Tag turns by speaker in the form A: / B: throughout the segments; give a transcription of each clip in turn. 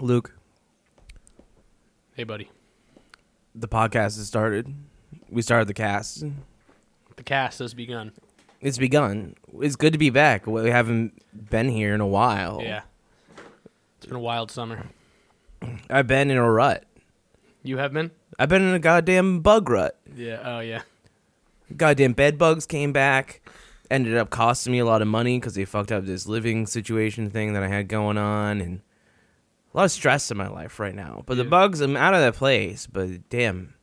A: Luke,
B: Hey, buddy.
A: the podcast has started. We started the cast.
B: The cast has begun.
A: It's begun. It's good to be back. We haven't been here in a while.
B: Yeah. It's been a wild summer.
A: I've been in a rut.
B: You have been?
A: I've been in a goddamn bug rut.
B: Yeah. Oh, yeah.
A: Goddamn bed bugs came back. Ended up costing me a lot of money because they fucked up this living situation thing that I had going on, and a lot of stress in my life right now. But the
B: Yeah.
A: bugs, I'm out of that place. But damn,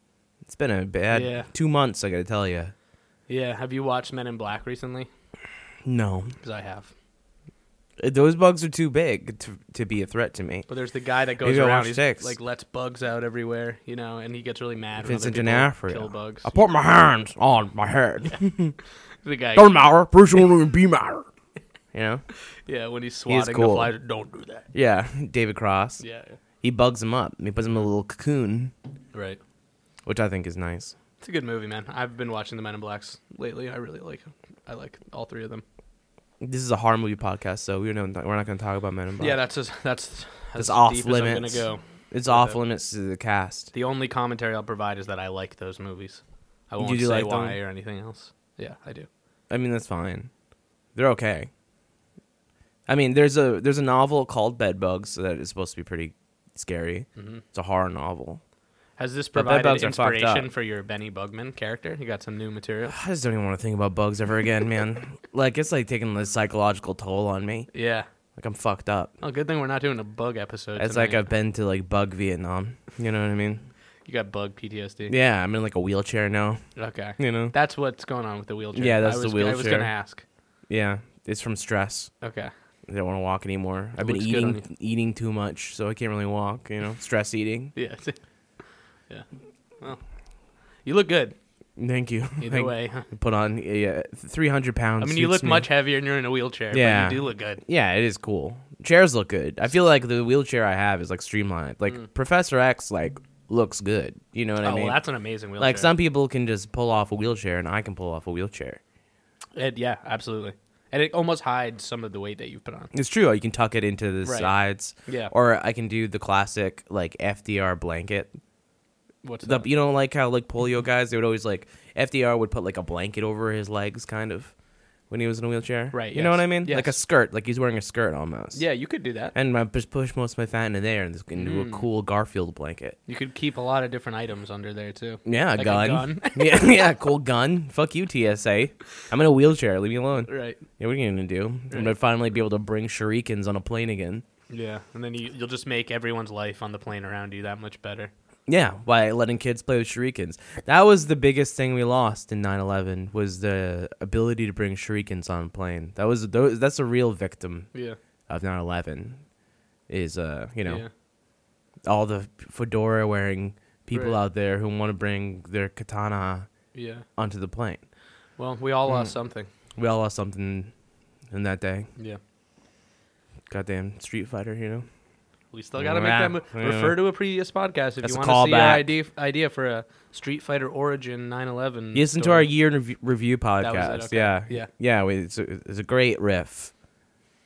A: it's been a bad
B: Yeah.
A: two months. I gotta tell you.
B: Yeah. Have you watched Men in Black recently?
A: No,
B: Because I have.
A: those bugs are too big to, to be a threat to me.
B: But there's the guy that goes
A: Maybe I'll watch
B: around. He's,
A: Six.
B: like lets bugs out everywhere, you know, and he gets really mad. when other
A: Vincent
B: people
A: D'Onofrio.
B: Kill bugs.
A: I put my hands on my head.
B: The guy.
A: Don't matter. Bruce won't even be matter. You know?
B: Yeah. When he's swatting
A: cool.
B: the flies, don't do that.
A: Yeah, David Cross.
B: Yeah. yeah.
A: He bugs him up. He puts him in a little cocoon,
B: Right.
A: which I think is nice.
B: It's a good movie, man. I've been watching the Men in Blacks lately. I really like. 'em. I like all three of them.
A: This is a horror movie podcast, so we're not we're not going to talk about Men in Black.
B: Yeah, that's as, that's as
A: It's off
B: deep
A: limits.
B: as I'm gonna go.
A: it's off limits to the cast.
B: The only commentary I'll provide is that I like those movies. I won't
A: You do
B: say
A: like them?
B: why or anything else. Yeah, I do.
A: I mean, that's fine. They're okay. I mean, there's a there's a novel called Bed Bugs so that is supposed to be pretty scary. It's a horror novel.
B: Has this
A: But
B: provided
A: bedbugs are fucked
B: inspiration
A: up.
B: for your Benny Bugman character? You got some new material.
A: I just don't even want to think about bugs ever again, man. like it's like taking the psychological toll on me.
B: Yeah.
A: Like I'm fucked up.
B: Oh, good thing we're not doing a bug episode.
A: It's like I've
B: tonight.
A: been to like bug Vietnam. You know what I mean?
B: you got bug PTSD.
A: Yeah, I'm in like a wheelchair now.
B: Okay.
A: You know?
B: That's what's going on with the wheelchair.
A: Yeah, that's
B: I
A: the
B: was, I was
A: wheelchair.
B: gonna ask.
A: Yeah, it's from stress.
B: Okay.
A: I don't want to walk anymore. I've been
B: looks good on
A: eating eating too much, so I can't really walk. You know, stress eating.
B: Yeah. yeah. Well, you look good
A: Thank you.
B: either
A: Like,
B: way.
A: Put on yeah, 300 pounds.
B: I mean, you
A: suits
B: look
A: me.
B: much heavier and you're in a wheelchair.
A: Yeah.
B: But you do look good.
A: Yeah, it is cool. Chairs look good. I feel like the wheelchair I have is like streamlined. Like Professor X, like looks good. You know what
B: Mm. oh,
A: I mean?
B: well, that's an amazing wheelchair.
A: Like some people can just pull off a wheelchair, and I can pull off a wheelchair.
B: It, yeah, absolutely. And it almost hides some of the weight that you've put on.
A: It's true. You can tuck it into the
B: Right.
A: sides.
B: Yeah.
A: Or I can do the classic like FDR blanket.
B: What's
A: The,
B: that?
A: you know, like how like
B: Mm-hmm.
A: polio guys, they would always like FDR would put like a blanket over his legs, kind of, when he was in a wheelchair.
B: Right,
A: You know what
B: yes,
A: I mean? Like a
B: yes.
A: skirt. Like he's wearing a skirt almost.
B: Yeah, you could do that.
A: And I just push most of my fat into there and just into a
B: Mm.
A: cool Garfield blanket.
B: You could keep a lot of different items under there too.
A: Yeah,
B: Like a
A: gun.
B: gun.
A: yeah, yeah, cool gun. Fuck you, TSA. I'm in a wheelchair. Leave me alone.
B: Right.
A: Yeah, what are you gonna do? I'm gonna finally be able to bring shurikens on a plane again.
B: Yeah, and then you, you'll just make everyone's life on the plane around you that much better.
A: Yeah, by letting kids play with shurikens. That was the biggest thing we lost in 9/11 was the ability to bring shurikens on a plane. That was tho- that's a real victim
B: Yeah.
A: of 9/11 is uh, you know, all the fedora wearing people
B: Right.
A: out there who want to bring their katana
B: Yeah.
A: onto the plane.
B: Well, we all
A: Hmm.
B: lost something.
A: We all lost something in that day.
B: Yeah.
A: Goddamn Street Fighter, you know.
B: We still gotta make that move.
A: Yeah.
B: Refer to a previous podcast if
A: That's
B: you
A: a
B: want to see our
A: callback.
B: idea, idea for a Street Fighter Origin 9/11.
A: Listen to
B: story.
A: our year in rev- review podcast.
B: Mm, That was it, okay.
A: Yeah,
B: Yeah.
A: yeah. we- It's a, it's a great riff,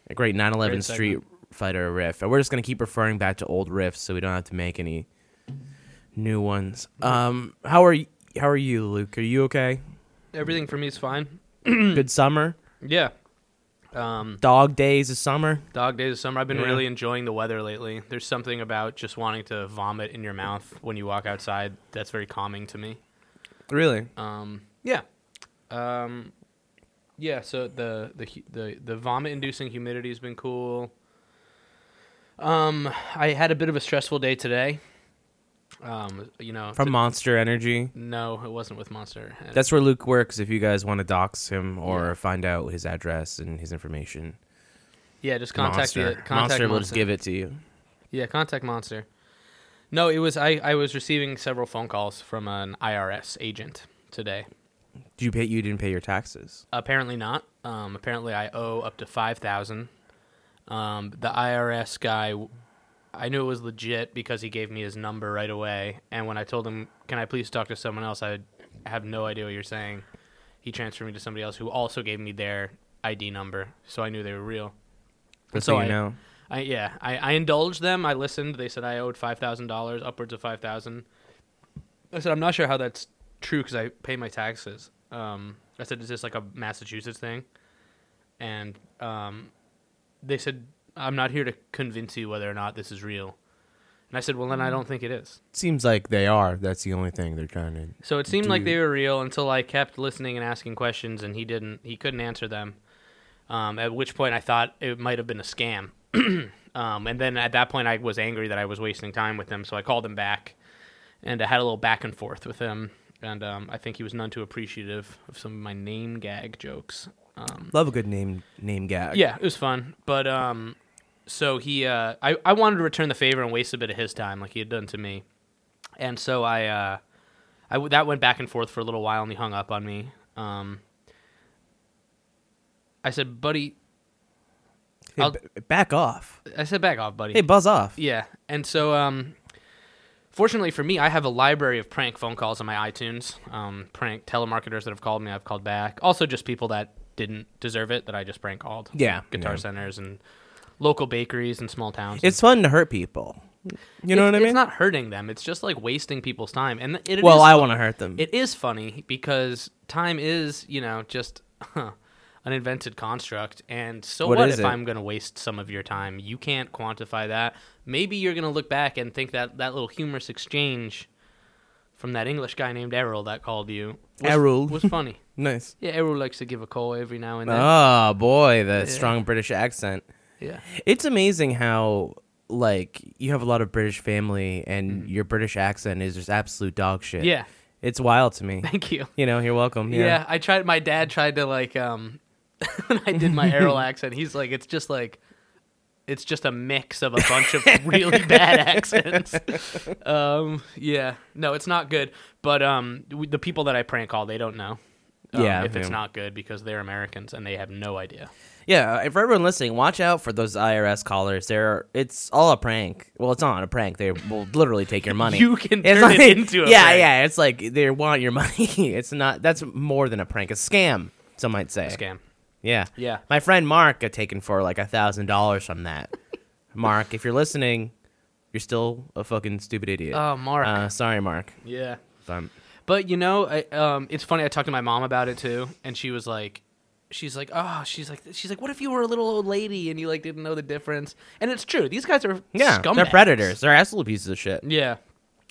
A: a great 9/11
B: Great
A: Street
B: segment.
A: Fighter riff, and we're just gonna keep referring back to old riffs so we don't have to make any new ones. Um, how are y- how are you, Luke? Are you okay?
B: Everything for me is fine.
A: Good summer.
B: Yeah. Um,
A: Dog days of summer.
B: Dog days of summer. I've been
A: Yeah.
B: really enjoying the weather lately. There's something about just wanting to vomit in your mouth when you walk outside that's very calming to me.
A: Really?
B: Um, yeah, um, yeah. So the the hu- the the vomit inducing humidity has been cool. Um, I had a bit of a stressful day today. Um, you know,
A: From
B: to-
A: Monster Energy.
B: no, it wasn't with Monster. And-
A: That's where Luke works. If you guys want to dox him or
B: Yeah.
A: find out his address and his information,
B: yeah. Just contact
A: Monster.
B: the contact
A: Monster will just
B: Monster.
A: give it to you.
B: Yeah, contact Monster. No, it was I. I was receiving several phone calls from an IRS agent today.
A: Did you pay? You didn't pay your taxes.
B: Apparently not. Um, apparently I owe up to five thousand. Um, the IRS guy, I knew it was legit because he gave me his number right away. And when I told him, "Can I please talk to someone else?" I have no idea what you're saying. He transferred me to somebody else who also gave me their ID number, so I knew they were real.
A: That's
B: so
A: what you
B: I-
A: know.
B: I yeah, I, I indulged them. I listened. They said I owed five thousand dollars, upwards of five thousand. I said I'm not sure how that's true because I pay my taxes. Um, I said is this like a Massachusetts thing? And um, they said I'm not here to convince you whether or not this is real. And I said, well, then I don't think it is.
A: Seems like they are. That's the only thing they're trying to.
B: So it seemed like they
A: Dude.
B: were real until I kept listening and asking questions, and he didn't. He couldn't answer them. Um, at which point, I thought it might have been a scam. um, and then at that point, I was angry that I was wasting time with him, so I called him back, and I had a little back and forth with him. And um, I think he was none too appreciative of some of my name gag jokes. Um,
A: Love a good name name gag.
B: yeah, it was fun, but um, so he, uh, I, I wanted to return the favor and waste a bit of his time, like he had done to me, and so I, uh, I w- that went back and forth for a little while, and he hung up on me. Um, I said, buddy,
A: Hey,
B: I'll-
A: b- back off.
B: I said, back off, buddy.
A: Hey, buzz off.
B: Yeah, and so um, fortunately for me, I have a library of prank phone calls on my iTunes. Um, prank telemarketers that have called me, I've called back. Also, just people that didn't deserve it that I just prank called.
A: Yeah,
B: guitar
A: yeah.
B: centers and local bakeries and small towns.
A: It's fun to hurt people. You know
B: It's-
A: what I mean?
B: It's not hurting them. It's just like wasting people's time. And it, it
A: well,
B: is-
A: I want to hurt them.
B: it is funny because time is you know just an invented construct. And so what,
A: What is
B: if
A: it?
B: I'm going to waste some of your time? You can't quantify that. Maybe you're going to look back and think that that little humorous exchange from that English guy named Errol that called you was,
A: Errol.
B: was funny.
A: nice.
B: Yeah, Errol likes to give a call every now and then.
A: Oh boy, the strong British accent.
B: yeah.
A: It's amazing how like you have a lot of British family and your British accent is just absolute dog shit.
B: Mm. Yeah.
A: It's wild to me.
B: Thank you.
A: You know, you're welcome.
B: Yeah.
A: Yeah.
B: I tried. My dad tried to like um, when I did my Errol accent. He's like, it's just like, it's just a mix of a bunch of really bad accents. Um, yeah, no, it's not good. But um, we, the people that I prank call, they don't know. um,
A: Yeah,
B: if it's
A: yeah.
B: not good because they're Americans and they have no idea.
A: Yeah, uh, for everyone listening, watch out for those IRS callers. They're it's all a prank. Well, it's not a prank. They will literally take your money.
B: You can
A: It's
B: turn it
A: like-
B: into a
A: yeah,
B: prank.
A: yeah. It's like they want your money. It's not. That's more than a prank. A scam. Some might say.
B: Scam.
A: Yeah.
B: Yeah.
A: My friend Mark got taken for like a thousand dollars from that. Mark, if you're listening, you're still a fucking stupid idiot.
B: Oh, Mark.
A: Uh, sorry, Mark.
B: yeah.
A: Um,
B: But you know, I, um, it's funny. I talked to my mom about it too, and she was like, she's like, oh, she's like, she's like, what if you were a little old lady and you like didn't know the difference? And it's true. These guys are
A: yeah, they're
B: scumbags.
A: predators. They're absolute pieces of shit.
B: Yeah.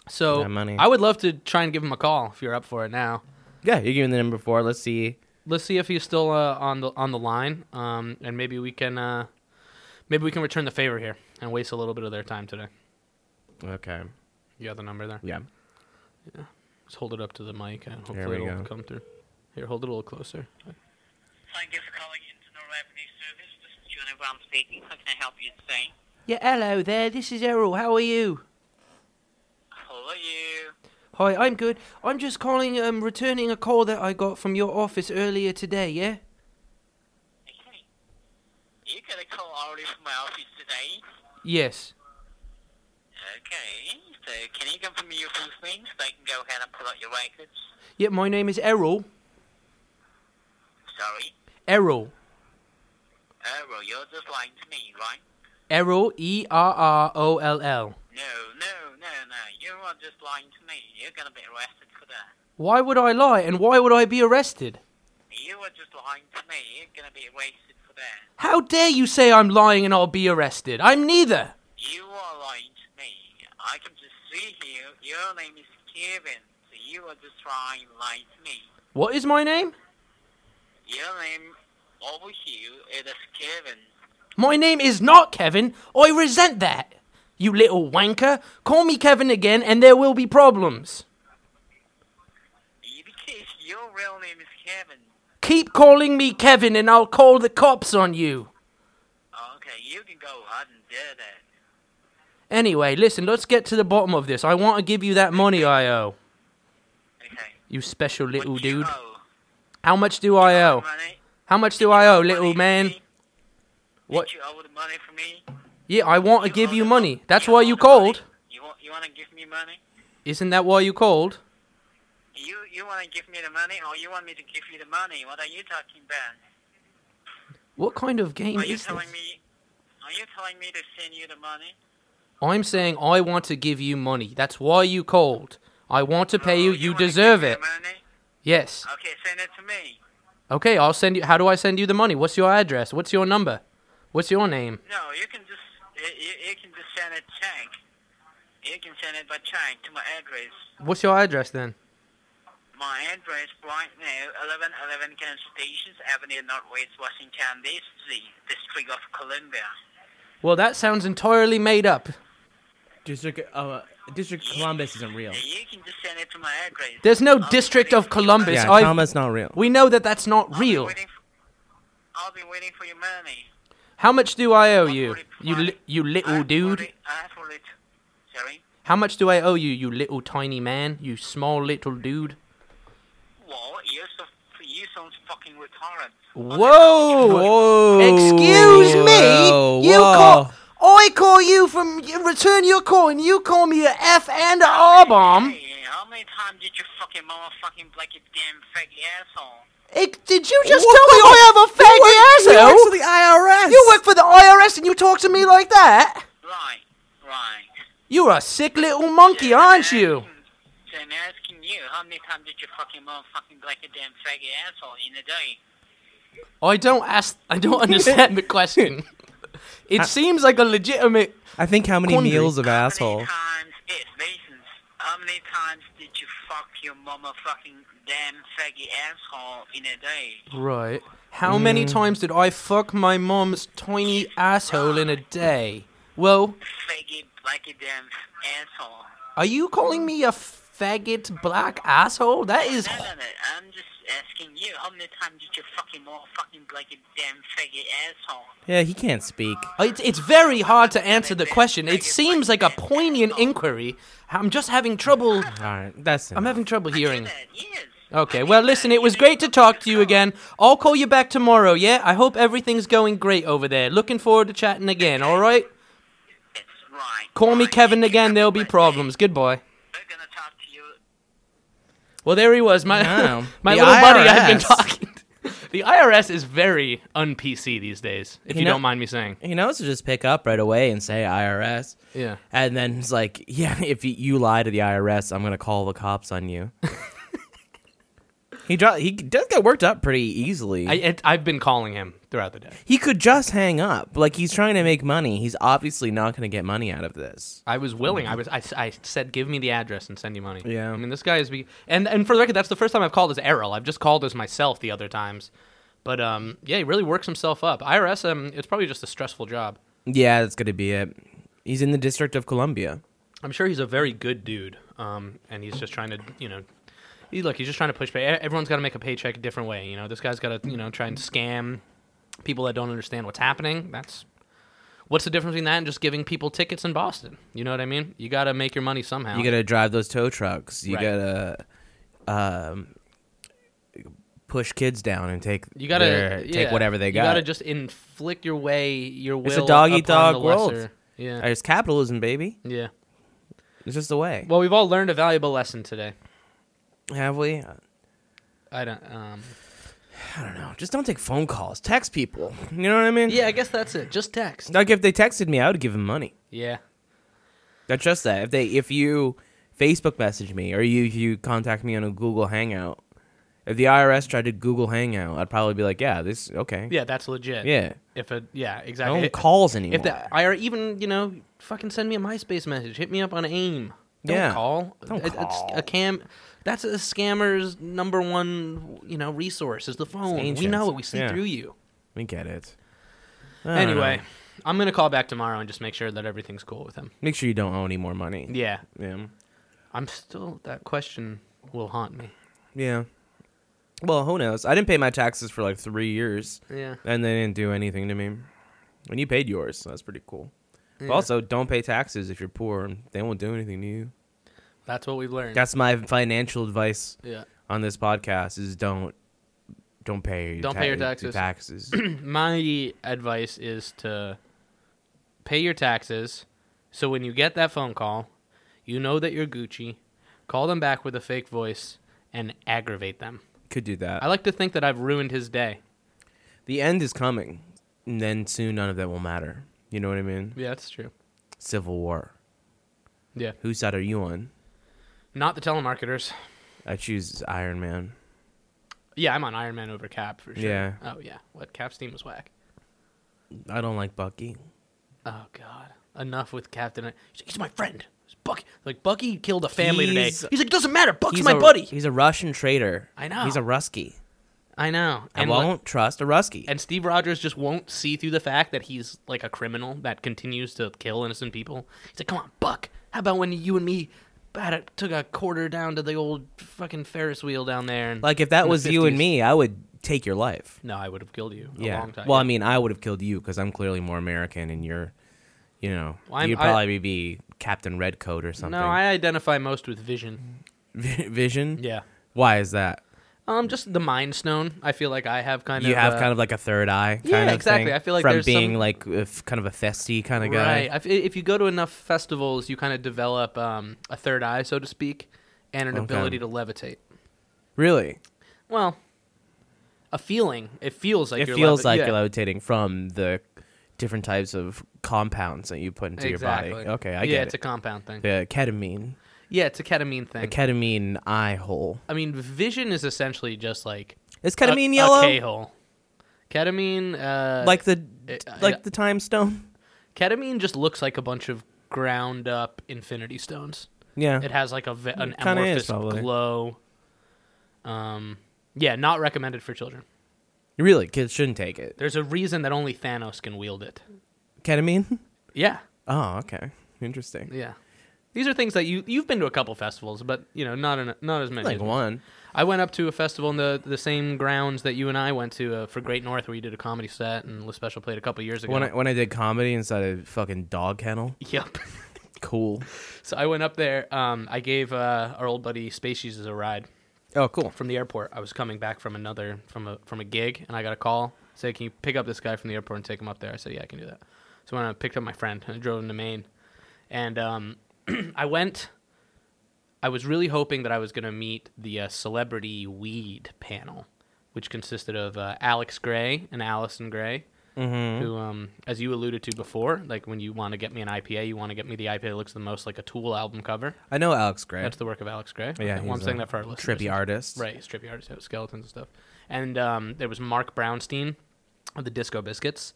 B: So
A: Yeah, money.
B: I would love to try and give him a call if you're up for it now.
A: Yeah, you're giving the number four. Let's see.
B: Let's see if he's still uh, on the on the line, um, and maybe we can uh, maybe we can return the favor here and waste a little bit of their time today.
A: Okay.
B: You got the number there.
A: Yeah.
B: Just hold it up to the mic, and
A: There
B: hopefully
A: we
B: it'll
A: go.
B: come through. Here, hold it a little closer.
C: Thank you for calling into North Avenue Service. This is Julie Brown speaking. How can I help you today?
B: Yeah, hello there. This is Errol. How are you?
C: How are you?
B: Hi, I'm good. I'm just calling, um, returning a call that I got from your office earlier today, yeah?
C: Okay. You got a call already from my office today.
B: Yes.
C: Okay. So can you confirm your full name so I can go ahead and pull out your records?
B: Yeah, my name is Errol.
C: Sorry.
B: Errol.
C: Oh, well, you're just lying to me, right?
B: Errol, E R R O L L.
C: No, no, no, no. You are just lying to me. You're gonna be arrested for that.
B: Why would I lie and why would I be arrested?
C: You are just lying to me. You're gonna be arrested for that.
B: How dare you say I'm lying and I'll be arrested? I'm neither.
C: You are lying to me. I can just see you. Your name is Kevin. So you are just trying to lie to me.
B: What is my name?
C: Your name over here it is Kevin.
B: My name is not Kevin. I resent that. You little wanker. Call me Kevin again and there will be problems.
C: Because your real name is Kevin.
B: Keep calling me Kevin and I'll call the cops on you.
C: Oh, Okay, you can go ahead and do that.
B: Anyway, listen, let's get to the bottom of this. I want to give you that money I owe.
C: Okay.
B: You special little
C: What you
B: dude.
C: owe?
B: How much do I owe?
C: Money?
B: How much do I owe,
C: Money
B: little
C: for
B: man?
C: me?
B: What-
C: Did you owe the money for me?
B: Yeah, I want to give
C: owe
B: you
C: the-
B: money. That's why
C: owe
B: you
C: the money?
B: called.
C: You want you want to give me money?
B: Isn't that why you called?
C: You you want to give me the money, or you want me to give you the money? What are you talking about?
B: What kind of game
C: Are you
B: is this?
C: telling me? Are you telling me to send you the money?
B: I'm saying I want to give you money. That's why you called. I want to pay you.
C: Oh,
B: You
C: wanna
B: deserve
C: give
B: it.
C: me the Money?
B: Yes.
C: Okay, send it to me.
B: Okay, I'll send you. How do I send you the money? What's your address? What's your number? What's your name?
C: No, you can just you, you- you can just send a check. You can send it by check to my address.
B: What's your address then?
C: My address right now, 1111 Kansas Stations Avenue, Northwest Washington, D.C., District of Columbia.
B: Well, that sounds entirely made up.
A: District uh, District Columbus isn't real.
C: You can just send it to my address.
B: There's no
C: I'll be
B: District
C: waiting
B: of
C: for your
B: Columbus.
C: money.
A: Yeah,
B: I've-
A: Columbus not real.
B: We know that that's not
C: I'll be
B: real.
C: waiting for- I'll be waiting for your money.
B: How much do I owe you?
C: I've already
B: You li-
C: provided-
B: you little
C: I've
B: dude.
C: already- I've already- Sorry?
B: How much do I owe you, you little tiny man? You small little dude.
C: Well, you're so, you sound fucking retarded.
B: Whoa!
A: Whoa!
B: Excuse me.
A: Whoa,
B: you
A: Oh, whoa.
B: call. I call you from. you Return your call, and you call me a f and a r bomb.
C: Hey, how many times did you fucking motherfucking black your damn faggy asshole?
B: It, did you just tell me I have a
A: You
B: faggy
A: work
B: asshole?
A: for the IRS.
B: You work for the IRS, and you talk to me like that?
C: Right, right.
B: You're a sick little monkey, aren't you?
C: So I'm asking you, how many times did you fucking motherfucking black your damn faggy asshole in a day?
B: I don't ask. I don't understand the question. It seems like a legitimate.
A: I think how many
B: Quandary.
A: meals of
C: How
A: asshole?
C: many times, yes, Masons, how many times did you fuck your motherfucking damn faggy asshole in a day?
B: Right. How many times did I fuck my mom's tiny asshole in a day? Well,
C: Faggy, blacky damn asshole.
B: are you calling me a faggot black asshole? That is.
C: No, no, no. I'm just asking you, how many times did you fucking motherfucking black your damn faggy asshole?
A: Yeah, he can't speak.
B: It's, it's very hard to answer the question. It seems like a poignant inquiry. I'm just having trouble.
A: All right, that's.
B: I'm
A: enough.
B: having trouble hearing.
C: That, yes.
B: Okay, well, listen, it was great to talk to you again. I'll call you back tomorrow, yeah? I hope everything's going great over there. Looking forward to chatting again, alright?
C: That's right.
B: Call me
C: Right.
B: Kevin again, there'll be problems. Goodbye.
C: We're gonna talk to you.
B: Well, there he was, my
A: Wow.
B: my
A: The
B: little buddy I've been
A: IRS.
B: talking to. The IRS is very un-PC these days, if
A: You
B: you,
A: know-
B: don't mind me saying.
A: He knows to just pick up right away and say IRS.
B: Yeah.
A: And then it's like, yeah, if you, you lie to the IRS, I'm gonna call the cops on you. he dro- he does get worked up pretty easily.
B: I, it, I've been calling him throughout the day.
A: he could just hang up. Like he's trying to make money. He's obviously not gonna get money out of this.
B: I was willing. I was. I, I said, give me the address and send you money.
A: Mm-hmm. Yeah.
B: I mean, this guy is. Be- and and for the record, that's the first time I've called as Errol. I've just called as myself the other times. But um, yeah, he really works himself up. IRS, um, it's probably just a stressful job.
A: Yeah, that's gonna be it. He's in the District of Columbia.
B: I'm sure he's a very good dude. Um, and he's just trying to, you know, he look, he's just trying to push. Pay- e, everyone's got to make a paycheck a different way. You know, this guy's got to, you know, try and scam people that don't understand what's happening. That's what's the difference between that and just giving people tickets in Boston. You know what I mean? You got to make your money somehow.
A: You gotta drive those tow trucks. You
B: Right.
A: gotta um, push kids down and take
B: You gotta
A: their- take
B: yeah.
A: whatever they
B: You
A: got.
B: gotta just inflict your way, your will.
A: It's a dog eat
B: upon the
A: dog world.
B: lesser. Yeah,
A: It's capitalism, baby.
B: yeah.
A: It's just the way.
B: Well, we've all learned a valuable lesson today.
A: Have we?
B: I don't. Um,
A: I don't know. Just don't take phone calls. Text people. You know what I mean?
B: yeah, I guess that's it. Just text.
A: Like if they texted me, I would give them money.
B: Yeah,
A: That's just that. If they, if you Facebook message me or you, you contact me on a Google Hangout, if the IRS tried to Google Hangout, I'd probably be like, yeah, this okay.
B: yeah, that's legit.
A: Yeah.
B: If a yeah,
A: No
B: exactly.
A: one
B: If-
A: calls anymore.
B: if the IR even you know fucking send me a MySpace message, hit me up on AIM. Don't
A: Yeah.
B: call.
A: Don't
B: It- it's
A: call.
B: a cam. That's a scammer's number one you know resource is the phone. We
A: ancient.
B: know it. We see
A: Yeah.
B: through you.
A: we get it. I don't
B: Anyway,
A: know.
B: I'm gonna call back tomorrow and just make sure that everything's cool with him.
A: make sure you don't owe any more money.
B: Yeah,
A: Yeah.
B: I'm still that question will haunt me.
A: Yeah. Well, who knows? I didn't pay my taxes for like three years.
B: Yeah.
A: And they didn't do anything to me. And you paid yours, so that's pretty cool.
B: Yeah.
A: But also, don't pay taxes if you're poor. They won't do anything to you.
B: That's what we've learned.
A: That's my financial advice
B: yeah.
A: on this podcast: is don't don't pay your
B: Don't pay your taxes.
A: taxes.
B: My advice is to pay your taxes so when you get that phone call, you know that you're Gucci. Call them back with a fake voice and aggravate them.
A: Could do that.
B: I like to think that I've ruined his day.
A: the end is coming, and then soon none of that will matter. You know what I mean?
B: Yeah, that's true.
A: Civil War.
B: Yeah.
A: Whose side are you on?
B: Not the telemarketers.
A: I choose Iron Man.
B: Yeah, I'm on Iron Man over Cap for sure.
A: Yeah.
B: Oh yeah. What Cap's team was whack.
A: I don't like Bucky.
B: Oh god. Enough with Captain. He's, like, he's my friend. It's Bucky. Like Bucky killed a family
A: He's-
B: today. He's like, doesn't matter. Buck's
A: he's
B: my
A: a-
B: buddy.
A: He's a Russian traitor.
B: I know.
A: He's a Rusky.
B: I know.
A: I
B: like-
A: won't trust a Rusky.
B: and Steve Rogers just won't see through the fact that he's like a criminal that continues to kill innocent people. He's like, "Come on, Buck. How about when you and me had a, took a quarter down to the old fucking Ferris wheel down there?" And,
A: like if
B: in
A: that
B: the
A: was you and
B: 50s.
A: me, I would take your life.
B: no, I would have killed you.
A: yeah.
B: a long time.
A: well, I mean, I would have killed you because I'm clearly more American, and you're, you know,
B: Well, I'm-
A: you'd
B: I-
A: probably be Captain Redcoat or something.
B: no, I identify most with Vision.
A: Vision.
B: Yeah,
A: Why is that?
B: um, just the Mind Stone. I feel like I have kind
A: you
B: of
A: have
B: uh,
A: kind of like a third eye. Kind
B: Yeah,
A: of
B: exactly.
A: thing
B: I feel like
A: from
B: there's some-
A: being like a f- kind of a festy kind of guy.
B: Right. I f- If you go to enough festivals, you kind of develop um, a third eye, so to speak, and an
A: Okay.
B: ability to levitate.
A: Really,
B: Well, a feeling. It feels like
A: it
B: you're
A: feels
B: levi-
A: like
B: yeah.
A: you're levitating from the different types of compounds that you put into
B: exactly.
A: your body. Okay, I
B: yeah,
A: get
B: it's a
A: it.
B: compound thing.
A: the ketamine,
B: Yeah, it's a ketamine
A: the
B: thing.
A: ketamine eye hole.
B: I mean, vision is essentially just like
A: Is
B: a-
A: ketamine
B: a
A: yellow?
B: K-hole. Ketamine, uh,
A: like the
B: it- I-
A: like the time stone.
B: ketamine, just looks like a bunch of ground up infinity stones.
A: Yeah,
B: It has like a ve- an
A: It kinda is,
B: amorphous
A: probably.
B: glow. Um, yeah, not recommended for children.
A: really, kids shouldn't take it.
B: There's a reason that only Thanos can wield it.
A: Ketamine.
B: Yeah,
A: Oh, okay, interesting.
B: yeah. These are things that you you've been to a couple festivals, but you know not in, not as many.
A: Like
B: as me.
A: one.
B: I went up to a festival in the the same grounds that you and I went to uh, for Great North, where you did a comedy set and Le Special played a couple years ago.
A: When I when I did comedy inside a fucking dog kennel.
B: yep.
A: Cool.
B: so I went up there. Um, I gave uh, our old buddy Spaces a ride
A: Oh, cool.
B: from the airport. I was coming back from another from a from a gig, and I got a call say, "Can you pick up this guy from the airport and take him up there?" I said, "Yeah, I can do that." So when I picked up my friend and I drove him to Maine, and um, I went. I was really hoping that I was going to meet the uh, celebrity weed panel, which consisted of uh, Alex Gray and Allison Gray,
A: Hmm?
B: who, um, as you alluded to before, like when you want to get me an IPA, you want to get me the IPA that looks the most like a Tool album cover.
A: I know Alex Gray.
B: That's the work of Alex Gray.
A: yeah,
B: Okay, well,
A: he's
B: I'm saying
A: a
B: that for our listeners.
A: trippy artist.
B: Right, strip yards, have skeletons and stuff. And um, there was Mark Brownstein of the Disco Biscuits,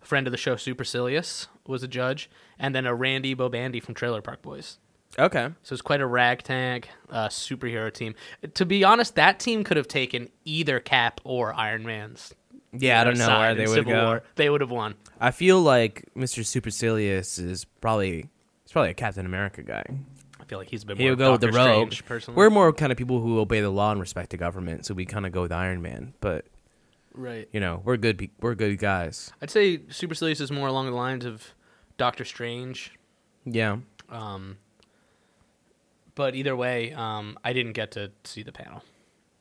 B: a friend of the show Supercilious was a judge, and then a Randy Bobandy from Trailer Park Boys.
A: Okay.
B: So it's quite a ragtag uh, superhero team. To be honest, that team could have taken either Cap or Iron Man's.
A: Yeah, I don't know
B: side
A: where
B: in
A: they would
B: Civil
A: go.
B: War. They would have won.
A: I feel like Mr. Supercilious is probably he's probably a Captain America guy.
B: I feel like he's a bit more.
A: He'll go with the
B: Doctor
A: rogue.
B: Strange, personally.
A: We're more kind of people who obey the law and respect the government, so we kind of go with Iron Man. But
B: right.
A: you know, we're good. pe- We're good guys.
B: I'd say Supercilious is more along the lines of Doctor Strange,
A: Yeah.
B: Um, but either way, um, I didn't get to see the panel.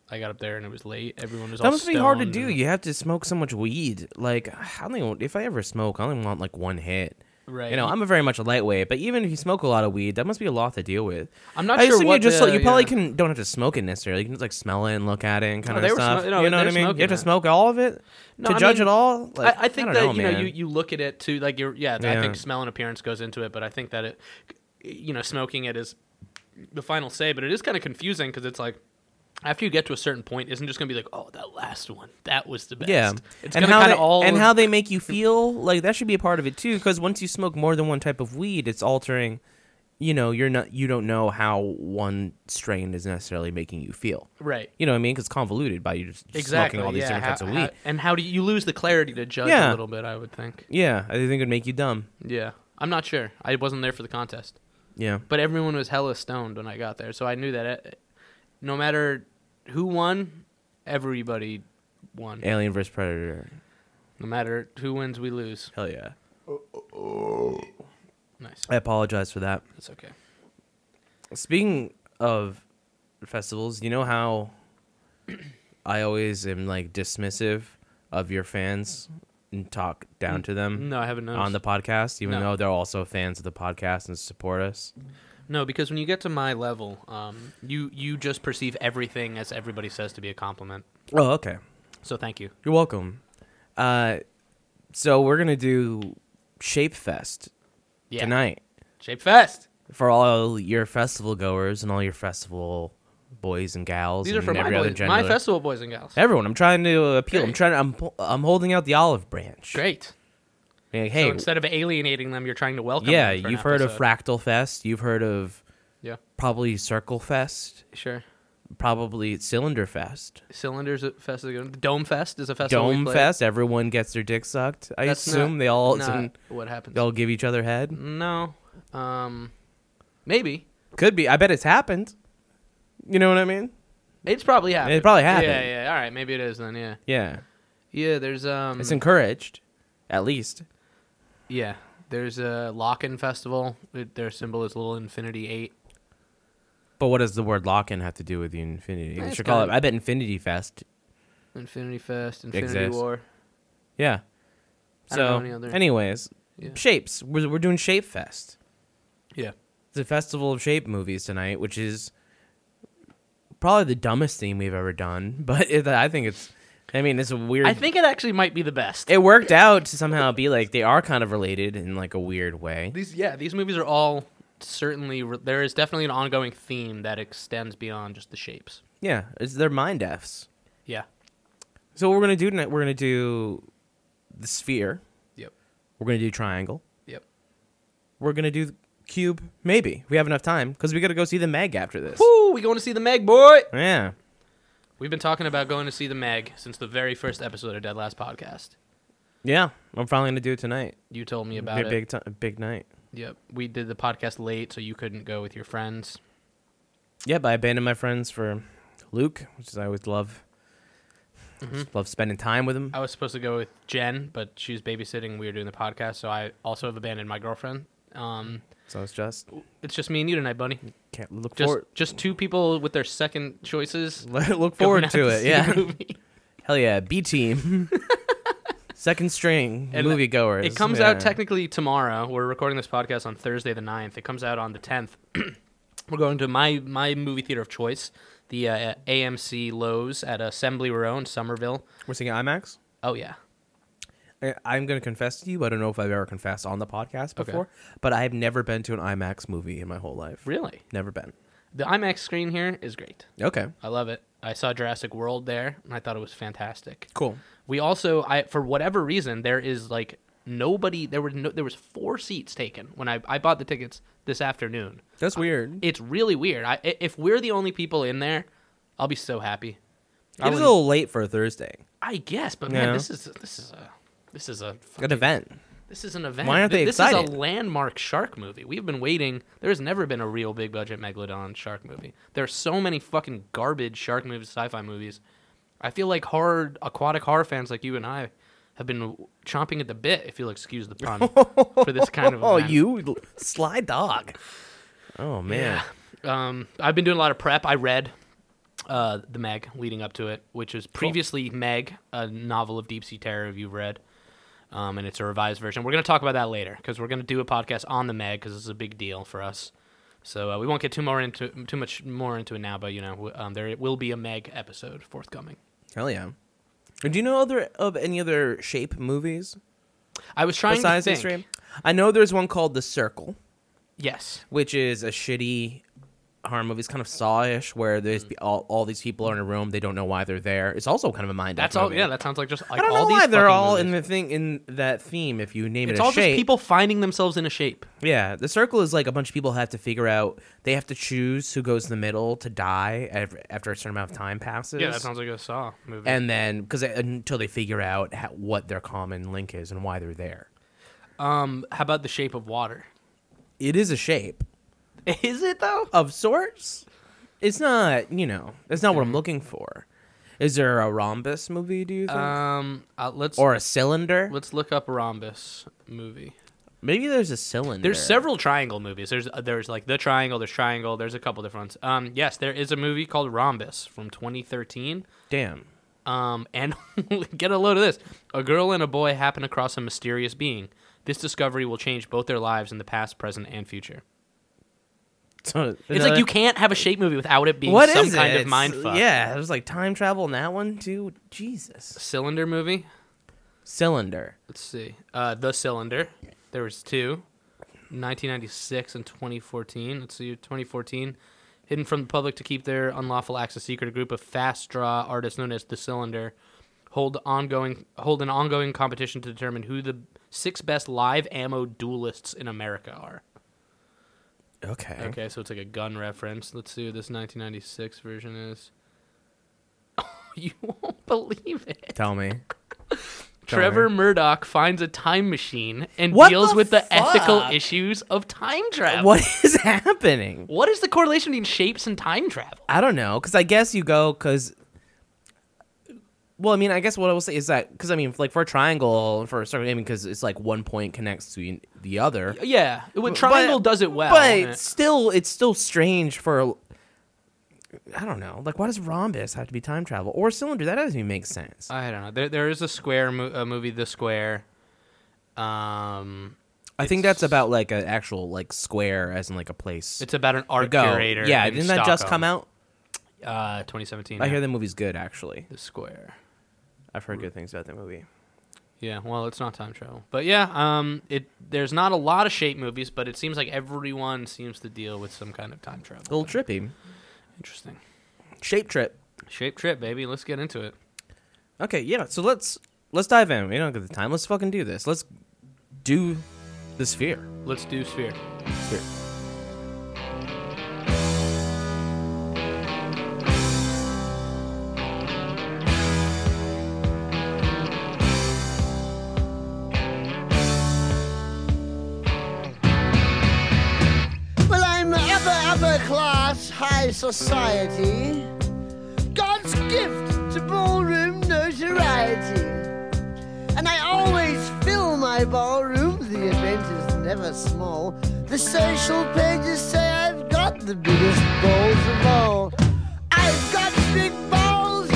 B: I got up there and it was late. Everyone was all
A: That must be hard to
B: stoned
A: do.
B: and-
A: You have to smoke so much weed. Like I don't even, if I ever smoke, I only want like one hit.
B: Right.
A: You know, I'm a very much a lightweight, but even if you smoke a lot of weed, that must be a lot to deal with.
B: I'm not
A: I
B: sure
A: assume
B: what
A: you just
B: the-
A: like, you probably
B: yeah.
A: can don't have to smoke it necessarily. You can just like smell it and look at it and kind
B: No,
A: of
B: they were
A: stuff.
B: smo- no,
A: you know what
B: they're
A: I mean? You
B: smoking
A: have to
B: it.
A: smoke all of it
B: No,
A: to
B: I
A: judge
B: mean,
A: it all. Like,
B: I, I think
A: don't
B: that
A: know,
B: you know you,
A: man.
B: you look at it too like you're yeah, I
A: Yeah.
B: think smell and appearance goes into it, but I think that it you know smoking it is the final say, but it is kind of confusing because it's like after you get to a certain point, isn't it just gonna be like oh that last one that was the best.
A: yeah,
B: it's
A: and
B: gonna
A: how
B: kind
A: they,
B: of all
A: and how they make you feel like that should be a part of it too. Because once you smoke more than one type of weed, it's altering. You know, you're not you don't know how one strain is necessarily making you feel.
B: right
A: You know what I mean? Because convoluted by you just just
B: exactly
A: smoking all these
B: yeah,
A: different
B: how-
A: types of
B: how-
A: weed.
B: and how do you, you lose the clarity to judge
A: Yeah.
B: a little bit? I would think.
A: yeah, I think it would make you dumb.
B: Yeah. I'm not sure. I wasn't there for the contest.
A: Yeah.
B: But everyone was hella stoned when I got there. So I knew that it, no matter who won, everybody won.
A: Alien vs Predator.
B: No matter who wins, we lose.
A: Hell yeah.
B: Nice.
A: I apologize for that.
B: That's okay.
A: Speaking of festivals, you know how I always am like dismissive of your fans and talk down to them
B: No, I haven't noticed.
A: on the podcast, even
B: No.
A: though they're also fans of the podcast and support us.
B: no, because when you get to my level, um, you, you just perceive everything as everybody says to be a compliment.
A: Oh, okay.
B: So thank you.
A: You're welcome. Uh, so we're gonna do Shapefest
B: Yeah.
A: tonight
B: Shape Fest.
A: for all your festival goers and all your festival boys and gals.
B: These are
A: and
B: for my,
A: every other
B: boys, my
A: gender.
B: festival boys and gals.
A: Everyone, I'm trying to appeal. I'm
B: Great.
A: trying. To, I'm pu- I'm holding out the olive branch.
B: Great.
A: Like, hey,
B: so instead of alienating them, you're trying to welcome
A: yeah,
B: them. for an
A: you've heard of
B: episode.
A: Fractal Fest. You've heard of
B: Yeah,
A: probably Circle Fest.
B: sure.
A: Probably Cylinder Fest.
B: Cylinders at Fest is a good. Dome Fest is a festival. we
A: Dome
B: play.
A: Fest. Everyone gets their dick sucked. I
B: That's
A: assume
B: not-
A: they all
B: Not what happens.
A: they all give each other head.
B: No. Um, maybe.
A: Could be. I bet it's happened. You know what I mean?
B: It's probably happened.
A: probably happened.
B: Yeah, yeah. All right, maybe it is then. Yeah,
A: Yeah,
B: yeah. There's um.
A: it's encouraged, at least.
B: yeah, there's a Lockin festival. It- their symbol is little infinity eight.
A: But what does the word lock-in have to do with the infinity?
B: Eh,
A: We
B: it's
A: should call it.
B: kinda-
A: I bet Infinity Fest.
B: Infinity Fest, Infinity
A: Exists.
B: War.
A: Yeah.
B: I don't
A: So,
B: know any other-
A: anyways,
B: Yeah.
A: shapes. We're we're doing Shape Fest.
B: Yeah.
A: It's a festival of shape movies tonight, which is probably the dumbest thing we've ever done. But it, I think it's. I mean, it's a weird.
B: I think it actually might be the best.
A: it worked out to somehow be like they are kind of related in like a weird way.
B: These yeah, these movies are all certainly re- there is definitely an ongoing theme that extends beyond just the shapes.
A: Yeah, it's their mind f's.
B: Yeah.
A: So what we're gonna do tonight? We're gonna do the sphere.
B: Yep.
A: We're gonna do triangle.
B: Yep.
A: We're gonna do cube. Maybe we have enough time because we gotta go see the Meg after this.
B: Woo, we going to see the Meg, boy.
A: Yeah.
B: We've been talking about going to see the Meg since the very first episode of Dead Last Podcast.
A: Yeah, I'm finally gonna do it tonight.
B: You told me about
A: Be a
B: it.
A: big, ti- big night.
B: Yep. We did the podcast late, so you couldn't go with your friends.
A: Yep, I abandoned my friends for Luke, which is I always love.
B: Mm-hmm.
A: Just love spending time with him.
B: I was supposed to go with Jen, but she's babysitting. We were doing the podcast, so I also have abandoned my girlfriend. Um,
A: So it's just
B: it's just me and you tonight, buddy.
A: can't look
B: Just
A: forward.
B: just two people with their second choices.
A: look
B: going
A: forward
B: out
A: to it.
B: see a
A: Yeah.
B: movie.
A: Hell yeah, B team. Second string
B: And
A: movie goers.
B: It comes out technically tomorrow. We're recording this podcast on Thursday the 9th. It comes out on the 10th. We're going to my my movie theater of choice, the uh, AMC Lowe's at Assembly Row in Somerville.
A: We're seeing IMAX.
B: Oh yeah.
A: I- I'm going to confess to you. I don't know if I've ever confessed on the podcast
B: Okay.
A: before, but I've never been to an IMAX movie in my whole life.
B: Really?
A: Never been.
B: The IMAX screen here is great.
A: Okay.
B: I love it. I saw Jurassic World there, and I thought it was fantastic.
A: Cool.
B: We also, I for whatever reason, there is like nobody. There were no, there was four seats taken when I I bought the tickets this afternoon.
A: That's weird.
B: It's really weird. I i- if we're the only people in there, I'll be so
A: I
B: happy.
A: was a
B: wouldn't-
A: little late for a Thursday.
B: I guess, but man,
A: Yeah.
B: this is this is a this is a
A: An
B: fucking,
A: event.
B: this is an event.
A: Why aren't they
B: this
A: excited?
B: is a landmark shark movie. We've been waiting. There's never been a real big budget megalodon shark movie. There are so many fucking garbage shark movies, sci-fi movies. I feel like horror aquatic horror fans like you and I have been chomping at the bit, if you'll excuse the pun, for this kind of
A: Oh,
B: event.
A: you l- sly dog. Oh man.
B: Yeah. Um, I've been doing a lot of prep. I read uh, the Meg leading up to it, which is previously Meg, a novel of deep sea terror. If you've read, um, and it's a revised version. We're going to talk about that later because we're going to do a podcast on the Meg because this is a big deal for us. So uh, we won't get too more into too much more into it now, but you know w- um, there will be a Meg episode forthcoming.
A: Hell yeah. And Do you know other of any other shape movies
B: I was trying
A: besides
B: to think.
A: Extreme? I know there's one called The Circle,
B: Yes,
A: which is a shitty horror movie. It's kind of sawish, where
B: Hmm.
A: there's be- all, all these people are in a room. They don't know why they're there. It's also kind of a mind.
B: that's all. Yeah, that sounds like just like
A: I don't
B: all
A: know
B: these
A: why they're
B: fucking
A: all in
B: movies.
A: the thing in that theme. If you name
B: It's
A: it, a
B: all
A: shape.
B: just people finding themselves in a shape.
A: Yeah, the circle is like a bunch of people have to figure out. They have to choose who goes in the middle to die ev- after a certain amount of time passes.
B: Yeah, that sounds like a Saw movie.
A: and then because until they figure out how, what their common link is and why they're there.
B: Um, how about the shape of water?
A: It is a shape
B: Is it though?
A: of sorts. It's not, you know, that's not what
B: Mm-hmm.
A: I'm looking for. Is there a rhombus movie? Do you think,
B: Um, uh, let's
A: or a cylinder?
B: let's look up rhombus movie.
A: Maybe there's a cylinder.
B: There's several triangle movies. There's uh, there's like the triangle. There's triangle. There's a couple different ones. Um, yes, there is a movie called Rhombus from 2013.
A: Damn.
B: Um, and get a load of this: a girl and a boy happen across a mysterious being. This discovery will change both their lives in the past, present, and future.
A: So,
B: It's like you can't have a shape movie without it being
A: What
B: some
A: is
B: kind
A: it?
B: of mind
A: It's- Yeah, there's like time travel in that one too. Jesus.
B: Cylinder movie.
A: Cylinder.
B: Let's see. Uh, the Cylinder. There was two. 1996 and 2014. Let's see. 2014. Hidden from the public to keep their unlawful access secret, a group of fast draw artists known as the Cylinder hold ongoing hold an ongoing competition to determine who the six best live ammo duelists in America are.
A: Okay.
B: Okay, so it's like a gun reference. Let's see what this 1996 version is. you won't believe it.
A: Tell me. Tell
B: Trevor
A: me.
B: Murdoch finds a time machine and
A: What
B: deals
A: the
B: with the ethical
A: fuck?
B: issues of time travel.
A: What is happening?
B: What is the correlation between shapes and time travel?
A: I don't know, because I guess you go because. Well, I mean, I guess what I will say is that because I mean, like for a triangle and for a circle, I mean, because it's like one point connects to the other.
B: Yeah, when triangle
A: But-
B: does it well.
A: but
B: eh,
A: still, it's still strange for. I don't know. Like, why does rhombus have to be time travel or cylinder? That doesn't even make sense.
B: I don't know. There, there is a square mo- a movie, The Square. Um,
A: I think that's about like an actual like square, as in like a place.
B: it's about an
A: to
B: art
A: go.
B: curator.
A: Yeah,
B: in
A: didn't that just
B: Stockholm.
A: come out?
B: Uh, 2017.
A: I hear
B: the-,
A: the movie's good. Actually,
B: the Square.
A: I've heard good things about that movie.
B: Yeah, well, it's not time travel, but yeah, um, it there's not a lot of shape movies, but it seems like everyone seems to deal with some kind of time travel.
A: A little trippy,
B: Interesting.
A: shape trip.
B: Shape trip, baby. Let's get into it.
A: Okay, yeah. So let's let's dive in. We don't get the time. Let's fucking do this. Let's do the sphere.
B: Let's do sphere.
A: Sphere.
D: Well, I'm upper, upper class, high society. God's gift to ballroom notoriety. And I always fill my ballroom, the event is never small. The social pages say I've got the biggest balls of all. I've got big balls,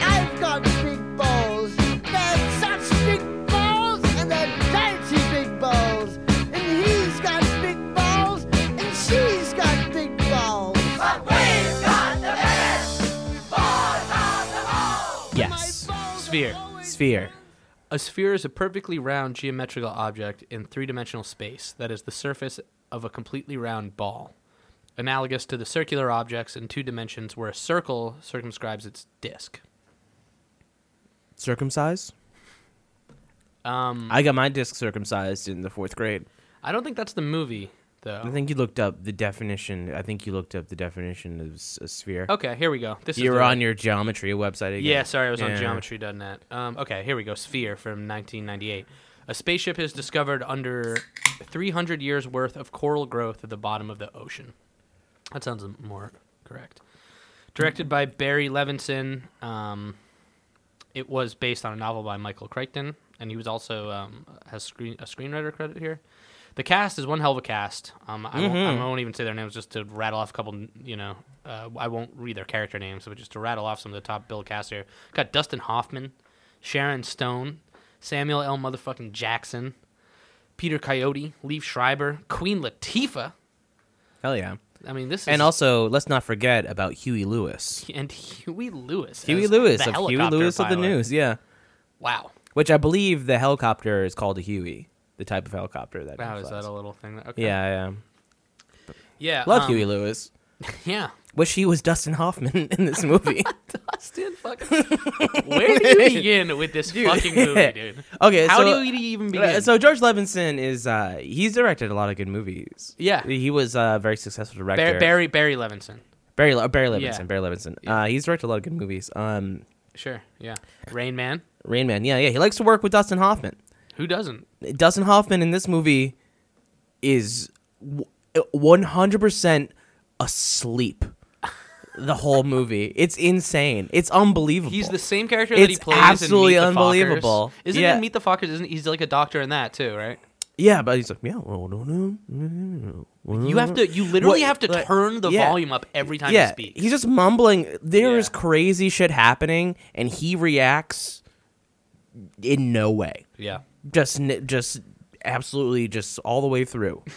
D: I've got big balls. They're such big balls, and they're dirty big balls. And he's got big balls, and she's got big balls.
A: Yes.
D: My balls are
B: Sphere.
D: always
A: Sphere.
B: A sphere is a perfectly round geometrical object in three dimensional space that is the surface of a completely round ball, analogous to the circular objects in two dimensions where a circle circumscribes its disk.
A: Circumcised.
B: Um,
A: I got my disc circumcised in the fourth grade.
B: I don't think that's the movie, though.
A: I think you looked up the definition. I think you looked up the definition of s- a sphere.
B: okay, here we go. Oh, This is
A: You're
B: the-
A: on your geometry website again.
B: Yeah, sorry, I was on
A: Yeah.
B: geometry.net. Um, okay, here we go. Sphere from 1998. A spaceship is discovered under 300 years worth of coral growth at the bottom of the ocean. That sounds more correct. Directed by Barry Levinson. Um, it was based on a novel by Michael Crichton, and he was also um, has screen, a screenwriter credit here. The cast is one hell of a cast. Um, I, won't,
A: Mm-hmm.
B: I won't even say their names just to rattle off a couple. You know, uh, I won't read their character names, but just to rattle off some of the top bill cast here. Got Dustin Hoffman, Sharon Stone, Samuel L. Motherfucking Jackson, Peter Coyote, Leaf Schreiber, Queen Latifah.
A: Hell yeah.
B: I mean, this is
A: And also, let's not forget about Huey Lewis.
B: and Huey Lewis.
A: Huey
B: as
A: Lewis
B: the
A: of Huey
B: helicopter
A: Lewis of the
B: pilot.
A: News. Yeah.
B: Wow.
A: Which I believe the helicopter is called a Huey, the type of helicopter that. he
B: Wow, is
A: flies.
B: that a little thing? Okay.
A: Yeah, yeah.
B: Yeah.
A: Love
B: um,
A: Huey Lewis.
B: Yeah.
A: Wish he was Dustin Hoffman in this movie.
B: Dustin fucking. Where do you begin with this fucking movie, dude?
A: okay,
B: How
A: so,
B: do you even
A: uh,
B: begin?
A: So George Levinson is uh, he's directed a lot of good movies.
B: Yeah.
A: he was a very successful director.
B: Bar- Barry Barry Levinson.
A: Barry, Le- Barry Levinson.
B: Yeah.
A: Barry Levinson. Uh, he's directed a lot of good movies. Um,
B: Sure. Yeah. Rain Man.
A: Rain Man. Yeah, yeah. He likes to work with Dustin Hoffman.
B: Who doesn't?
A: Dustin Hoffman in this movie is one hundred percent asleep. The whole movie. It's insane. It's unbelievable.
B: He's the same character that he
A: It's
B: plays.
A: absolutely
B: in Meet the
A: unbelievable.
B: Fockers. Isn't
A: Yeah.
B: in Meet the Fockers? Isn't he's like a doctor in that too, right?
A: Yeah, but he's like, yeah, well, no, no, no, no.
B: You have to. You literally
A: What-
B: have to
A: like-
B: turn the
A: Mm-hmm. yeah.
B: volume up every time
A: Yeah,
B: you speak.
A: he's just mumbling. There is
B: Yeah.
A: crazy shit happening, and he reacts in no way.
B: yeah.
A: Just, n- just absolutely, just all the way through.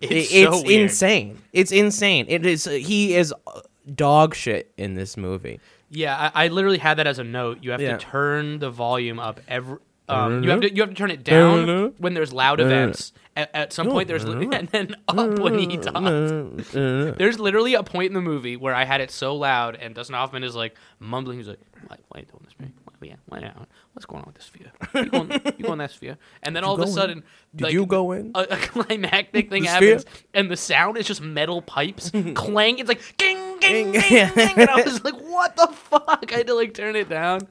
B: It's,
A: It-
B: so weird.
A: insane. It's insane. It is. He is uh, dog shit in this movie.
B: Yeah, I, I literally had that as a note. You have
A: Yeah.
B: to turn the volume up every Um, you have to you have to turn it down when there's loud
A: No, no, no.
B: events. At, at some point, there's li- and then up when he talks.
A: Uh, That's
B: There's literally a point in the movie where I had it so loud, and Dustin Hoffman is like mumbling. He's like, "Why, why you doing this, man? Why, yeah, why now? What's going on with this sphere? You going, you going that sphere?" And then all of
A: go
B: a
A: in?
B: sudden,
A: Did
B: like,
A: you go in?
B: A, a climactic thing
A: The sphere?
B: happens, and the sound is just metal pipes clang. It's like ding,
A: Ding.
B: ding, ding, ding, and I was like, "What the fuck?" I had to like turn it down.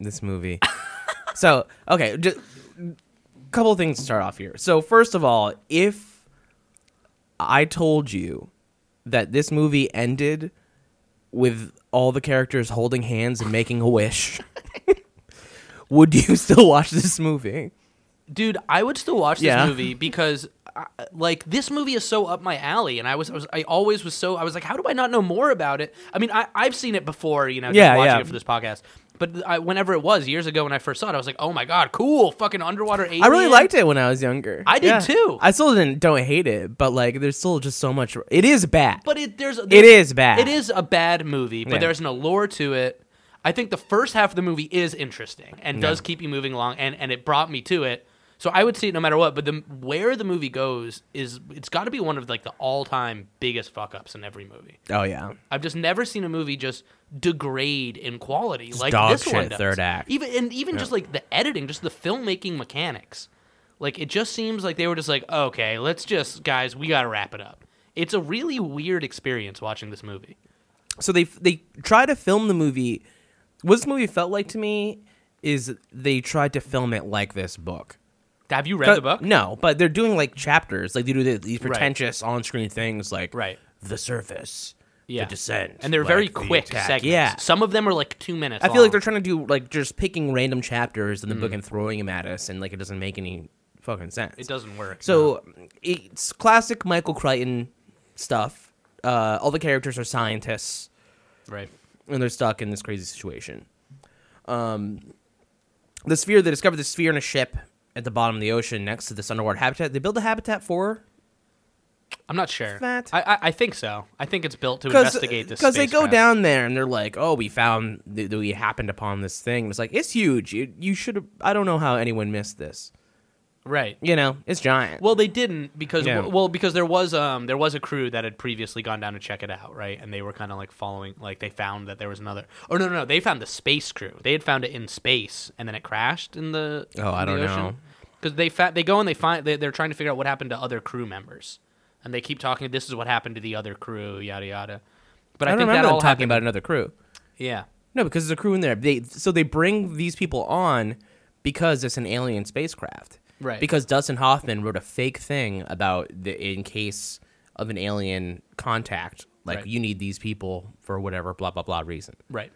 A: this movie. so okay, just couple of things to start off here. So first of all, if I told you that this movie ended with all the characters holding hands and making a wish, would you still watch this movie?
B: dude i would still watch this
A: Yeah.
B: movie because I, like this movie is so up my alley and I was, I was i always was so i was like how do i not know more about it i mean I, i've seen it before you know just
A: Yeah,
B: watching
A: yeah.
B: it for this podcast but I, whenever it was years ago when i first saw it i was like oh my god cool fucking underwater alien
A: I really liked it when I was younger.
B: I did too.
A: I still didn't don't hate it, but like there's still just so much. It is bad,
B: but it there's, there's
A: it is bad.
B: it is a bad movie but
A: Yeah.
B: there's an allure to it i think the first half of the movie is interesting and does keep you moving along and and it brought me to it so i would see it no matter what but the where the movie goes is it's got to be one of like the all-time biggest fuck ups in every movie
A: Oh yeah.
B: I've just never seen a movie just degrade in quality like
A: dog
B: this one
A: shit
B: does.
A: third act.
B: Even and even just like the editing, just the filmmaking mechanics. Like it just seems like they were just like, okay, let's just guys, we gotta wrap it up. It's a really weird experience watching this movie.
A: so they they try to film the movie. What this movie felt like to me is they tried to film it like this book.
B: Have you read the
A: But-
B: book?
A: No, but they're doing like chapters. Like they do th- these
B: Right.
A: pretentious on-screen things, like
B: Right.
A: the surface,
B: Yeah.
A: the descent,
B: And they're
A: like,
B: very
A: the
B: quick
A: attack.
B: segments.
A: Yeah,
B: Some of them are like two minutes.
A: I feel like
B: long.
A: they're trying to do like just picking random chapters in the book and throwing them at us, and like it doesn't make any fucking sense.
B: Mm-hmm. it doesn't work.
A: So it's classic Michael Crichton stuff. Uh, all the characters are scientists.
B: no. right.
A: and they're stuck in this crazy situation. Um, the sphere they discovered the sphere in a ship at the bottom of the ocean next to this underwater habitat. They build a habitat for
B: I'm not sure.
A: That-
B: I, I I think so. I think it's built to
A: because
B: investigate this.
A: they go
B: spacecraft.
A: down there and they're like, oh, we found th- th- we happened upon this thing. It's like it's huge. You, you should. I don't know how anyone missed this.
B: Right.
A: You know, it's giant.
B: Well, they didn't because
A: Yeah.
B: well because there was um there was a crew that had previously gone down to check it out, right? And they were kind of like following like they found that there was another. Oh no, no, no, they found the space crew. They had found it in space and then it crashed in the
A: Oh, I don't know.
B: Cuz they fa- they go and they find they, they're trying to figure out what happened to other crew members. And they keep talking this is what happened to the other crew, yada yada. But I,
A: I, don't
B: think
A: remember
B: that all
A: them talking
B: happened.
A: about another crew.
B: yeah.
A: No, because there's a crew in there. They so they bring these people on because it's an alien spacecraft.
B: Right.
A: Because Dustin Hoffman wrote a fake thing about the in case of an alien contact, like
B: Right.
A: you need these people for whatever blah blah blah reason,
B: Right.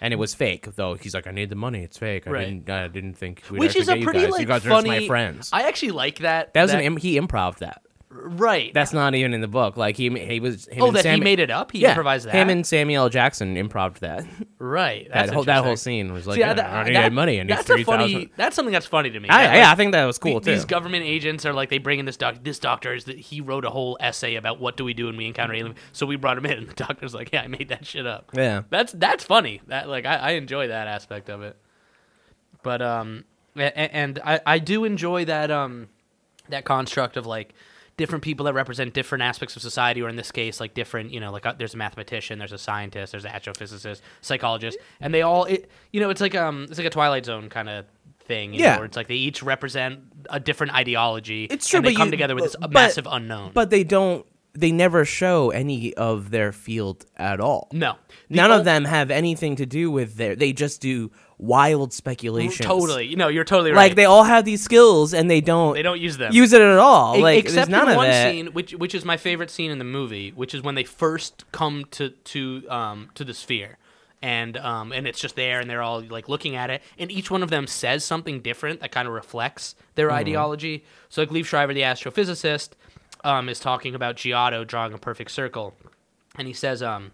A: and it was fake though. He's like, I need the money. It's fake. I
B: Right.
A: didn't. I didn't think. We'd
B: Which
A: actually
B: is a
A: get
B: pretty
A: you guys.
B: like
A: you guys
B: funny
A: are just my friends.
B: I actually like that.
A: that was an an he improv that.
B: right.
A: That's not even in the book. Like he he was. Him
B: oh,
A: and
B: that
A: Sam,
B: he made it up. He
A: Yeah,
B: improvised that.
A: Him and Samuel L. Jackson improved that.
B: right.
A: That
B: That's
A: whole, that whole
B: interesting.
A: scene was like,
B: See,
A: yeah,
B: that-
A: I need
B: that-
A: money. I need
B: that's a
A: three thousand.
B: funny. That's something that's funny to me.
A: I,
B: That,
A: yeah, I
B: like,
A: think that was
B: the-
A: cool
B: These
A: too.
B: government agents are like they bring in this doc. This doctor is that he wrote a whole essay about what do we do when we encounter alien. So we brought him in, and the doctor's like, "Yeah, I made that shit up."
A: Yeah.
B: that's that's funny. That like I, I enjoy that aspect of it. But um, a- a- and I I do enjoy that um that construct of like different people that represent different aspects of society or in this case like different you know like uh, there's a mathematician there's a scientist there's an astrophysicist psychologist and they all it, you know it's like um it's like a twilight zone kind of thing you know,
A: Yeah.
B: where it's like they each represent a different ideology
A: It's true,
B: and they
A: but
B: come
A: you-
B: together with
A: but-
B: this
A: but-
B: massive unknown
A: But they don't. They never show any of their field at all.
B: no The
A: None
B: ol-
A: of them have anything to do with their. They just do wild speculation.
B: totally you know you're totally
A: Like
B: right
A: they all have these skills and they don't.
B: they don't use them
A: use it at all.
B: E-
A: like
B: except
A: there's none
B: in
A: of
B: one
A: that.
B: scene, which which is my favorite scene in the movie, which is when they first come to to um to the sphere, and um and it's just there, and they're all like looking at it, and each one of them says something different that kind of reflects their
A: Hmm.
B: ideology. So like Leif Shriver, the astrophysicist, um is talking about Giotto drawing a perfect circle, and he says um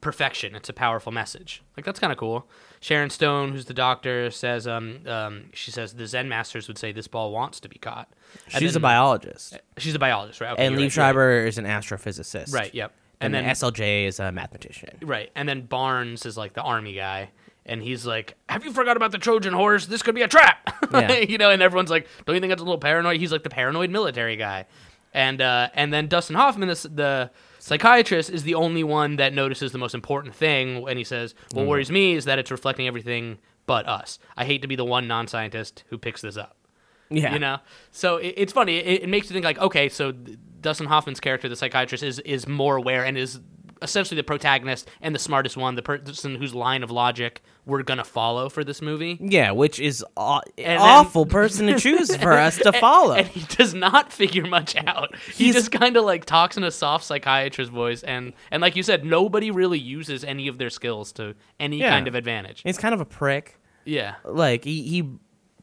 B: perfection. It's a powerful message. Like that's kind of cool. Sharon Stone, who's the doctor, says um, um she says the Zen masters would say this ball wants to be caught. And
A: She's a
B: then-
A: biologist,
B: She's a biologist, right? Okay,
A: and
B: you're
A: Lee
B: right, you're
A: Schreiber is an astrophysicist.
B: Right. Right, Yep.
A: And,
B: And,
A: then
B: then
A: SLJ is a mathematician.
B: right, and then Barnes is like the army guy, and he's like, "Have you forgot about the Trojan horse? This could be a trap."
A: Yeah.
B: you know, and everyone's like, "Don't you think that's a little paranoid?" He's like the paranoid military guy, and uh, and then Dustin Hoffman, the, s- the psychiatrist, is the only one that notices the most important thing, and he says,
A: Mm.
B: "What worries me is that it's reflecting everything but us. I hate to be the one non-scientist who picks this up."
A: Yeah.
B: You know, so it, it's funny. It, it makes you think like, okay, so th- Dustin Hoffman's character, the psychiatrist, is is more aware and is essentially the protagonist and the smartest one, the person whose line of logic we're gonna follow for this movie.
A: Yeah, which is aw-
B: then-
A: awful person to choose for us to follow.
B: And he does not figure much out. He
A: He's-
B: just kind of like talks in a soft psychiatrist voice, and and like you said, nobody really uses any of their skills to any
A: Yeah.
B: kind of advantage.
A: He's kind of a prick.
B: Yeah,
A: Like he, he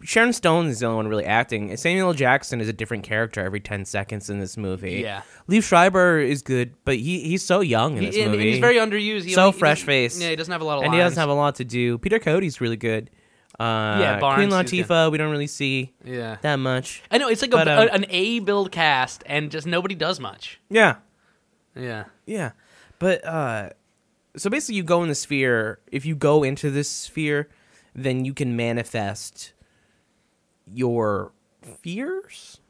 A: Sharon Stone is the only one really acting. Samuel L. Jackson is a different character every ten seconds in this movie.
B: Yeah.
A: Lee Schreiber is good, but he he's so young in this
B: And- and
A: movie.
B: he's very underused. He
A: so
B: only- he doesn't-
A: fresh faced.
B: Yeah, he doesn't have a lot of.
A: and
B: lines.
A: he doesn't have a lot to do. Peter Cody's really good. Uh,
B: Yeah, Barnes,
A: Queen
B: he's good.
A: Latifah we don't really see
B: Yeah.
A: that much.
B: I know it's like
A: But,
B: a,
A: um,
B: an A build cast, and just nobody does much.
A: Yeah,
B: Yeah,
A: Yeah. But uh so basically you go in the sphere, if you go into this sphere, then you can manifest your fears.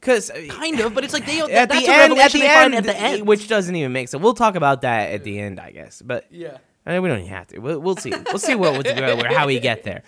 A: Cuz
B: kind of, but it's like they
A: at
B: that's
A: the,
B: a
A: end, at
B: revelation
A: the
B: they find
A: end,
B: at the end,
A: which doesn't even make sense. We'll talk about that at the end, I guess. But
B: yeah,
A: I mean, we don't even have to. We'll, we'll see. We'll see what what- how we get there.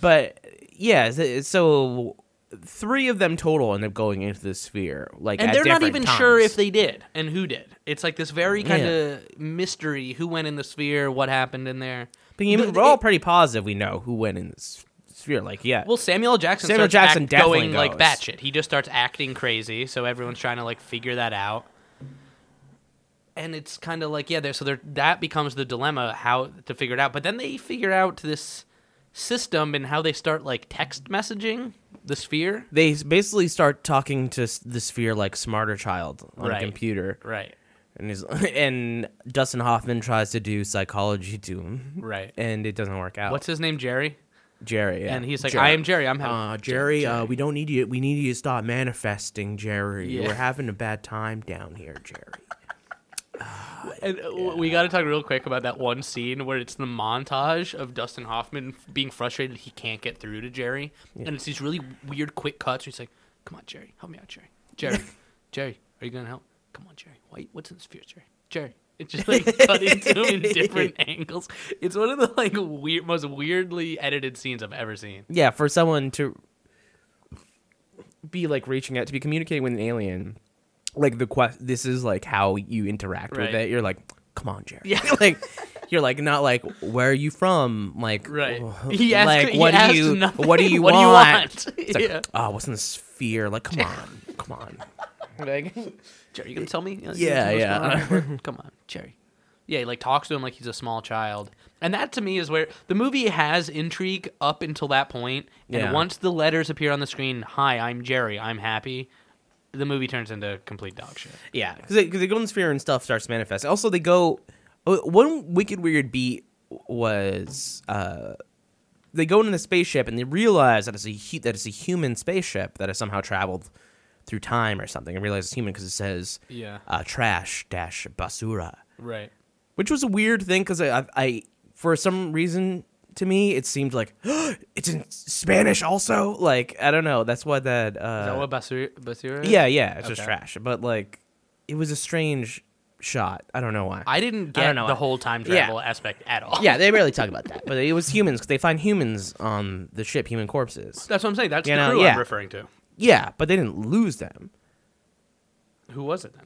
A: But yeah, so, so three of them total end up going into the sphere. Like,
B: and
A: at
B: they're not
A: different
B: even sure
A: times.
B: if they did and who did. It's like this very kind of mystery: who went in the sphere, what happened in there.
A: But you-
B: But
A: we're all
B: it-
A: pretty positive we know who went in this sphere. Like, yeah,
B: Well, Samuel L. Jackson
A: Samuel
B: starts act-
A: Jackson definitely
B: going like
A: goes.
B: batshit. He just starts acting crazy, so everyone's trying to like figure that out. And it's kind of like yeah, there. So there, that becomes the dilemma how to figure it out. But then they figure out this system and how they start like text messaging the sphere.
A: they s- basically start talking to s- the sphere like smarter child on
B: Right.
A: a computer,
B: Right.
A: and he's, and Dustin Hoffman tries to do psychology to him,
B: Right.
A: and it doesn't work out.
B: What's his name? Jerry.
A: Jerry? yeah.
B: And he's like,
A: Jerry.
B: I am Jerry. I'm having
A: Uh, Jerry, Uh, we don't need you. We need you to start manifesting, Jerry.
B: Yeah.
A: We're having a bad time down here, Jerry.
B: And uh, w- we got to talk real quick about that one scene where it's the montage of Dustin Hoffman f- being frustrated he can't get through to Jerry, and it's these really weird quick cuts. Where he's like, "Come on, Jerry, help me out, Jerry. Jerry, Jerry, are you gonna help? Come on, Jerry. Why? What's in this fear, Jerry? Jerry." It's just like cutting to him in different angles. It's one of the like weird, most weirdly edited scenes I've ever seen.
A: yeah, for someone to be like reaching out to be communicating with an alien, like the quest. This is like how you interact
B: Right.
A: with it. You're like, come on, Jerry.
B: Yeah.
A: like you're like not like where are you from? Like
B: Right.
A: wh-
B: He asked-
A: like
B: he
A: what
B: asked
A: do you
B: nothing.
A: what do you
B: What do you
A: want?
B: want?
A: It's like,
B: Yeah.
A: oh, what's in the sphere? Like, come on, come on.
B: Like, Jerry, you gonna tell me? Uh,
A: Yeah,
B: what's
A: yeah.
B: going on at work? Come on, Jerry. Yeah, he like talks to him like he's a small child, and that to me is where the movie has intrigue up until that point. And
A: Yeah.
B: once the letters appear on the screen, "Hi, I'm Jerry. I'm happy," the movie turns into complete dog shit.
A: Yeah, because they, 'cause they go in the sphere and stuff starts manifesting. Also, they go. oh, One wicked weird beat was uh, they go into the spaceship and they realize that it's a hu- that it's a human spaceship that has somehow traveled through time or something, and realize it's human because it says
B: Yeah.
A: uh, trash dash basura,
B: Right.
A: which was a weird thing because I, I I for some reason to me it seemed like it's in Spanish also. Like I don't know. That's why that. Uh,
B: Is that what Basura? Basura is?
A: yeah, yeah, it's just
B: Okay.
A: trash. But like, it was a strange shot. I don't know why.
B: I didn't
A: I
B: get
A: don't know.
B: the whole time
A: Yeah.
B: travel aspect at all.
A: yeah, they barely talk about that. But it was humans because they find humans on the ship, human corpses.
B: that's what I'm saying. That's
A: You
B: the
A: know,
B: crew
A: yeah.
B: I'm referring to.
A: Yeah, but they didn't lose them.
B: Who was it then?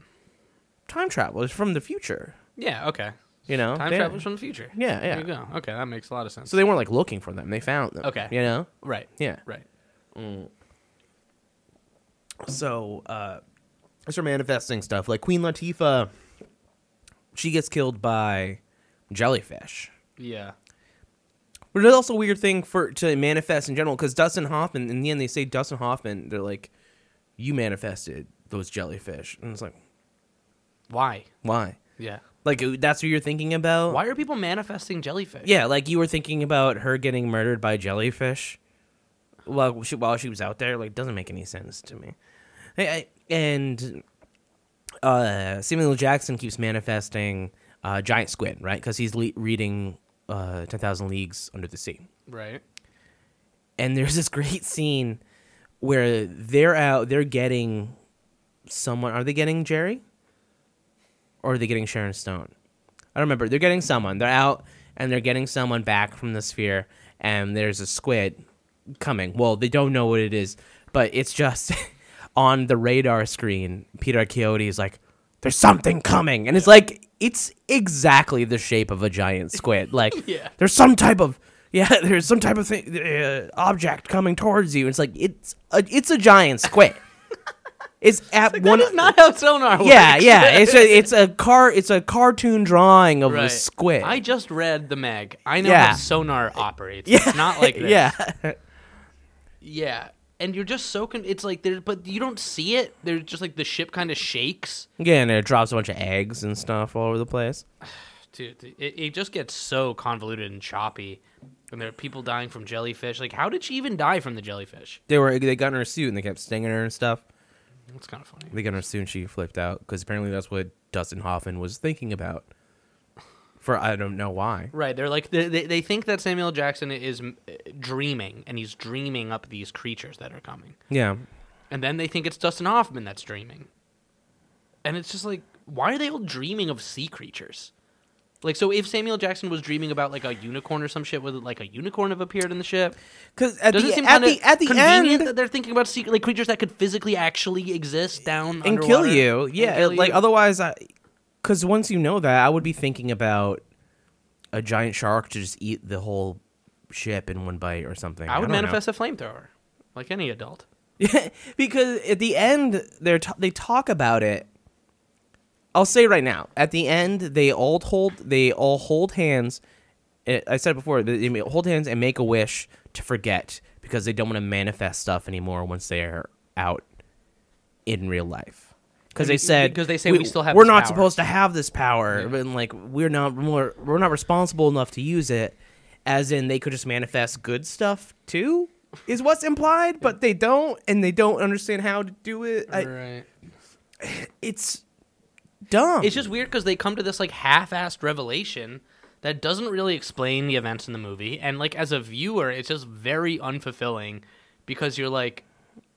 A: Time travelers from the future.
B: Yeah. Okay.
A: You know,
B: Time
A: They-
B: travelers from the future.
A: Oh, Yeah, yeah.
B: There you go. Okay, that makes a lot of sense.
A: So they weren't like looking for them. They found them.
B: Okay.
A: You know.
B: right.
A: Yeah.
B: Right.
A: So uh, I start manifesting stuff like Queen Latifah. She gets killed by jellyfish.
B: Yeah.
A: But it's also a weird thing for to manifest in general because Dustin Hoffman. In the end, they say Dustin Hoffman. They're like, "You manifested those jellyfish," and it's like,
B: Why?
A: why?
B: Yeah.
A: Like uh, that's what you're thinking about?
B: Why are people manifesting jellyfish?
A: Yeah, like you were thinking about her getting murdered by jellyfish while she, while she was out there. Like, doesn't make any sense to me. I, I, and uh, Samuel L. Jackson keeps manifesting uh, giant squid, right? Because he's le- reading uh, 10,000 Leagues Under the Sea.
B: Right.
A: and there's this great scene where they're out they're getting someone are they getting jerry or are they getting sharon stone i don't remember they're getting someone they're out and they're getting someone back from the sphere and there's a squid coming well they don't know what it is but it's just on the radar screen peter coyote is like there's something coming and it's like it's exactly the shape of a giant squid like
B: Yeah.
A: there's some type of yeah there's some type of thing uh, object coming towards you it's like it's a, it's a giant squid it's at one
B: That is not how sonar works.
A: yeah yeah it's a it's a car it's a cartoon drawing of a
B: Right.
A: squid
B: I just read the mag. I know
A: Yeah.
B: how sonar operates.
A: yeah
B: It's not like this.
A: yeah
B: Yeah. And you're just so con- it's like there but you don't see it. There's just like the ship kind of shakes.
A: yeah and it drops a bunch of eggs and stuff all over the place
B: Dude, th- it, it just gets so convoluted and choppy. And there are people dying from jellyfish. Like how did she even die from the jellyfish?
A: they were they got in her suit and they kept stinging her and stuff
B: That's kind of funny.
A: they got in her suit and she flipped out because apparently that's what dustin hoffman was thinking about for i don't know why
B: Right, they're like they, they, they think that Samuel Jackson is mm, dreaming, and he's dreaming up these creatures that are coming,
A: yeah
B: and then they think it's Dustin Hoffman that's dreaming, and it's just like why are they all dreaming of sea creatures? Like, so if Samuel Jackson was dreaming about like a unicorn or some shit, would like a unicorn have appeared in the ship?
A: because at,
B: Doesn't
A: the,
B: it seem
A: at,
B: kind of
A: the, at the
B: convenient
A: end
B: that they're thinking about sea, like creatures that could physically actually exist down
A: and
B: underwater?
A: kill you.
B: And
A: Yeah,
B: kill
A: like
B: you.
A: otherwise, I because once you know that, I would be thinking about a giant shark to just eat the whole ship in one bite or something.
B: I would
A: don't
B: manifest a flamethrower, like any adult.
A: know. because at the end they're t- they talk about it. I'll say right now, at the end they all hold they all hold hands. I I said it before they they hold hands and make a wish to forget because they don't want to manifest stuff anymore once they're out in real life. Because they
B: Be-
A: said
B: because they say we still have
A: we're
B: this
A: not
B: power."
A: supposed to have this power and like we're not more we're not responsible enough to use it. As in they could just manifest good stuff too is what's implied, but they don't and they don't understand how to do it. I,
B: right.
A: it's dumb.
B: It's just weird because they come to this like half-assed revelation that doesn't really explain the events in the movie, and like as a viewer, it's just very unfulfilling because you're like,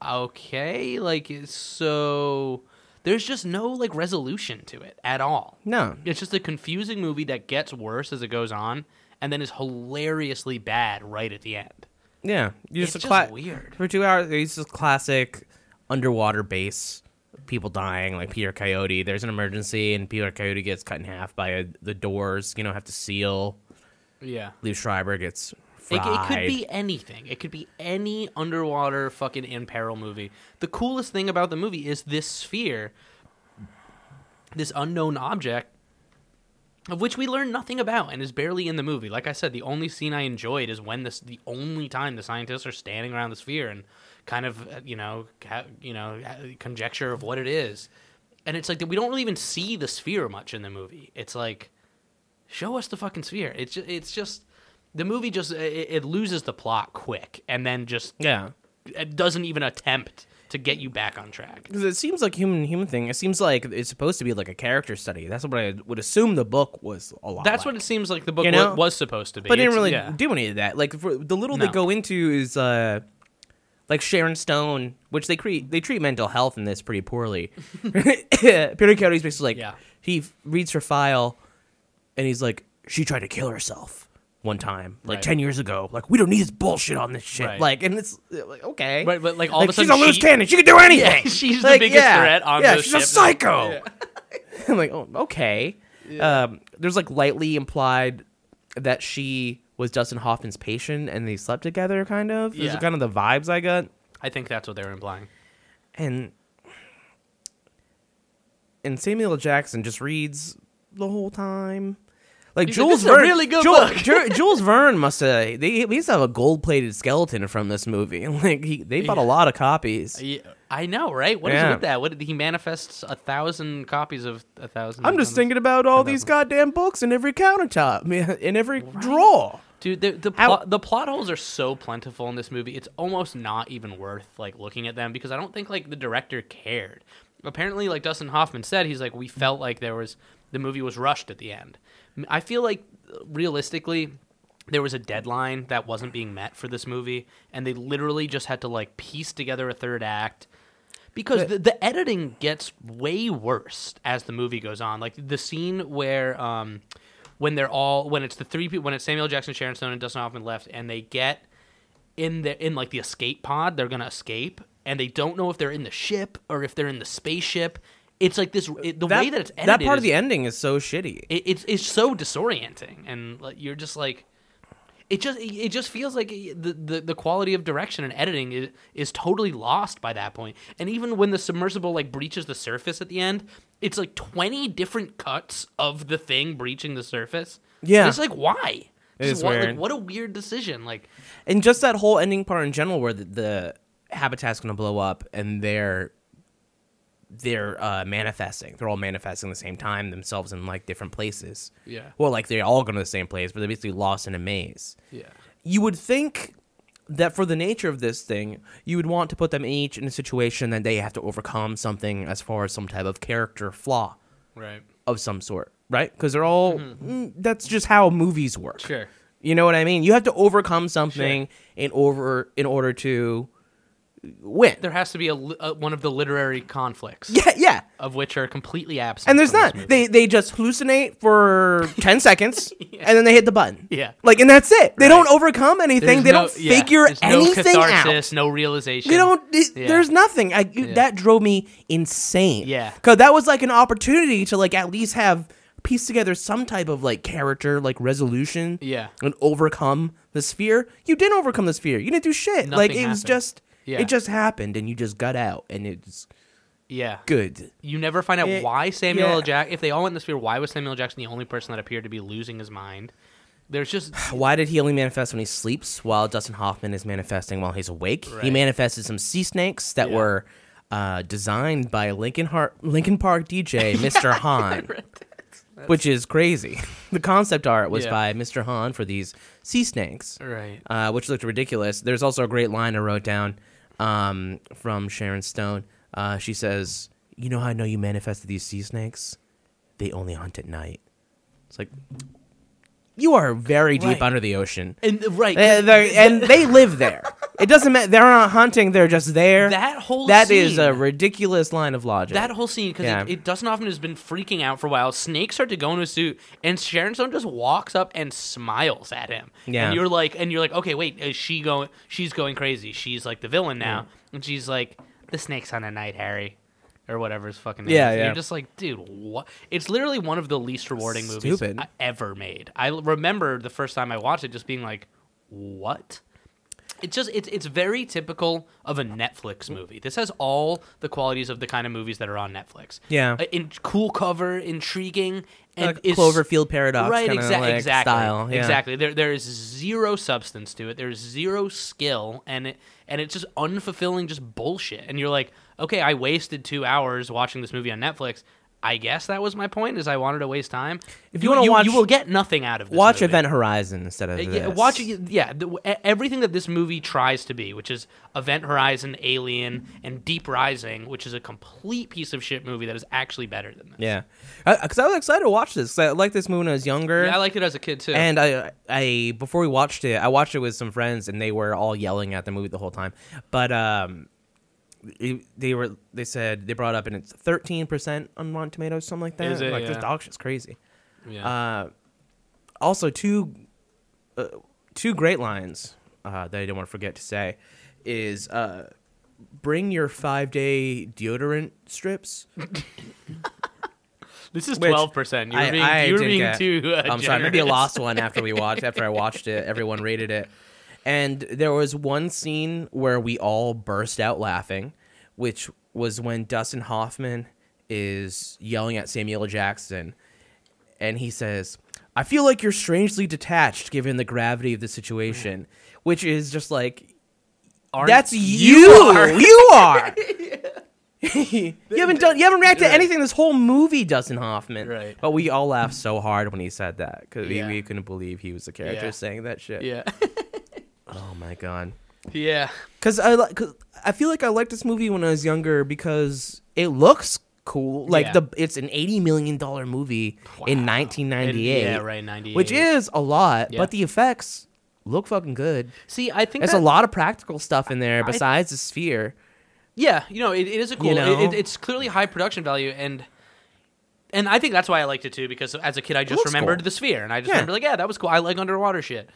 B: okay, like it's so there's just no like resolution to it at all.
A: no.
B: It's just a confusing movie that gets worse as it goes on, and then is hilariously bad right at the end.
A: Yeah, you just
B: It's
A: a
B: just
A: cla-
B: weird.
A: for two hours. It's just classic underwater base. People dying, like Peter Coyote. There's an emergency, and Peter Coyote gets cut in half by a, the doors. You know, have to seal.
B: Yeah.
A: Lee Schreiber gets fried.
B: It, it could be anything. It could be any underwater fucking in peril movie. The coolest thing about the movie is this sphere, this unknown object, of which we learn nothing about and is barely in the movie. Like I said, the only scene I enjoyed is when this the only time the scientists are standing around the sphere and kind of uh, you know ca- you know uh, conjecture of what it is. And it's like that we don't really even see the sphere much in the movie. It's like show us the fucking sphere. It's just, it's just the movie just it, it loses the plot quick and then just
A: yeah,
B: it doesn't even attempt to get you back on track.
A: because it seems like human human thing. It seems like it's supposed to be like a character study. That's what I would assume the book was a lot.
B: That's
A: like.
B: what it seems like the book
A: You know?
B: wa- was supposed to be.
A: but they didn't really
B: It's- yeah.
A: do any of that. Like for the little they
B: No.
A: go into is uh, like Sharon Stone, which they create they treat mental health in this pretty poorly. Peter Coyote's basically like
B: Yeah.
A: he f- reads her file, and he's like, she tried to kill herself one time, like
B: Right.
A: ten years ago. Like we don't need this bullshit on this shit.
B: Right.
A: Like and it's uh, like okay,
B: Right, but, like, all of a
A: she's
B: sudden
A: a loose
B: she-
A: cannon. She can do anything.
B: she's the
A: Like,
B: biggest
A: yeah,
B: threat on
A: Yeah,
B: the
A: she's a
B: ship.
A: psycho. I'm like, oh, okay. Um, there's like lightly implied that she was Dustin Hoffman's patient and they slept together, kind of. Those
B: Yeah.
A: are kind of the vibes I got.
B: I think that's what they were implying.
A: And and Samuel L. Jackson just reads the whole time. Like
B: He's like,
A: Jules
B: "This is a
A: Verne,
B: really good
A: Jul-
B: book."
A: Ju- Jules Verne must have. They at least have a gold-plated skeleton from this movie. Like he, they bought a
B: Yeah.
A: lot of copies.
B: Yeah, I know, right? What is
A: Yeah.
B: with that? What he manifests a thousand copies of a thousand.
A: I'm just thinking about all these goddamn books in every countertop, in every drawer.
B: dude. The the,
A: How-
B: plo- the plot holes are so plentiful in this movie. It's almost not even worth like looking at them because I don't think like the director cared. apparently like Dustin Hoffman said, he's like we felt like there was the movie was rushed at the end. M- I feel like realistically there was a deadline that wasn't being met for this movie and they literally just had to like piece together a third act because the, the editing gets way worse as the movie goes on. Like the scene where um when they're all when it's the three people when it's Samuel Jackson, Sharon Stone and Dustin Hoffman left and they get in the in like the escape pod. They're gonna escape, and they don't know if they're in the ship or if they're in the spaceship. It's like this. It, the way that it's edited
A: that part of
B: is-
A: the ending is so shitty.
B: it, it's it's so disorienting, and like, you're just like, it just it it just feels like eh, the, the the quality of direction and editing is is totally lost by that point. And even when the submersible like breaches the surface at the end, it's like twenty different cuts of the thing breaching the surface.
A: Yeah.
B: it's like why.
A: It
B: Just
A: is
B: what, like,
A: weird.
B: what a weird decision. Like,
A: And just that whole ending part in general, where the, the habitat's going to blow up, and they're they're uh, manifesting. They're all manifesting at the same time, themselves in like different places.
B: Yeah.
A: Well, like they all go to the same place, but they're basically lost in a maze.
B: yeah.
A: You would think that for the nature of this thing, you would want to put them each in a situation that they have to overcome something as far as some type of character flaw
B: Right.
A: of some sort, right? Because they're all mm, that's just how movies work.
B: Mm-hmm. Sure.
A: You know what I mean? You have to overcome something in over in order to win.
B: There has to be a, li- uh one of the literary conflicts
A: yeah, yeah.
B: of which are completely absent.
A: And there's
B: from this
A: not.
B: movie.
A: They they just hallucinate for ten seconds and then they hit the button.
B: Yeah.
A: Like and that's it. They don't overcome anything.
B: There's
A: they
B: no-
A: don't
B: yeah,
A: figure
B: there's
A: anything
B: no
A: out.
B: catharsis, No realization.
A: They don't. th-
B: Yeah.
A: There's nothing. I, That drove me insane.
B: Yeah.
A: because that was like an opportunity to like at least have piece together some type of like character like resolution.
B: Yeah.
A: and overcome the sphere. You didn't overcome the sphere. You didn't do shit. like it
B: Nothing
A: was
B: happened.
A: just.
B: Yeah.
A: It just happened, and you just got out, and it's
B: Yeah.
A: good.
B: You never find out
A: It-
B: why Samuel L.
A: yeah.
B: Jack. If they all went in the sphere, why was Samuel Jackson the only person that appeared to be losing his mind? There's just
A: Why did he only manifest when he sleeps? While Dustin Hoffman is manifesting while he's awake, he
B: Right.
A: manifested some sea snakes that
B: Yeah.
A: were uh, designed by Lincoln Har- Lincoln Park DJ Mister Hahn. which is crazy. The concept art was
B: Yeah.
A: by Mr. Hahn for these sea snakes,
B: right.
A: uh, which looked ridiculous. There's also a great line I wrote down um, from Sharon Stone. Uh, she says, "You know how I know you manifested these sea snakes? They only hunt at night." It's like you are very deep
B: Right.
A: under the ocean,
B: And right.
A: and, they're- and they live there. It doesn't matter. They're not hunting. They're just there.
B: That whole
A: That is
B: scene-
A: a ridiculous line of logic.
B: that whole scene because
A: Yeah.
B: it, it Dustin Hoffman has been freaking out for a while. Snakes start to go into his suit, and Sharon Stone just walks up and smiles at him.
A: Yeah.
B: and you're like, and you're like, okay, wait, is she going? She's going crazy. She's like the villain now, and she's like, the snakes on a night, Harry. Or whatever his fucking name
A: Yeah,
B: is. And
A: yeah.
B: You're just like, dude, what? It's literally one of the least rewarding movies
A: Stupid.
B: I ever made. I l- remember the first time I watched it just being like, what? It's just it's it's very typical of a Netflix movie. This has all the qualities of the kind of movies that are on Netflix.
A: Yeah.
B: Uh, in cool cover, intriguing, and
A: Like
B: is-
A: Cloverfield paradox
B: Right,
A: kinda,
B: exactly,
A: like,
B: exactly,
A: style, yeah.
B: exactly. There there is zero substance to it. There's zero skill, and it and it's just unfulfilling, just bullshit. And you're like, okay, I wasted two hours watching this movie on Netflix. I guess that was my point. Is I wanted to waste time.
A: If you wanna watch-
B: you will get nothing out of this
A: watch
B: movie.
A: Event Horizon instead of
B: Uh, Yeah,
A: this.
B: watch it. Yeah, the, e- everything that this movie tries to be, which is Event Horizon, Alien, and Deep Rising, which is a complete piece of shit movie that is actually better than this.
A: Yeah, because I was excited to watch this. 'cause I liked this movie when I was younger,
B: Yeah, I liked it as a kid too.
A: and I, I before we watched it, I watched it with some friends, and they were all yelling at the movie the whole time. But um, it- they were they said they brought up, and it's thirteen percent on Rotten Tomatoes, something like that.
B: Is it?
A: like this
B: Yeah.
A: dog shit's crazy.
B: yeah.
A: Uh, also, two uh, two great lines uh, that I didn't want to forget to say is uh, bring your five day deodorant strips.
B: this is
A: which
B: twelve percent. You're
A: I-
B: being,
A: I
B: you were
A: didn't
B: being
A: get-
B: too. Uh,
A: I'm sorry, maybe I
B: generous.
A: lost one after we watched. After I watched it, everyone rated it, and there was one scene where we all burst out laughing, which was when Dustin Hoffman is yelling at Samuel L. Jackson, and he says, "I feel like you're strangely detached, given the gravity of the situation," which is just like.
B: Aren't
A: That's
B: you-
A: you. You are. you haven't done. You haven't reacted to anything this whole movie, Dustin Hoffman.
B: Right.
A: But we all laughed so hard when he said that because
B: Yeah.
A: we, we couldn't believe he was the character
B: Yeah.
A: saying that shit.
B: Yeah.
A: Oh my god.
B: Yeah.
A: Cause I like, cause I feel like I liked this movie when I was younger because it looks cool. Like
B: Yeah.
A: the it's an eighty million dollar movie in nineteen ninety eight.
B: And- yeah, right, 98.
A: Which is a lot,
B: Yeah.
A: but the effects look fucking good.
B: See, I think
A: There's a
B: that-
A: lot of practical stuff in there besides the sphere.
B: Yeah, you know, it, it is a cool.
A: know?
B: It, it, it's clearly high production value, and and I think that's why I liked it too. Because as a kid, I just
A: looks
B: remembered
A: cool.
B: the sphere, and I just
A: Yeah.
B: remember like, yeah, that was cool. I like underwater shit,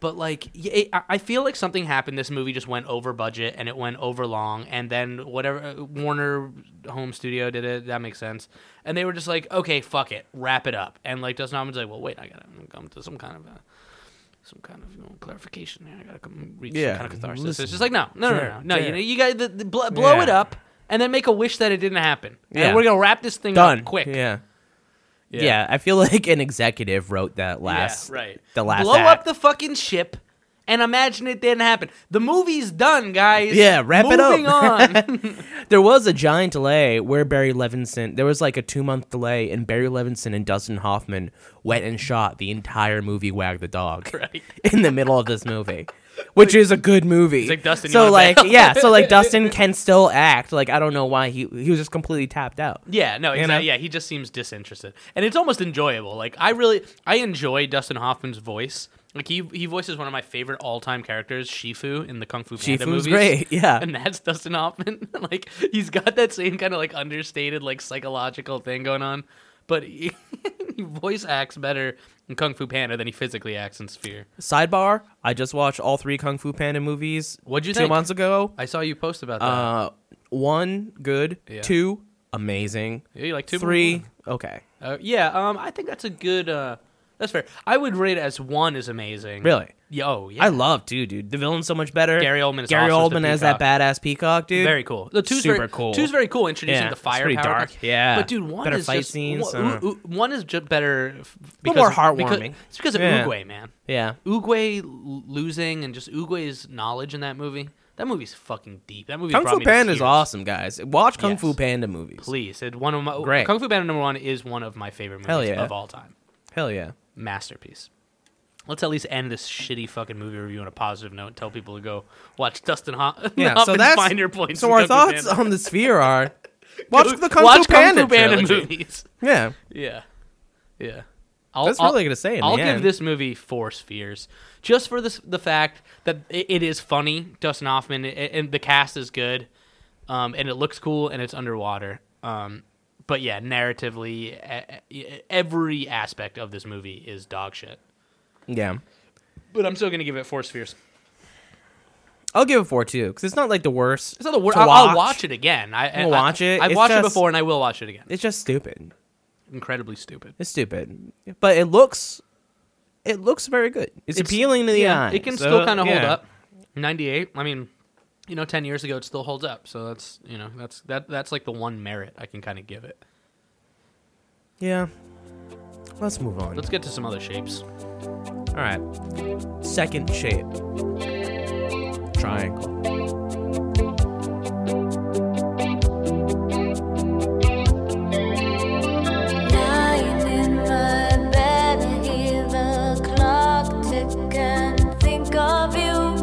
B: but like, y- it, I I feel like something happened. This movie just went over budget, and it went over long, and then whatever uh, Warner Home Studio did it. That makes sense, and they were just like, okay, fuck it, wrap it up, and like Dustin Hoffman's like, well, wait, I gotta come to some kind of. A, some kind of you know, clarification here. I gotta come reach
A: Yeah,
B: some kind of catharsis.
A: listen.
B: It's just like no, no, no,
A: Sure,
B: no, no.
A: sure.
B: You know, you got the, the bl- blow it
A: Yeah.
B: up and then make a wish that it didn't happen. Yeah,
A: Yeah.
B: we're gonna wrap this thing
A: Done
B: up quick.
A: Yeah. yeah, I feel like an executive wrote that
B: Yeah,
A: last.
B: right.
A: The last.
B: blow
A: act.
B: up the fucking ship and imagine it didn't happen. The movie's done, guys.
A: Yeah, wrap it up.
B: Moving on.
A: There was a giant delay where Barry Levinson. There was like a two month delay, and Barry Levinson and Dustin Hoffman went and shot the entire movie "Wag the Dog"
B: Right.
A: in the middle of this movie, which is a good movie.
B: like, "Dustin, you
A: so
B: wanna
A: like
B: bail?"
A: yeah, so like Dustin can still act. Like I don't know why he he was just completely tapped out.
B: yeah, no,
A: know?
B: exactly. Yeah, he just seems disinterested, and it's almost enjoyable. Like I really, I enjoy Dustin Hoffman's voice. Like he, he voices one of my favorite all time characters, Shifu, in the Kung Fu Panda
A: Shifu's
B: movies.
A: great, yeah.
B: and that's Dustin Hoffman. like he's got that same kind of like understated like psychological thing going on, but he, he voice acts better in Kung Fu Panda than he physically acts in Sphere.
A: Sidebar: I just watched all three Kung Fu Panda movies.
B: What'd you
A: two
B: think?
A: months ago?
B: I saw you post about that.
A: Uh, one good,
B: Yeah.
A: two amazing,
B: yeah, you like two,
A: three okay.
B: Uh, yeah, um, I think that's a good. Uh, that's fair. I would rate it as one is amazing.
A: Really?
B: Yo, yeah.
A: I love dude, dude. The villain's so much better.
B: Gary Oldman is
A: Gary
B: awesome as the
A: Oldman as that
B: peacock.
A: badass peacock, dude.
B: very cool. The two's
A: Super
B: very,
A: cool.
B: Two's very cool. Introducing
A: Yeah,
B: the
A: it's pretty
B: firepower.
A: dark. Yeah.
B: but dude, one
A: Better
B: is
A: fight
B: just,
A: scenes,
B: One,
A: uh.
B: ooh, ooh, one is just better. f- Because
A: more
B: of-
A: heartwarming.
B: Because, it's because of
A: Yeah.
B: Uguay, man.
A: Yeah.
B: Uguay l- losing and just Uguay's knowledge in that movie. That movie's fucking deep. That movie.
A: Kung
B: brought
A: Fu
B: me to
A: Panda is
B: tears.
A: awesome, guys. Watch Kung Fu
B: Yes.
A: Panda movies.
B: Please, it one of my
A: Great.
B: Kung Fu Panda number one is one of my favorite movies
A: Hell yeah.
B: of all time.
A: Hell yeah.
B: masterpiece. Let's at least end this shitty fucking movie review on a positive note. And tell people to go watch Dustin Hoff.
A: Yeah. So that's
B: find your points.
A: So
B: in
A: our
B: Kung Fu
A: thoughts
B: Panda.
A: on the sphere are watch the Kung,
B: watch
A: Fu, Panda
B: Kung Fu Panda
A: trilogy.
B: movies.
A: Yeah.
B: Yeah, yeah. I'll,
A: That's
B: I'll-
A: really gonna say in the
B: I'll give
A: end.
B: this movie four spheres, just for this the fact that it, it is funny. Dustin Hoffman a- and the cast is good, um, and it looks cool, and it's underwater. Um, but yeah, narratively, e- e- every aspect of this movie is dog shit.
A: Yeah.
B: But I'm still gonna give it four spheres.
A: I'll give it four too, because it's not like the worst.
B: It's not the worst.
A: to
B: I'll, I'll watch it again. I, I
A: We'll watch it.
B: I've
A: It's
B: watched it
A: just-
B: before, and I will watch it again.
A: It's just stupid.
B: Incredibly stupid.
A: It's stupid, but it looks, it looks very good. It's, appealing to the
B: yeah,
A: eye.
B: It can
A: so,
B: still kind of hold
A: yeah.
B: up. 98. I mean, you know, 10 years ago, it still holds up. So that's you know, that's that that's like the one merit I can kind of give it.
A: Yeah. Let's move on.
B: Let's get to some other shapes.
A: All right. Second shape. Triangle.
E: Lying in my bed, hear the clock tick and think of you.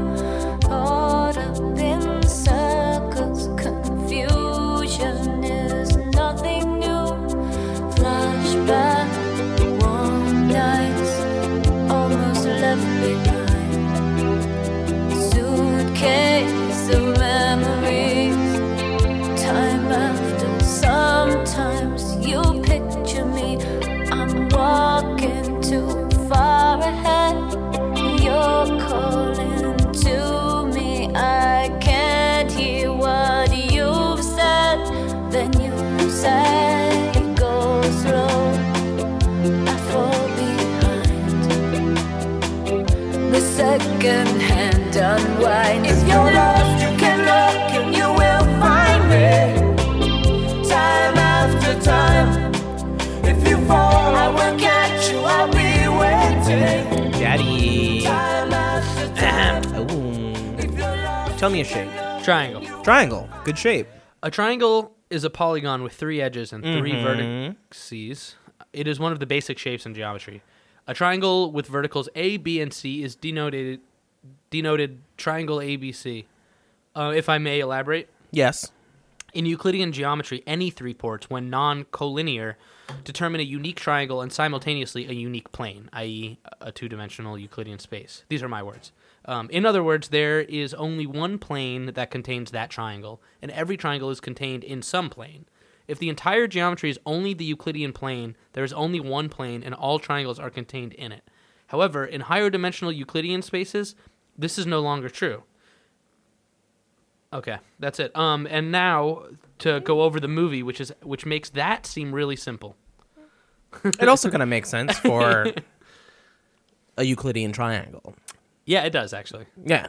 E: Caught up in circles, confusion is nothing new. Flashback, warm nights, almost left behind. Suitcase of memories. Time after sometimes you picture me. I'm walking too far ahead. You're calling to me. I can't hear what you've said. Then you said it goes slow. I fall behind the second hand unwind. If you're lost, you can look and you will find me. Time after time. If you fall, I will catch you. I'll be waiting.
A: Daddy.
E: Time after time.
A: Tell me a shape.
B: Triangle.
A: Triangle. Good shape.
B: A triangle is a polygon with three edges and 3
A: Mm-hmm.
B: vertices. It is one of the basic shapes in geometry. A triangle with verticals A, B, and C is denoted denoted triangle ABC. Uh, if I may elaborate,
A: Yes.
B: in Euclidean geometry, any three ports, when non collinear, determine a unique triangle and simultaneously a unique plane, i.e., a two dimensional Euclidean space. These are my words. Um, in other words, there is only one plane that contains that triangle, and every triangle is contained in some plane. If the entire geometry is only the Euclidean plane, there is only one plane, and all triangles are contained in it. However, in higher dimensional Euclidean spaces, this is no longer true. Okay, that's it. Um, and now to go over the movie, which is which makes that seem really simple.
A: It also kind of makes sense for a Euclidean triangle.
B: Yeah, it does actually.
A: Yeah.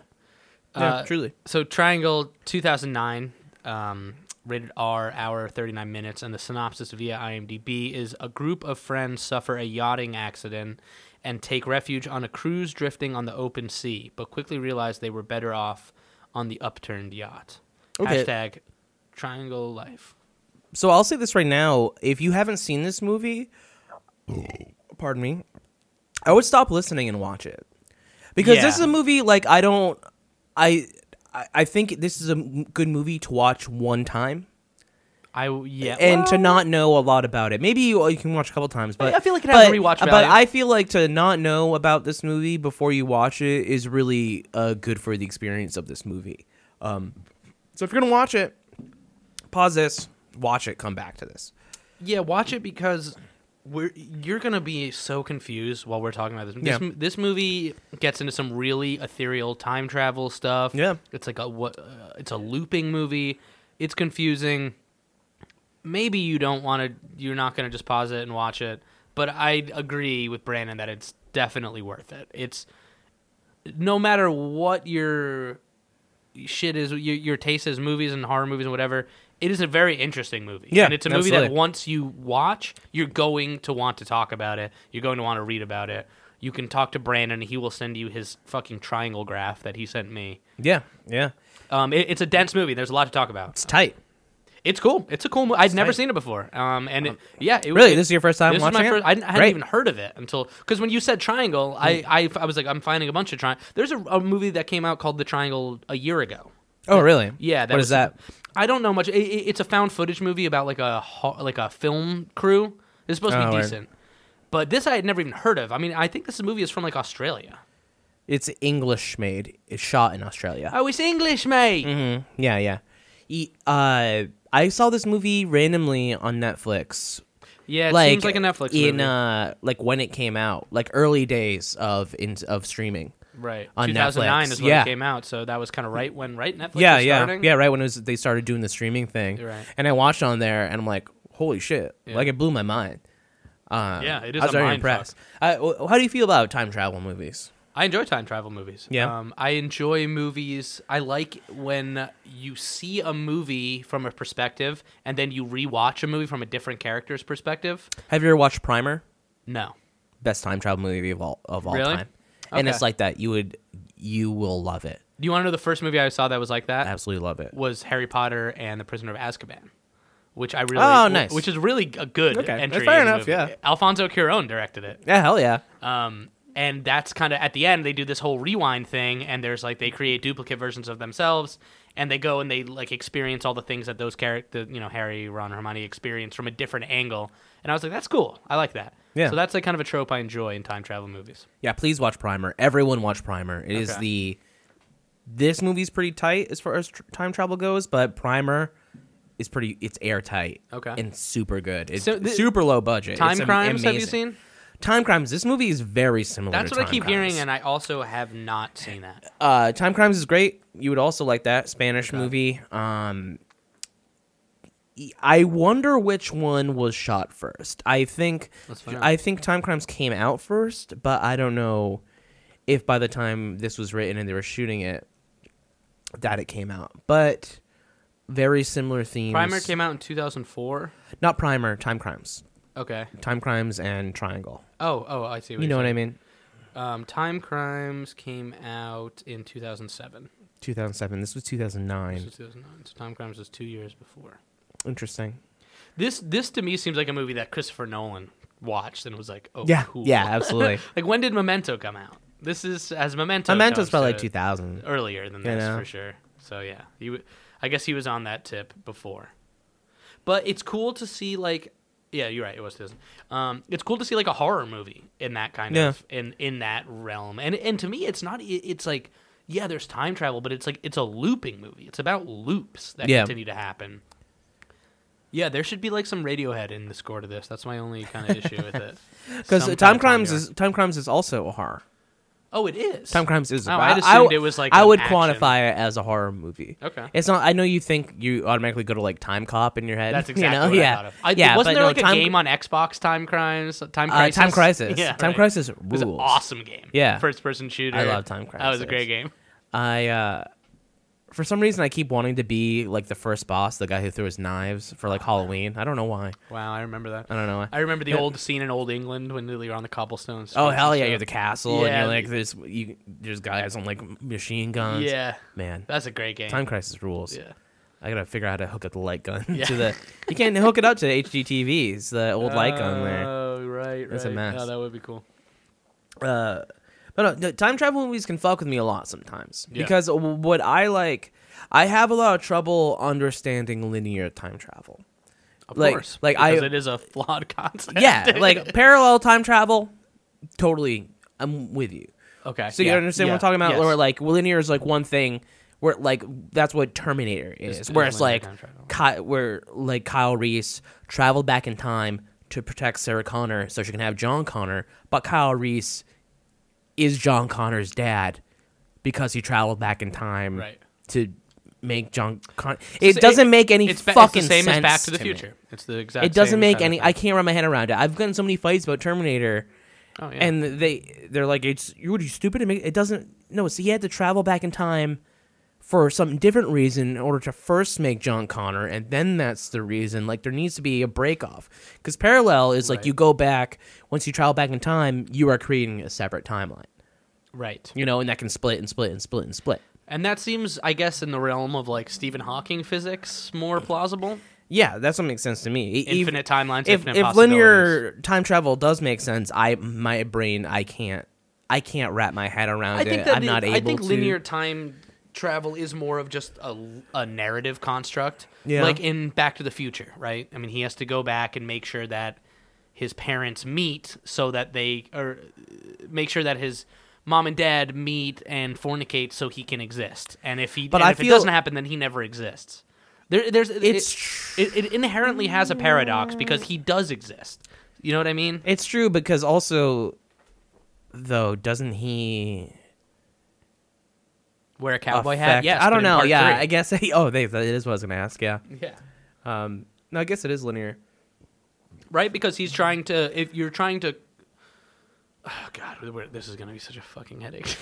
B: Uh,
A: truly.
B: So Triangle 2009, um, rated R, hour 39 minutes, and the synopsis via IMDb is a group of friends suffer a yachting accident and take refuge on a cruise drifting on the open sea, but quickly realize they were better off on the upturned yacht.
A: Okay.
B: Hashtag Triangle Life.
A: So I'll say this right now: if you haven't seen this movie, pardon me, I would stop listening and watch it because this is
B: Yeah.
A: a movie like I don't, I, I I think this is a m- good movie to watch one time
B: I yeah.
A: and to not know a lot about it. Maybe you, you can watch a couple times, but
B: I feel like it has
A: but-
B: rewatch
A: But
B: value.
A: I feel like to not know about this movie before you watch it is really uh, good for the experience of this movie. Um, so if you're gonna watch it, pause this, watch it, come back to this.
B: Yeah, watch it because we're you're gonna be so confused while we're talking about this. This,
A: Yeah.
B: m- this movie gets into some really ethereal time travel stuff.
A: Yeah.
B: it's like a what? Uh, it's a looping movie. It's confusing. Maybe you don't want to. You're not gonna just pause it and watch it. But I agree with Brandon that it's definitely worth it. It's no matter what your shit is, your, your taste is movies and horror movies and whatever. It is a very interesting movie.
A: Yeah,
B: and it's a movie that
A: absolutely.
B: once you watch, you're going to want to talk about it. You're going to want to read about it. You can talk to Brandon. He will send you his fucking triangle graph that he sent me.
A: Yeah, yeah.
B: Um, it- it's a dense movie. There's a lot to talk about.
A: It's tight.
B: It's cool. It's a cool movie. I'd never
A: tight.
B: seen it before. Um, and it, yeah, it,
A: Really,
B: it-
A: this is your first time
B: this
A: watching
B: is my
A: it?
B: First, I, hadn't- I hadn't
A: Great. Hmm.
B: even heard of it until because when you said triangle, I, I I was like, I'm finding a bunch of triangle. There's a, a movie that came out called The Triangle a year ago.
A: Oh, really?
B: Yeah, that
A: what
B: was
A: is that?
B: I don't know much. It, it- it's a found footage movie about like a ho- like a film crew. It's supposed to
A: Oh,
B: be
A: right.
B: decent, but this I had never even heard of. I mean, I think this movie is from like Australia.
A: It's English made. It's shot in Australia.
B: Oh, it's English, mate.
A: Mm-hmm. Yeah, yeah. E- uh, I saw this movie randomly on Netflix.
B: Yeah, it
A: like
B: seems like a Netflix
A: in
B: movie.
A: uh, like when it came out, like early days of in of streaming.
B: right,
A: on
B: 2009
A: Netflix,
B: is when
A: yeah.
B: it came out, so that was kind of right when right Netflix.
A: yeah,
B: was
A: yeah,
B: starting.
A: yeah. Right when it was, they started doing the streaming thing,
B: Right.
A: and I watched on there, and I'm like, holy shit!
B: Yeah.
A: Like it blew my mind. Uh,
B: Yeah, it is
A: I was
B: a
A: very
B: mind
A: impressed. Uh, wh- how do you feel about time travel movies?
B: I enjoy time travel movies.
A: Yeah.
B: Um, I enjoy movies. I like when you see a movie from a perspective and then you rewatch a movie from a different character's perspective.
A: Have you ever watched Primer?
B: No.
A: best time travel movie of all of all
B: Really?
A: time. And it's
B: Okay.
A: like that. You would you will love it.
B: Do you want to know the first movie I saw that was like that?
A: Absolutely love it.
B: Was Harry Potter and the Prisoner of Azkaban, which I really
A: Oh, nice.
B: which is really a good
A: Okay.
B: entry.
A: Fair
B: in a
A: enough,
B: movie.
A: yeah.
B: Alfonso Cuarón directed it.
A: Yeah, hell yeah.
B: Um, and that's kind of at the end they do this whole rewind thing, and there's like they create duplicate versions of themselves, and they go and they like experience all the things that those characters, you know, Harry, Ron, Hermione experience from a different angle. And I was like, that's cool. I like that.
A: Yeah.
B: So that's like kind of a trope I enjoy in time travel movies.
A: Yeah, please watch Primer. Everyone watch Primer. It is
B: Okay.
A: the this movie's pretty tight as far as tr- time travel goes, but Primer is pretty it's airtight.
B: Okay.
A: And super good. It's
B: So the-
A: super low budget.
B: Time
A: It's am-
B: Crimes, have you
A: amazing.
B: seen?
A: Time Crimes. This movie is very similar
B: That's
A: to
B: what I
A: Time
B: keep hearing,
A: Crimes.
B: and I also have not seen that.
A: uh, Time Crimes is great. You would also like that Spanish movie. Um, e- I wonder which one was shot first. I think
B: Let's find out.
A: I think Time Crimes came out first, but I don't know if by the time this was written and they were shooting it that it came out. But very similar themes.
B: Primer came out in 2004.
A: not Primer. Time Crimes.
B: Okay.
A: Time Crimes and Triangle.
B: Oh, oh, I see. What
A: You know what I mean?
B: Um, Time Crimes came out in 2007.
A: 2007. This was
B: So
A: 2009.
B: 2009. So Time Crimes was two years before.
A: Interesting.
B: This this to me seems like a movie that Christopher Nolan watched and was like, oh,
A: Yeah.
B: cool.
A: Yeah. Absolutely.
B: Like when did Memento come out? This is as memento.
A: Memento's
B: comes
A: probably
B: to-
A: like 2000.
B: earlier than
A: You
B: this
A: know?
B: for sure. So yeah, he, w- I guess he was on that tip before. But it's cool to see like, yeah, you're right. It was 2000. Um, it's cool to see like a horror movie in that kind
A: Yeah.
B: of in in that realm. And and to me, it's not. it- It's like yeah, there's time travel, but it's like it's a looping movie. It's about loops that
A: Yeah.
B: continue to happen. Yeah, there should be like some Radiohead in the score to this. That's my only kind of issue with it.
A: Because
B: Some
A: Time,
B: kind
A: Crimes
B: of genre.
A: is Time Crimes is also a horror.
B: oh, it is
A: Time Crimes is.
B: Oh,
A: I
B: I'd
A: I-
B: assumed it was, like,
A: I
B: an
A: would
B: action.
A: quantify it as a horror movie.
B: Okay.
A: It's not. I know you think you automatically go to like Time Cop in your head.
B: That's
A: you
B: exactly
A: know?
B: what
A: yeah.
B: I thought of. I,
A: yeah.
B: wasn't
A: but
B: there
A: no,
B: like
A: time,
B: a game on Xbox, Time Crimes, Time
A: Uh,
B: Crisis?
A: Time Crisis.
B: Yeah,
A: Time
B: right.
A: Crisis
B: It was an
A: rules.
B: awesome game.
A: Yeah.
B: first person shooter.
A: I love Time
B: That was
A: Crisis.
B: a great game.
A: I uh for some reason I keep wanting to be like the first boss, the guy who threw his knives for like Halloween. I don't know why.
B: Wow, I remember that.
A: I don't know why.
B: Oh, I remember the old scene in Old England when they were on the cobblestones.
A: Oh hell yeah, you're the castle and
B: Yeah.
A: you're like this you there's guys on like machine guns.
B: Yeah,
A: Man.
B: that's a great game.
A: Time crisis rules.
B: yeah,
A: I gotta figure out how to hook up the light gun
B: Yeah.
A: to the You can't hook it up to the HGTVs, the old light gun there.
B: Oh right,
A: That's a
B: right.
A: mess.
B: Oh, that would be cool.
A: Uh, but no, no, time travel movies can fuck with me a lot sometimes
B: Yeah.
A: because what I like, I have a lot of trouble understanding linear time travel.
B: Of
A: Like-
B: course,
A: like,
B: because
A: I-
B: it is a flawed concept.
A: yeah, like parallel time travel, totally, I'm with you.
B: okay.
A: So
B: yeah,
A: you understand
B: yeah,
A: what I'm talking about?
B: yes.
A: Where like linear is like one thing, where like that's what Terminator is.
B: It's-
A: where
B: it's
A: it's
B: linear
A: like
B: time travel.
A: Ky- where like Kyle Reese traveled back in time to protect Sarah Connor so she can have John Connor, but Kyle Reese is John Connor's dad because he traveled back in time
B: Right.
A: to make John Connor.
B: It's-
A: It doesn't make any
B: it's ba-
A: fucking
B: it's the same
A: sense
B: as Back to the
A: me.
B: Future. It's the exact.
A: It doesn't
B: same
A: make
B: kind of
A: any.
B: thing.
A: I can't wrap my head around it. I've gotten so many fights about Terminator
B: Oh, yeah.
A: and they they're like it's you are you stupid it, make, it doesn't no so he had to travel back in time for some different reason in order to first make john connor and then that's the reason like there needs to be a break off because parallel is like
B: Right.
A: you go back once you travel back in time you are creating a separate timeline
B: right.
A: you know and that can split and split and split and split
B: And that seems, I guess, in the realm of like Stephen Hawking physics, more plausible.
A: yeah that's what makes sense to me E- even-
B: Infinite timelines,
A: if,
B: infinite
A: if
B: possibilities.
A: linear time travel does make sense i my brain i can't i can't wrap my head around
B: I think
A: it
B: that
A: i'm
B: the-
A: not able
B: I think
A: to
B: linear time travel is more of just a, a narrative construct.
A: Yeah.
B: Like in Back to the Future, right? I mean, he has to go back and make sure that his parents meet, so that they or uh, make sure that his mom and dad meet and fornicate, so he can exist. And if he,
A: But
B: and
A: I
B: if it
A: feel-
B: doesn't happen, then he never exists. There, there's
A: It's
B: it- it, it inherently has a paradox because he does exist. You know what I mean?
A: It's true because also, though, doesn't he?
B: Wear a cowboy
A: affect-
B: hat. Yes,
A: I
B: but
A: don't
B: in
A: know.
B: part
A: Yeah,
B: three.
A: I guess. He, oh, they, that is what I was gonna ask. Yeah.
B: Yeah.
A: Um. No, I guess it is linear.
B: right? Because he's trying to. If you're trying to, oh god, we're- this is gonna be such a fucking headache.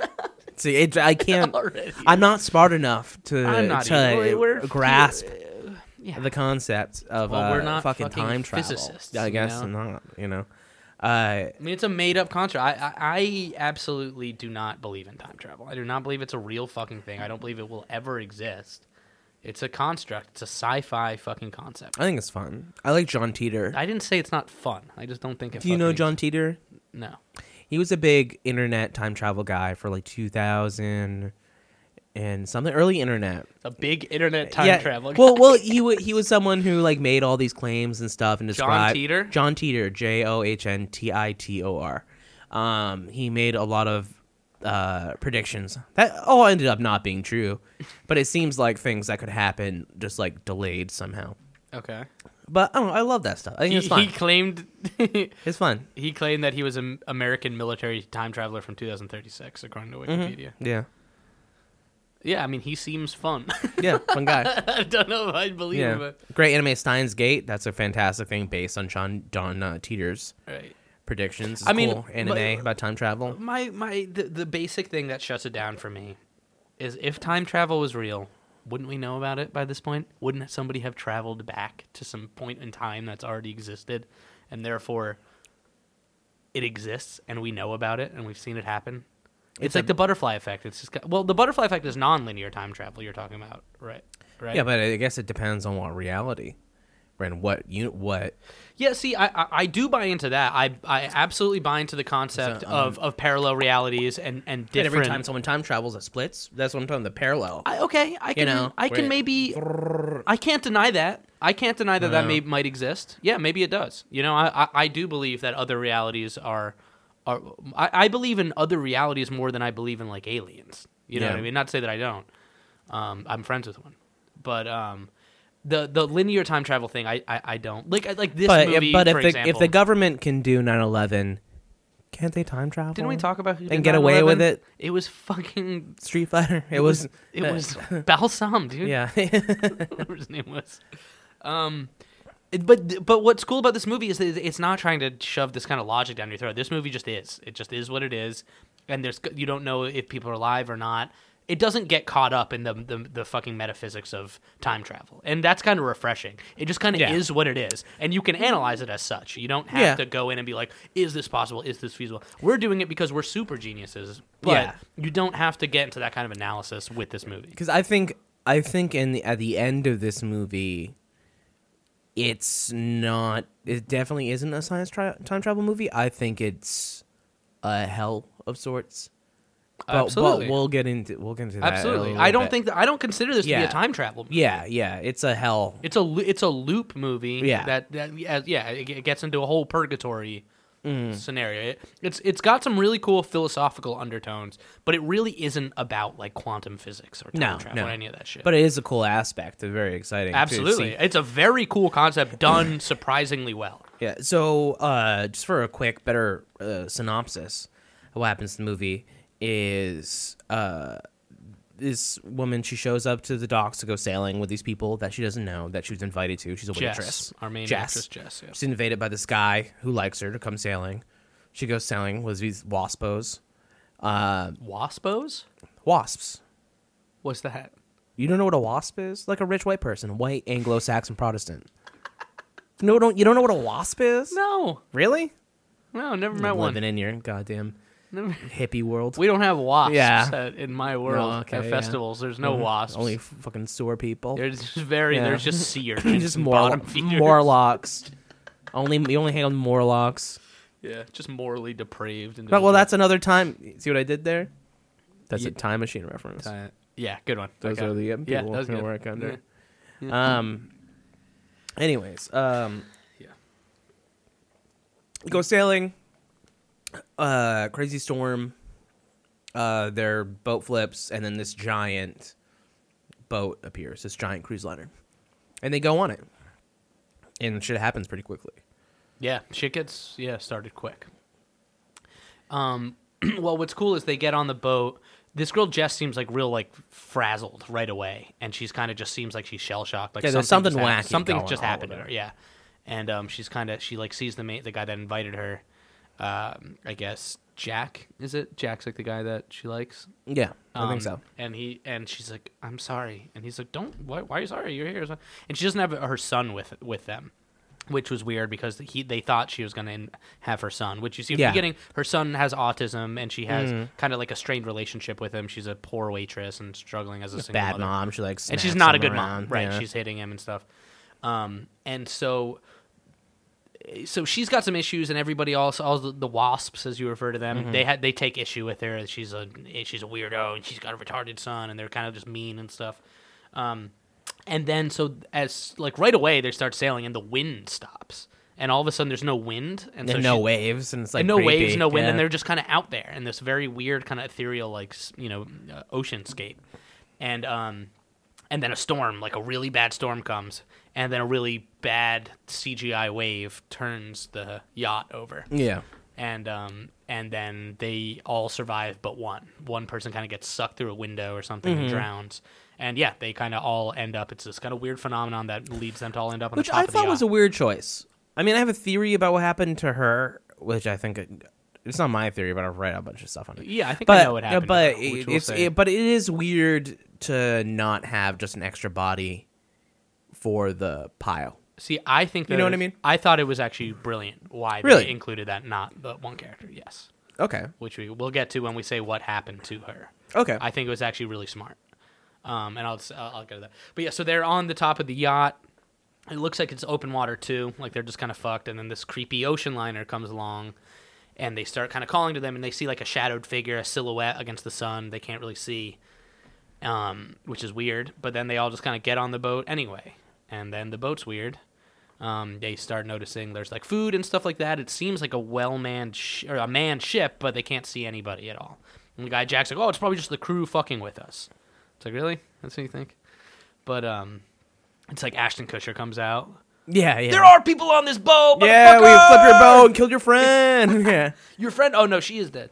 A: See, it, I can't.
B: Already.
A: I'm not smart enough to
B: I'm not
A: to
B: either. We're- uh,
A: grasp
B: yeah.
A: the concept of
B: Well, we're
A: uh,
B: not
A: fucking,
B: fucking
A: time travel.
B: physicists,
A: I
B: you
A: guess
B: know?
A: not. You know. Uh.
B: I mean, it's a made up contract. I, I, I absolutely do not believe in time travel. I do not believe it's a real fucking thing. I don't believe it will ever exist. It's a construct. It's a sci-fi fucking concept.
A: I think it's fun. I like John Teeter.
B: I didn't say it's not fun. I just don't think it.
A: Do you know
B: fucking
A: John Teeter?
B: exists. No.
A: He was a big internet time travel guy for like 2000 and something early internet.
B: A big internet time travel.
A: Well, well, he was he was someone who like made all these claims and stuff and described
B: Teeter?
A: John Teeter, J O H N T I T O R. Um, he made a lot of uh, predictions that all ended up not being true, but it seems like things that could happen just like delayed somehow.
B: okay.
A: But I don't know, I love that stuff. I think
B: He,
A: it's fun.
B: he claimed.
A: it's fun.
B: he claimed that he was an American military time traveler from 2036, according to Wikipedia.
A: Yeah,
B: Yeah, I mean, he seems fun.
A: yeah, fun guy.
B: I don't know if I'd believe him.
A: yeah,
B: But...
A: great anime Steins Gate. That's a fantastic thing based on John John uh, Teeter's
B: Right.
A: predictions. It's
B: I mean,
A: cool anime
B: but-
A: about time travel.
B: My my the, the basic thing that shuts it down for me is if time travel was real, wouldn't we know about it by this point? Wouldn't somebody have traveled back to some point in time that's already existed, and therefore it exists and we know about it and we've seen it happen? It's,
A: It's
B: like
A: a-
B: the butterfly effect. It's just got- well, the butterfly effect is non-linear time travel. You're talking about, right? Right.
A: Yeah, but I guess it depends on what reality. and what you what
B: Yeah, see, I, I I do buy into that. I I absolutely buy into the concept
A: So, um,
B: of, of parallel realities and and
A: and
B: different.
A: every time someone time travels it splits that's what i'm talking the parallel
B: I, okay, I can
A: know,
B: I can
A: wait.
B: maybe I can't deny that. I can't deny that that may, might exist. Yeah, maybe it does. You know, I, I, I do believe that other realities are are I, I believe in other realities more than I believe in like aliens. You know
A: Yeah.
B: what I mean? Not to say that I don't. Um, I'm friends with one, but um, the the linear time travel thing, I I, I don't like I- like this
A: but if,
B: movie.
A: but if
B: for
A: the if
B: example,
A: the government can do 9/11 can't they time travel
B: didn't we talk about who
A: and
B: did
A: get away with
B: 9/11?
A: it?
B: It was fucking.
A: street fighter it was
B: it
A: uh,
B: was balsam, dude.
A: yeah
B: whatever his name was. Um, it- but but what's cool about this movie is that it's not trying to shove this kind of logic down your throat. This movie just is. It just is what it is, and there's you don't know if people are alive or not. It doesn't get caught up in the the, the fucking metaphysics of time travel, and that's kind of refreshing. It just kind of
A: Yeah.
B: is what it is, and you can analyze it as such. You don't have
A: Yeah.
B: to go in and be like, "Is this possible? Is this feasible?" We're doing it because we're super geniuses, but
A: Yeah.
B: you don't have to get into that kind of analysis with this movie.
A: because I think I think in the, at the end of this movie, it's not. It definitely isn't a science tri- time travel movie. I think it's a hell of sorts. But,
B: Absolutely.
A: but we'll get into we'll get into that. in a
B: Absolutely.
A: little
B: I don't
A: bit.
B: think that I don't consider this to be
A: Yeah.
B: a time travel. Movie.
A: Yeah, yeah, it's a hell.
B: It's a lo- it's a loop movie.
A: Yeah.
B: That, that yeah, yeah it g- it gets into a whole purgatory
A: Mm.
B: scenario. It, it's it's got some really cool philosophical undertones, but it really isn't about like quantum physics or time
A: No,
B: travel
A: no.
B: or any of that shit.
A: But it is a cool aspect. It's very exciting. to
B: absolutely,
A: see.
B: it's a very cool concept done surprisingly well.
A: Yeah. So, uh, just for a quick, better uh, synopsis, what happens in the movie is uh, this woman she shows up to the docks to go sailing with these people that she doesn't know that she was invited to. She's a
B: Jess,
A: waitress.
B: our main actress, Jess, yeah.
A: She's invited by this guy who likes her to come sailing. She goes sailing with these waspos, uh,
B: Waspos?
A: wasps.
B: What's that?
A: You don't know what a wasp is? Like a rich white person, white Anglo-Saxon Protestant. No, don't you don't know what a wasp is?
B: No,
A: Really?
B: no, never met one.
A: living in your goddamn
B: Never-
A: hippie world.
B: We don't have wasps
A: Yeah.
B: at, in my world
A: okay,
B: at
A: yeah. Mm-hmm.
B: festivals. There's no wasps.
A: Only f- fucking sewer people.
B: There's just very
A: Yeah.
B: there's just sea urchins,
A: just
B: and
A: more
B: bottom feeders.
A: Morlocks. only you only hang on Morlocks.
B: yeah, just morally depraved. And
A: But well, that's another time. See what I did there? That's a
B: Ye-
A: time machine reference.
B: yeah, good one.
A: Those
B: Okay.
A: are the um, people
B: yeah, that was
A: who
B: good.
A: work
B: Yeah.
A: under. Um. Anyways, um,
B: Yeah.
A: go sailing. Uh, crazy storm. Uh, their boat flips, and then this giant boat appears. This giant cruise liner, and they go on it, and shit happens pretty quickly.
B: Yeah, shit gets yeah started quick. Um, well, what's cool is they get on the boat. This girl Jess seems like real like frazzled right away, and she's kind of just seems like she's shell shocked. Like
A: Yeah, there's
B: something,
A: something
B: just happened-
A: wacky
B: Something
A: going
B: just
A: on
B: happened to
A: with
B: her.
A: her.
B: Yeah, and um, she's kind of she like sees the mate, the guy that invited her. Um, I guess Jack is it? Jack's like the guy that she likes.
A: Yeah, I
B: Um,
A: think so.
B: And he and she's like, "I'm sorry," and he's like, "Don't. Why, why are you sorry? You're here." And she doesn't have her son with with them, which was weird because he they thought she was gonna in- have her son, which you see at
A: Yeah. Mm-hmm.
B: the beginning. Her son has autism, and she has kind of like a strained relationship with him. She's a poor waitress and struggling as a single
A: Bad
B: mother
A: mom. She like
B: and she's
A: snaps
B: not a
A: him
B: good mom,
A: around,
B: right?
A: yeah.
B: She's hitting him and stuff. Um, and so, so she's got some issues, and everybody else, all the, the wasps, as you refer to them,
A: Mm-hmm.
B: they had they take issue with her. She's a she's a weirdo, and she's got a retarded son, and they're kind of just mean and stuff. Um, and then so as like right away they start sailing, and the wind stops, and all of a sudden there's no wind, and, so
A: and no
B: she-
A: waves, and it's like
B: and no waves,
A: creepy,
B: no wind,
A: yeah.
B: and they're just kind of out there in this very weird kind of ethereal, like s- you know, uh, oceanscape, and um, and then a storm, like a really bad storm comes, and then a really bad CGI wave turns the yacht over,
A: yeah.
B: and um, and then they all survive but one. One person kind of gets sucked through a window or something
A: Mm-hmm.
B: and drowns. And yeah, they kind of all end up. It's this kind of weird phenomenon that leads them to all end up on
A: which
B: the top
A: I
B: of the
A: thought was a
B: yacht.
A: weird choice. I mean, I have a theory about what happened to her, which I think it's not my theory, but I've read a bunch of stuff on it.
B: Yeah, I think I
A: but
B: know what happened to
A: but
B: her, which
A: it-
B: we'll
A: it's
B: say.
A: it, but it is weird to not have just an extra body for the pile.
B: See, I think
A: You know what
B: that-
A: I mean?
B: I thought it was actually brilliant why
A: Really?
B: they included that, not the one character. Yes,
A: Okay,
B: which we will get to when we say what happened to her.
A: okay,
B: I think it was actually really smart. Um, and I'll s- I'll I'll get to that. But yeah, so they're on the top of the yacht, It looks like it's open water too, like they're just kind of fucked. And then this creepy ocean liner comes along, and they start kind of calling to them, and they see like a shadowed figure, a silhouette against the sun. They can't really see, um, which is weird. But then they all just kind of get on the boat anyway, and then the boat's weird. Um, they start noticing there's like food and stuff like that. It seems like a well manned sh- or a manned ship, but they can't see anybody at all. And the guy Jack's like, "Oh, it's probably just the crew fucking with us." It's like, really? That's what you think? But um, it's like Ashton Kutcher comes out.
A: Yeah, yeah.
B: There are people on this boat.
A: yeah, we
B: motherfucker!
A: flipped your boat and killed your friend. yeah.
B: Your friend? Oh no, she is dead.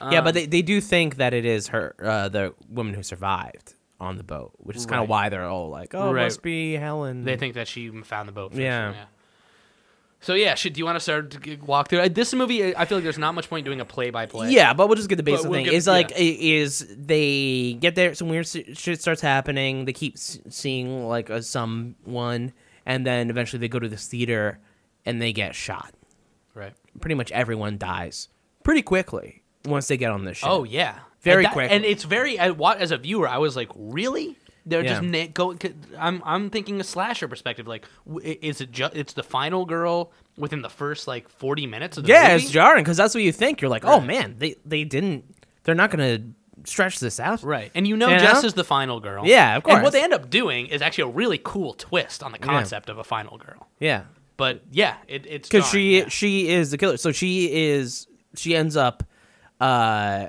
B: Um,
A: yeah, but they, they do think that it is her, uh, the woman who survived on the boat, which is kind
B: Right.
A: of why they're all like, oh,
B: Right.
A: it must be Helen.
B: They think that she found the boat. First.
A: Yeah.
B: So yeah, should, do you want to start to g- walk through Uh, this movie? I feel like there's not much point doing a play by play.
A: Yeah, but we'll just get the basic
B: we'll
A: thing.
B: get-
A: is like
B: yeah.
A: i is they get there, some weird s- shit starts happening. They keep s- seeing like a someone, and then eventually they go to this theater and they get shot.
B: Right.
A: Pretty much everyone dies pretty quickly once they get on this ship.
B: Oh yeah.
A: Very
B: and
A: quick.
B: And it's very. I, wa- as a viewer, I was like, really? They're
A: Yeah.
B: just na- go. c- I'm I'm thinking a slasher perspective. Like, w- i- is it just? It's the final girl within the first like 40 minutes of the
A: yeah,
B: movie?
A: it's jarring because that's what you think. You're like, oh
B: Right.
A: man, they they didn't. They're not gonna stretch this out.
B: Right. And you know
A: You
B: Jess
A: know?
B: is the final girl.
A: Uh-huh. Yeah, of
B: And
A: course.
B: what they end up doing is actually a really cool twist on the concept of a final girl.
A: Yeah,
B: But yeah, it, it's
A: because
B: jarring,
A: she
B: yeah.
A: she is the killer. So she is she ends up uh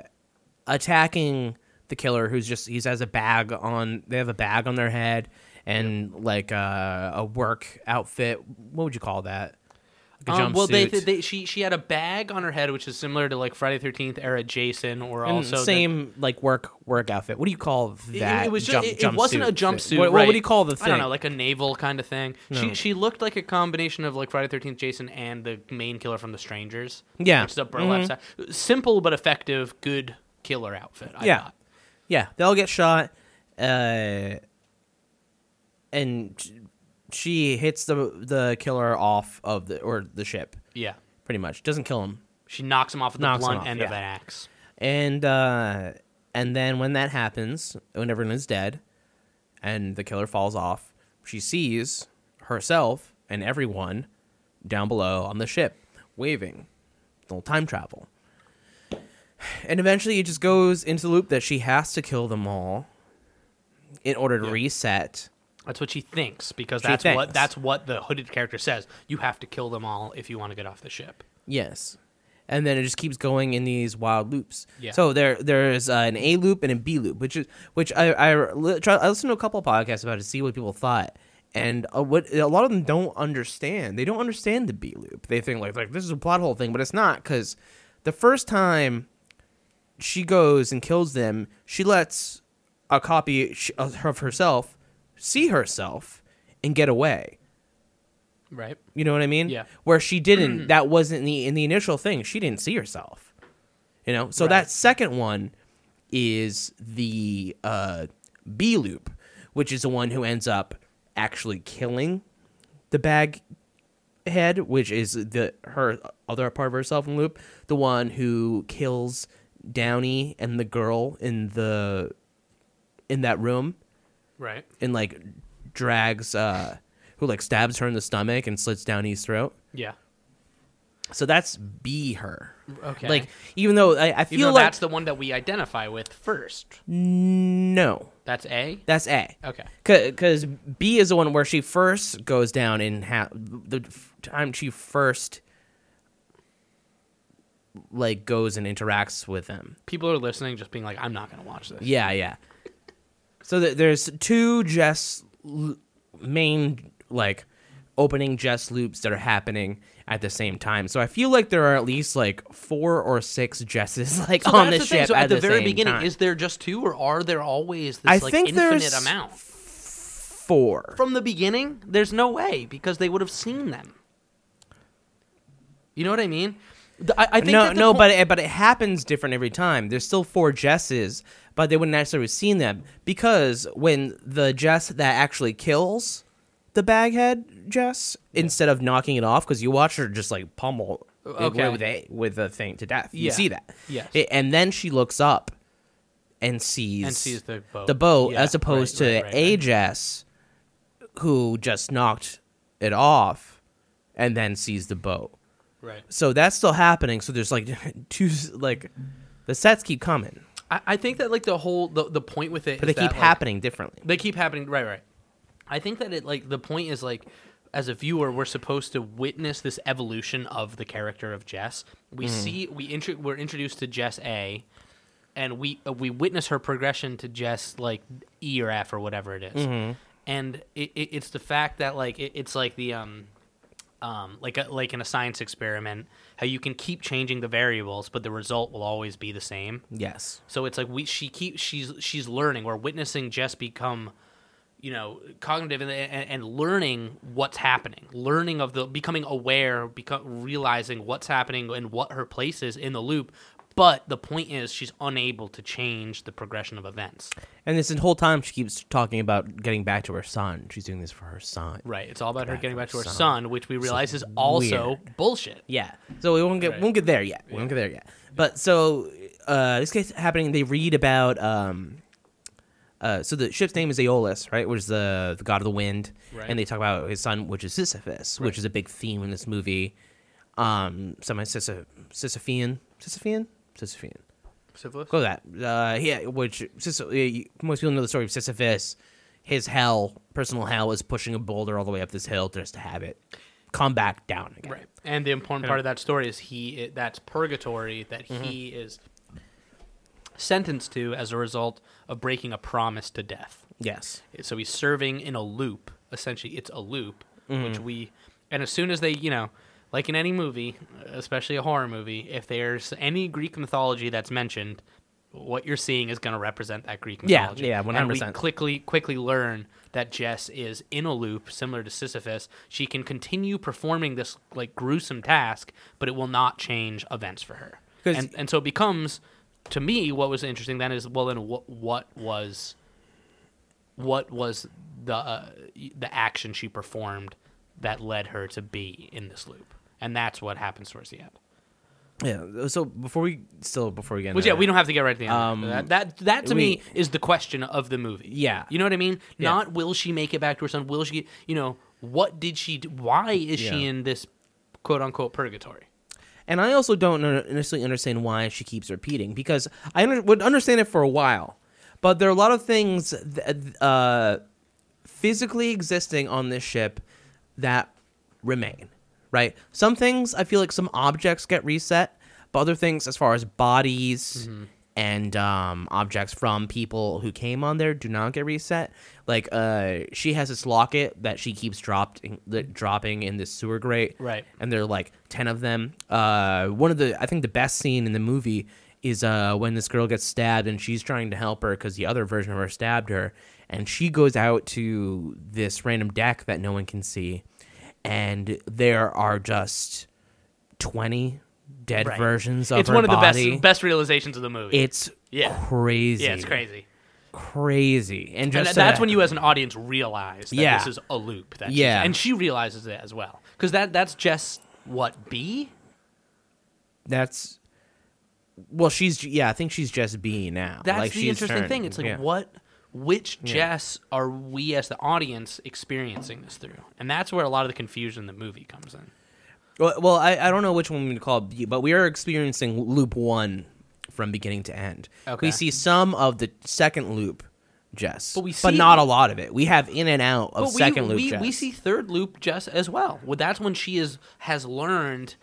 A: attacking the killer who's just he has a bag on they have a bag on their head and like uh, a work outfit. What would you call that? Like a
B: Um, well, they,
A: jumpsuit.
B: they she she had a bag on her head, which is similar to like Friday Thirteenth era Jason, or
A: And
B: also the-
A: Mm, same like work work outfit. What do you call
B: it-
A: that?
B: it was just,
A: jump-
B: it, it wasn't a
A: jumpsuit
B: jumpsuit.
A: thing? What, what
B: right.
A: would you call the thing?
B: I don't know, like a naval kind of thing. She she looked like a combination of like Friday Thirteenth Jason and the main killer from The Strangers.
A: Yeah. Mm-hmm.
B: which is a burlap sack. Simple but effective, good killer outfit. I
A: yeah,
B: thought.
A: yeah. They all get shot, uh, and sh- she hits the the killer off of the or the ship,
B: yeah.
A: pretty much. Doesn't kill him,
B: She knocks him off with
A: Knocks
B: the
A: him
B: blunt
A: off,
B: end of
A: yeah.
B: an axe.
A: and uh, and then when that happens, when everyone is dead, and the killer falls off, she sees herself and everyone down below on the ship waving. Little time travel. And eventually it just goes into the loop that she has to kill them all in order to reset.
B: That's what she thinks because
A: She
B: that's
A: thinks.
B: what that's what the hooded character says. You have to kill them all if you want to get off the ship.
A: Yes. And then it just keeps going in these wild loops.
B: Yeah.
A: So there, there's uh, an A loop and a B loop, which is which I I, li- try, I listened to a couple podcasts about it to see what people thought, and uh, what a lot of them don't understand. They don't understand the B loop. They think like like this is a plot hole thing, but it's not because the first time she goes and kills them, she lets a copy sh- of herself see herself and get away.
B: Right.
A: You know what I mean?
B: Yeah.
A: Where she didn't. that wasn't the in the initial thing. She didn't see herself. You know. So that second one is the uh, B loop, which is the one who ends up actually killing the bag head, which is the her other part of herself in the loop. The one who kills Downey and the girl in the in that room
B: Right.
A: and like drags uh who like stabs her in the stomach and slits down his throat.
B: Yeah.
A: So that's be her.
B: Okay.
A: Like even though I, I
B: Even
A: feel
B: though
A: like
B: that's the one that we identify with first.
A: no,
B: That's A.
A: that's A.
B: Okay.
A: Because B is the one where she first goes down and ha- the f- time she first like goes and interacts with them.
B: People are listening, just being like, "I'm not gonna watch this."
A: Yeah, yeah. So th- there's two Jess l- main like opening Jess loops that are happening at the same time. So I feel like there are at least like four or six Jesses like
B: So
A: on the
B: that's thing.
A: ship
B: So at, the, very
A: same
B: beginning,
A: time.
B: is there just two, or are there always this
A: I
B: like
A: think
B: infinite
A: there's
B: amount?
A: four.
B: From the beginning, there's no way because they would have seen them. You know what I mean? The- I, I think
A: no,
B: that the
A: no,
B: po-
A: but it, but it happens different every time. There's still four Jesses, but they wouldn't necessarily have seen them because when the Jess that actually kills the baghead Jess, instead of knocking it off, because you watch her just like pummel it
B: Okay.
A: with a with the thing to death, you
B: Yeah.
A: see that,
B: Yes.
A: It- and then she looks up and sees
B: And sees the boat.
A: the boat
B: Yeah,
A: as opposed
B: right,
A: to
B: right, right,
A: a
B: right.
A: Jess who just knocked it off and then sees the boat.
B: Right.
A: So that's still happening. So there's like two, s- like the sets keep coming,
B: I, I think that like the whole the, the point with it
A: but
B: is
A: they keep
B: that, like,
A: happening differently.
B: they keep happening right right i think that it like the point is like as a viewer we're supposed to witness this evolution of the character of jess we see we intro- we're introduced to jess a and we uh, we witness her progression to jess like e or f or whatever it is. and it, it, it's the fact that like it, it's like the um um, like a, like in a science experiment, how you can keep changing the variables, but the result will always be the same.
A: Yes.
B: So it's like we she keeps she's she's learning. We're witnessing Jess become, you know, cognitive and, and, and learning what's happening, learning of the becoming aware, become realizing what's happening and what her place is in the loop. But the point is, she's unable to change the progression of events.
A: And this whole time she keeps talking about getting back to her son. She's doing this for her son.
B: Right. It's all about her
A: Back
B: getting
A: to
B: back to
A: her
B: her son,
A: son,
B: which we realize is also bullshit.
A: Yeah. So we won't get
B: Right.
A: won't get there yet. We won't get there yet. But so uh, this case happening, they read about um, uh, so the ship's name is Aeolus, right? Which is the the god of the wind,
B: Right.
A: and they talk about his son, which is Sisyphus, which is a big theme in this movie. Um, semi Sisyphean, Sisyphean, Sisyphean.
B: Syphilis?
A: Go with that. Uh, yeah, which Sisy- uh, most people know the story of Sisyphus. His hell, personal hell, is pushing a boulder all the way up this hill just to have it come back down again.
B: Right. And the important part of that story is he it, that's purgatory that he is sentenced to as a result of breaking a promise to death.
A: Yes.
B: So he's serving in a loop. Essentially, it's a loop, which we and as soon as they, you know, like in any movie, especially a horror movie, if there's any Greek mythology that's mentioned, what you're seeing is going to represent that Greek
A: Yeah,
B: mythology.
A: yeah,
B: And we
A: 100%.
B: quickly quickly learn that Jess is in a loop similar to Sisyphus. She can continue performing this like gruesome task, but it will not change events for her.
A: 'Cause-
B: And and so it becomes to me what was interesting then is well then what what was what was the uh, the action she performed that led her to be in this loop, and that's what happens towards the end.
A: Yeah. So before we still before we get,
B: Which
A: into
B: yeah,
A: that-
B: we don't have to get right to the end.
A: Um,
B: that, that that to
A: we-
B: me is the question of the movie.
A: Yeah.
B: you know what I mean.
A: Yeah.
B: Not will she make it back to her son? Will she? You know what did she? do? Why is she
A: Yeah.
B: in this quote unquote purgatory?
A: And I also don't un- necessarily understand why she keeps repeating because I under- would understand it for a while, but there are a lot of things th- uh, physically existing on this ship that remain. Right? Some things I feel like some objects get reset, but other things, as far as bodies and um, objects from people who came on there, do not get reset. Like uh, she has this locket that she keeps dropped in, that dropping in this sewer grate,
B: Right.
A: and there are like 10 of them uh one of the i think the best scene in the movie is uh when this girl gets stabbed and she's trying to help her because the other version of her stabbed her and she goes out to this random deck that no one can see and there are just 20 dead
B: Right.
A: versions of
B: it's
A: her
B: one of the
A: body
B: best best realizations of the movie.
A: it's
B: Yeah.
A: crazy
B: yeah, it's crazy.
A: crazy and
B: And
A: just
B: that-
A: so
B: that's
A: that-
B: when you, as an audience, realize that
A: Yeah.
B: this is a loop. That she's-
A: Yeah.
B: and she realizes it as well because that that's Jess what B
A: that's well she's yeah i think she's just being now
B: That's
A: Like,
B: the
A: she's
B: interesting
A: turned-
B: thing. It's like
A: yeah.
B: what which Jess are we as the audience experiencing this through? And that's where a lot of the confusion in the movie comes in.
A: Well, well I, I don't know which one we call it, but we are experiencing loop one from beginning to end.
B: Okay.
A: We see some of the second loop, Jess,
B: But we see-
A: not a lot of it. We have in and out of
B: But we,
A: second loop.
B: we,
A: Jess.
B: we see third loop Jess as well. Well, that's when she is has learned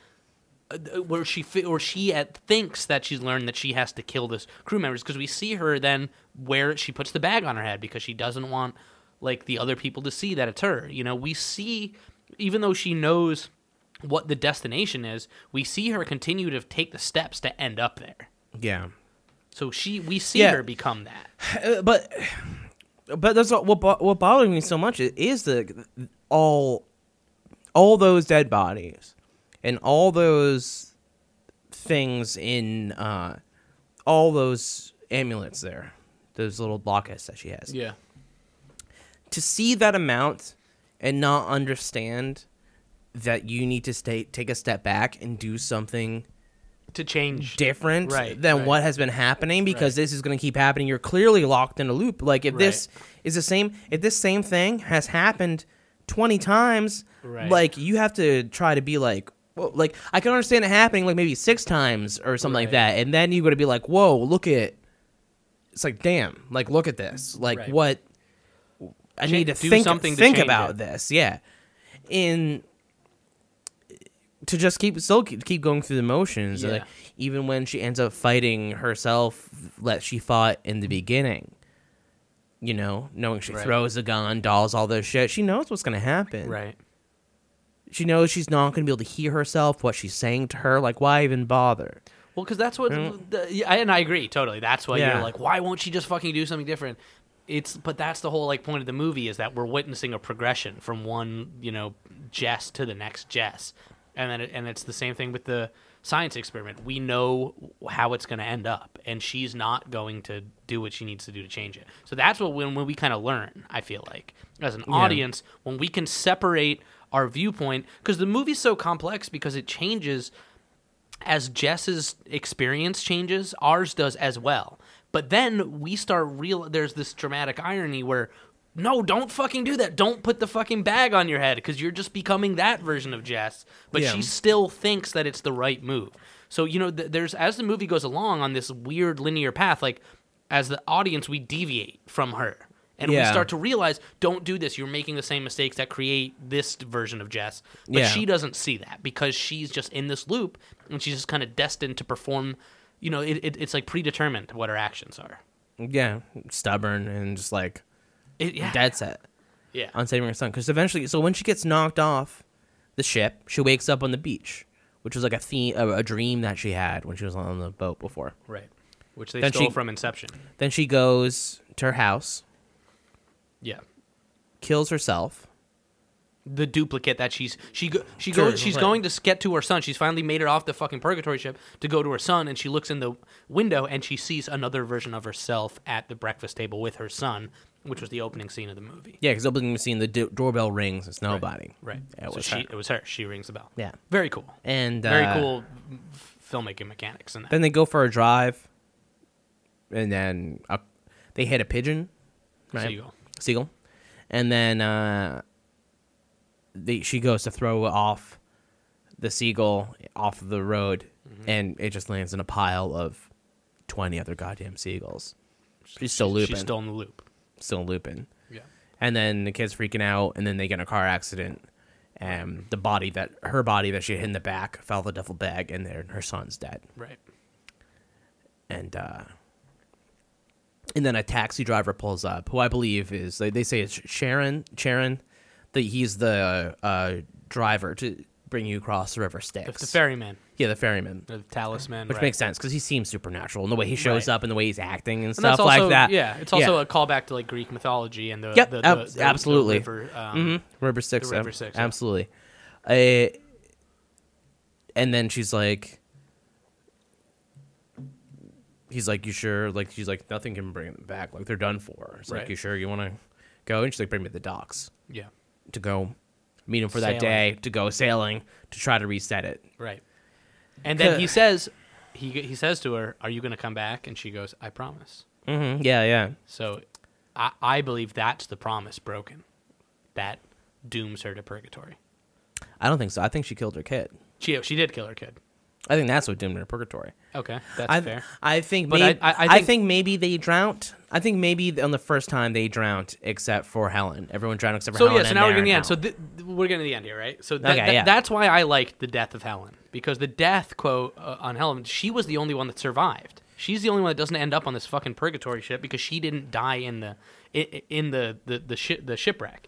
B: uh, th- where she fi- or she at, thinks that she's learned that she has to kill this crew members because we see her then where she puts the bag on her head because she doesn't want like the other people to see that it's her. You know, we see even though she knows what the destination is, we see her continue to take the steps to end up there.
A: yeah,
B: So she we see
A: Yeah.
B: her become that.
A: Uh, but but that's what what, bo- what bothered me so much is the all all those dead bodies and all those things in uh all those amulets there, those little lockets that she has.
B: Yeah.
A: to see that amount and not understand that you need to stay take a step back and do something
B: To change
A: different
B: Right,
A: than
B: right.
A: what has been happening because
B: Right.
A: this is going to keep happening you're clearly locked in a loop like if this is the same if this same thing has happened 20 times
B: Right.
A: like you have to try to be like well, like i can understand it happening like maybe six times or something like
B: Right.
A: that and then you got to be like whoa look at it's like damn like look at this like
B: Right.
A: what i
B: Cha-
A: need to
B: do
A: think
B: something to
A: think
B: change
A: about
B: it.
A: this yeah in to just keep still keep, keep going through the motions
B: Yeah.
A: like even when she ends up fighting herself that she fought in the beginning you know knowing she
B: Right.
A: throws a gun dolls all this shit she knows what's gonna happen
B: Right.
A: she knows she's not gonna be able to hear herself what she's saying to her like why even bother
B: Well, because that's what, the, yeah, and I agree totally. That's why
A: Yeah.
B: you're like, why won't she just fucking do something different? It's but that's the whole like point of the movie is that we're witnessing a progression from one you know Jess to the next Jess, and then it, and it's the same thing with the science experiment. We know how it's going to end up, and she's not going to do what she needs to do to change it. So that's what when, when we kind of learn. I feel like as an audience when we can separate our viewpoint because the movie's so complex because it changes as Jess's experience changes, ours does as well. But then we start real. There's this dramatic irony where, no, don't fucking do that. Don't put the fucking bag on your head because you're just becoming that version of Jess. But
A: Yeah.
B: she still thinks that it's the right move. So you know, th- there's as the movie goes along on this weird linear path. Like as the audience, we deviate from her. And we
A: Yeah.
B: start to realize, don't do this. You're making the same mistakes that create this version of Jess. But
A: Yeah.
B: she doesn't see that because she's just in this loop and she's just kind of destined to perform. You know, it, it, it's like predetermined what her actions are.
A: yeah stubborn and just like
B: It, yeah,
A: dead set
B: yeah,
A: on saving her son because eventually so when she gets knocked off the ship she wakes up on the beach which was like a theme a, a dream that she had when she was on the boat before
B: right. Which they
A: Then
B: stole
A: she-
B: from Inception.
A: then she goes to her house
B: Yeah,
A: kills herself
B: the duplicate that she's she go, she
A: Sure,
B: goes she's
A: right.
B: going to s- get to her son. She's finally made it off the fucking purgatory ship to go to her son, and she looks in the window and she sees another version of herself at the breakfast table with her son, which was the opening scene of the movie.
A: Yeah, because opening machine, the do- doorbell rings. It's nobody.
B: Right.
A: That
B: so
A: was
B: she,
A: her.
B: It was her. She rings the bell.
A: Yeah.
B: Very cool.
A: And uh,
B: Very cool f- filmmaking mechanics in that.
A: Then they go for a drive, and then up, they hit a pigeon, right?
B: Seagull.
A: Seagull. and then uh, they, she goes to throw off the seagull off the road,
B: Mm-hmm.
A: and it just lands in a pile of twenty other goddamn seagulls. She's still looping.
B: She's still in the loop.
A: still looping.
B: Yeah.
A: and then the kid's freaking out, and then they get in a car accident, and the body that her body that she hit in the back fell the duffel bag, and there her son's dead,
B: Right.
A: and uh, and then a taxi driver pulls up, who I believe is they, they say it's Sharon Sharon, that he's the uh, driver to bring you across the river Styx.
B: If the ferryman,
A: yeah, the ferryman.
B: the talisman,
A: Which
B: right.
A: makes sense because he seems supernatural, and the way he shows
B: Right.
A: up, and the way he's acting, and,
B: And
A: stuff
B: that's also,
A: like that.
B: Yeah, it's also a callback to like Greek mythology and the
A: Yep,
B: the,
A: ab-
B: the, the- the
A: absolutely.
B: river, um,
A: Mm-hmm. River Six.
B: The River
A: uh,
B: Styx, yeah.
A: Absolutely. Uh, and then she's like, he's like, you sure? Like, she's like, nothing can bring them back. Like, they're done for. It's like,
B: Right.
A: you sure you want to go? And she's like, bring me to the docks
B: Yeah,
A: to go meet him for that
B: Sailing.
A: day, to go sailing, to try to reset it.
B: right. And then
A: Huh.
B: he says, he he says to her, "Are you going to come back?" And she goes, "I promise."
A: hmm
B: Mm-hmm.
A: Yeah, yeah.
B: So, I I believe that's the promise broken, that dooms her to purgatory.
A: I don't think so. I think she killed her kid.
B: She she did kill her kid.
A: I think that's what doomed her to purgatory.
B: Okay, that's
A: I,
B: fair.
A: I think,
B: But
A: maybe,
B: I-
A: I,
B: I- I
A: think,
B: think-
A: maybe they drowned. I think maybe on the first time they drowned, except for Helen. Everyone drowned except for
B: So
A: Helen.
B: yeah, so
A: and
B: now we're
A: Mary
B: getting the end.
A: and
B: So
A: Helen.
B: th- th- we're getting to the end here, right? So that,
A: Okay,
B: that-
A: yeah.
B: that's why I liked the death of Helen because the death quote uh, on Helen, she was the only one that survived. She's the only one that doesn't end up on this fucking purgatory ship because she didn't die in the i- i- in the the the, shi- the shipwreck.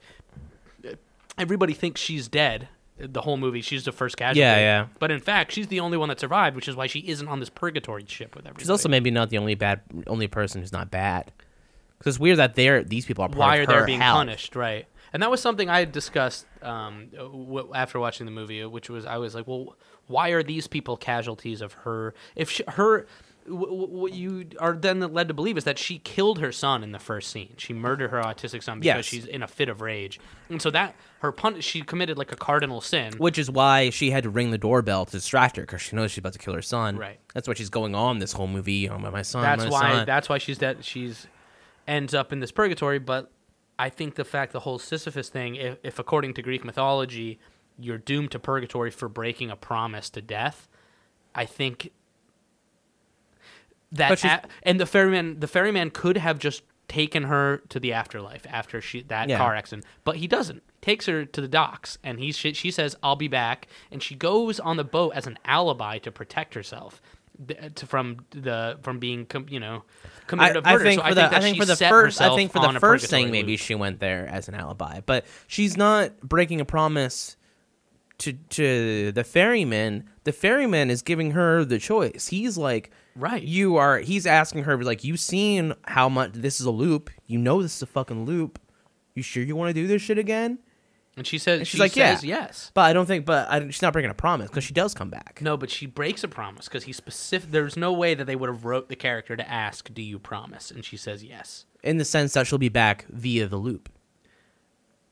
B: Everybody thinks she's dead. uh, The whole movie, she's the first casualty.
A: Yeah, yeah.
B: But in fact, she's the only one that survived, which is why she isn't on this purgatory ship with everybody.
A: she's also maybe not the only bad, only person who's not bad. Because it's weird that they're these people are part
B: why
A: of
B: are they
A: her
B: being
A: hell.
B: punished right and that was something i had discussed um, w- after watching the movie which was i was like well why are these people casualties of her if she, her wh- wh- what you are then led to believe is that she killed her son in the first scene. She murdered her autistic son because
A: Yes.
B: she's in a fit of rage, and so that her pun she committed like a cardinal sin.
A: Which is why she had to ring the doorbell to distract her because she knows she's about to kill her son.
B: Right.
A: That's why she's going on this whole movie. Oh my, my son.
B: that's
A: my
B: why
A: son.
B: that's why she's dead she's ends up in this purgatory but I think the fact the whole Sisyphus thing, if, if according to Greek mythology, you're doomed to purgatory for breaking a promise to death, I think
A: But
B: that
A: she's-
B: a- and the ferryman the ferryman could have just taken her to the afterlife after she that
A: Yeah.
B: car accident, but he doesn't. Takes her to the docks, and he she, she says, "I'll be back," and she goes on the boat as an alibi to protect herself. th- uh, To, from the from being com, you know committed
A: I,
B: of
A: I
B: murder.
A: think
B: so
A: for
B: I
A: the
B: think that
A: I think
B: she
A: for the
B: set
A: first I
B: herself
A: think for
B: on
A: the
B: a
A: first thing
B: purgatory
A: maybe
B: loop.
A: she went there as an alibi, but she's not breaking a promise to to the ferryman. The ferryman is giving her the choice. He's like,
B: Right.
A: You are. He's asking her like, you've seen how much this is a loop. You know this is a fucking loop. You sure you want to do this shit again?
B: and she says
A: And she's
B: she
A: like,
B: says
A: yeah,
B: yes.
A: But I don't think. But I, she's not breaking a promise because she does come back.
B: No, but she breaks a promise because he specific. There's no way that they would have wrote the character to ask, "Do you promise?" And she says yes.
A: in the sense that she'll be back via the loop.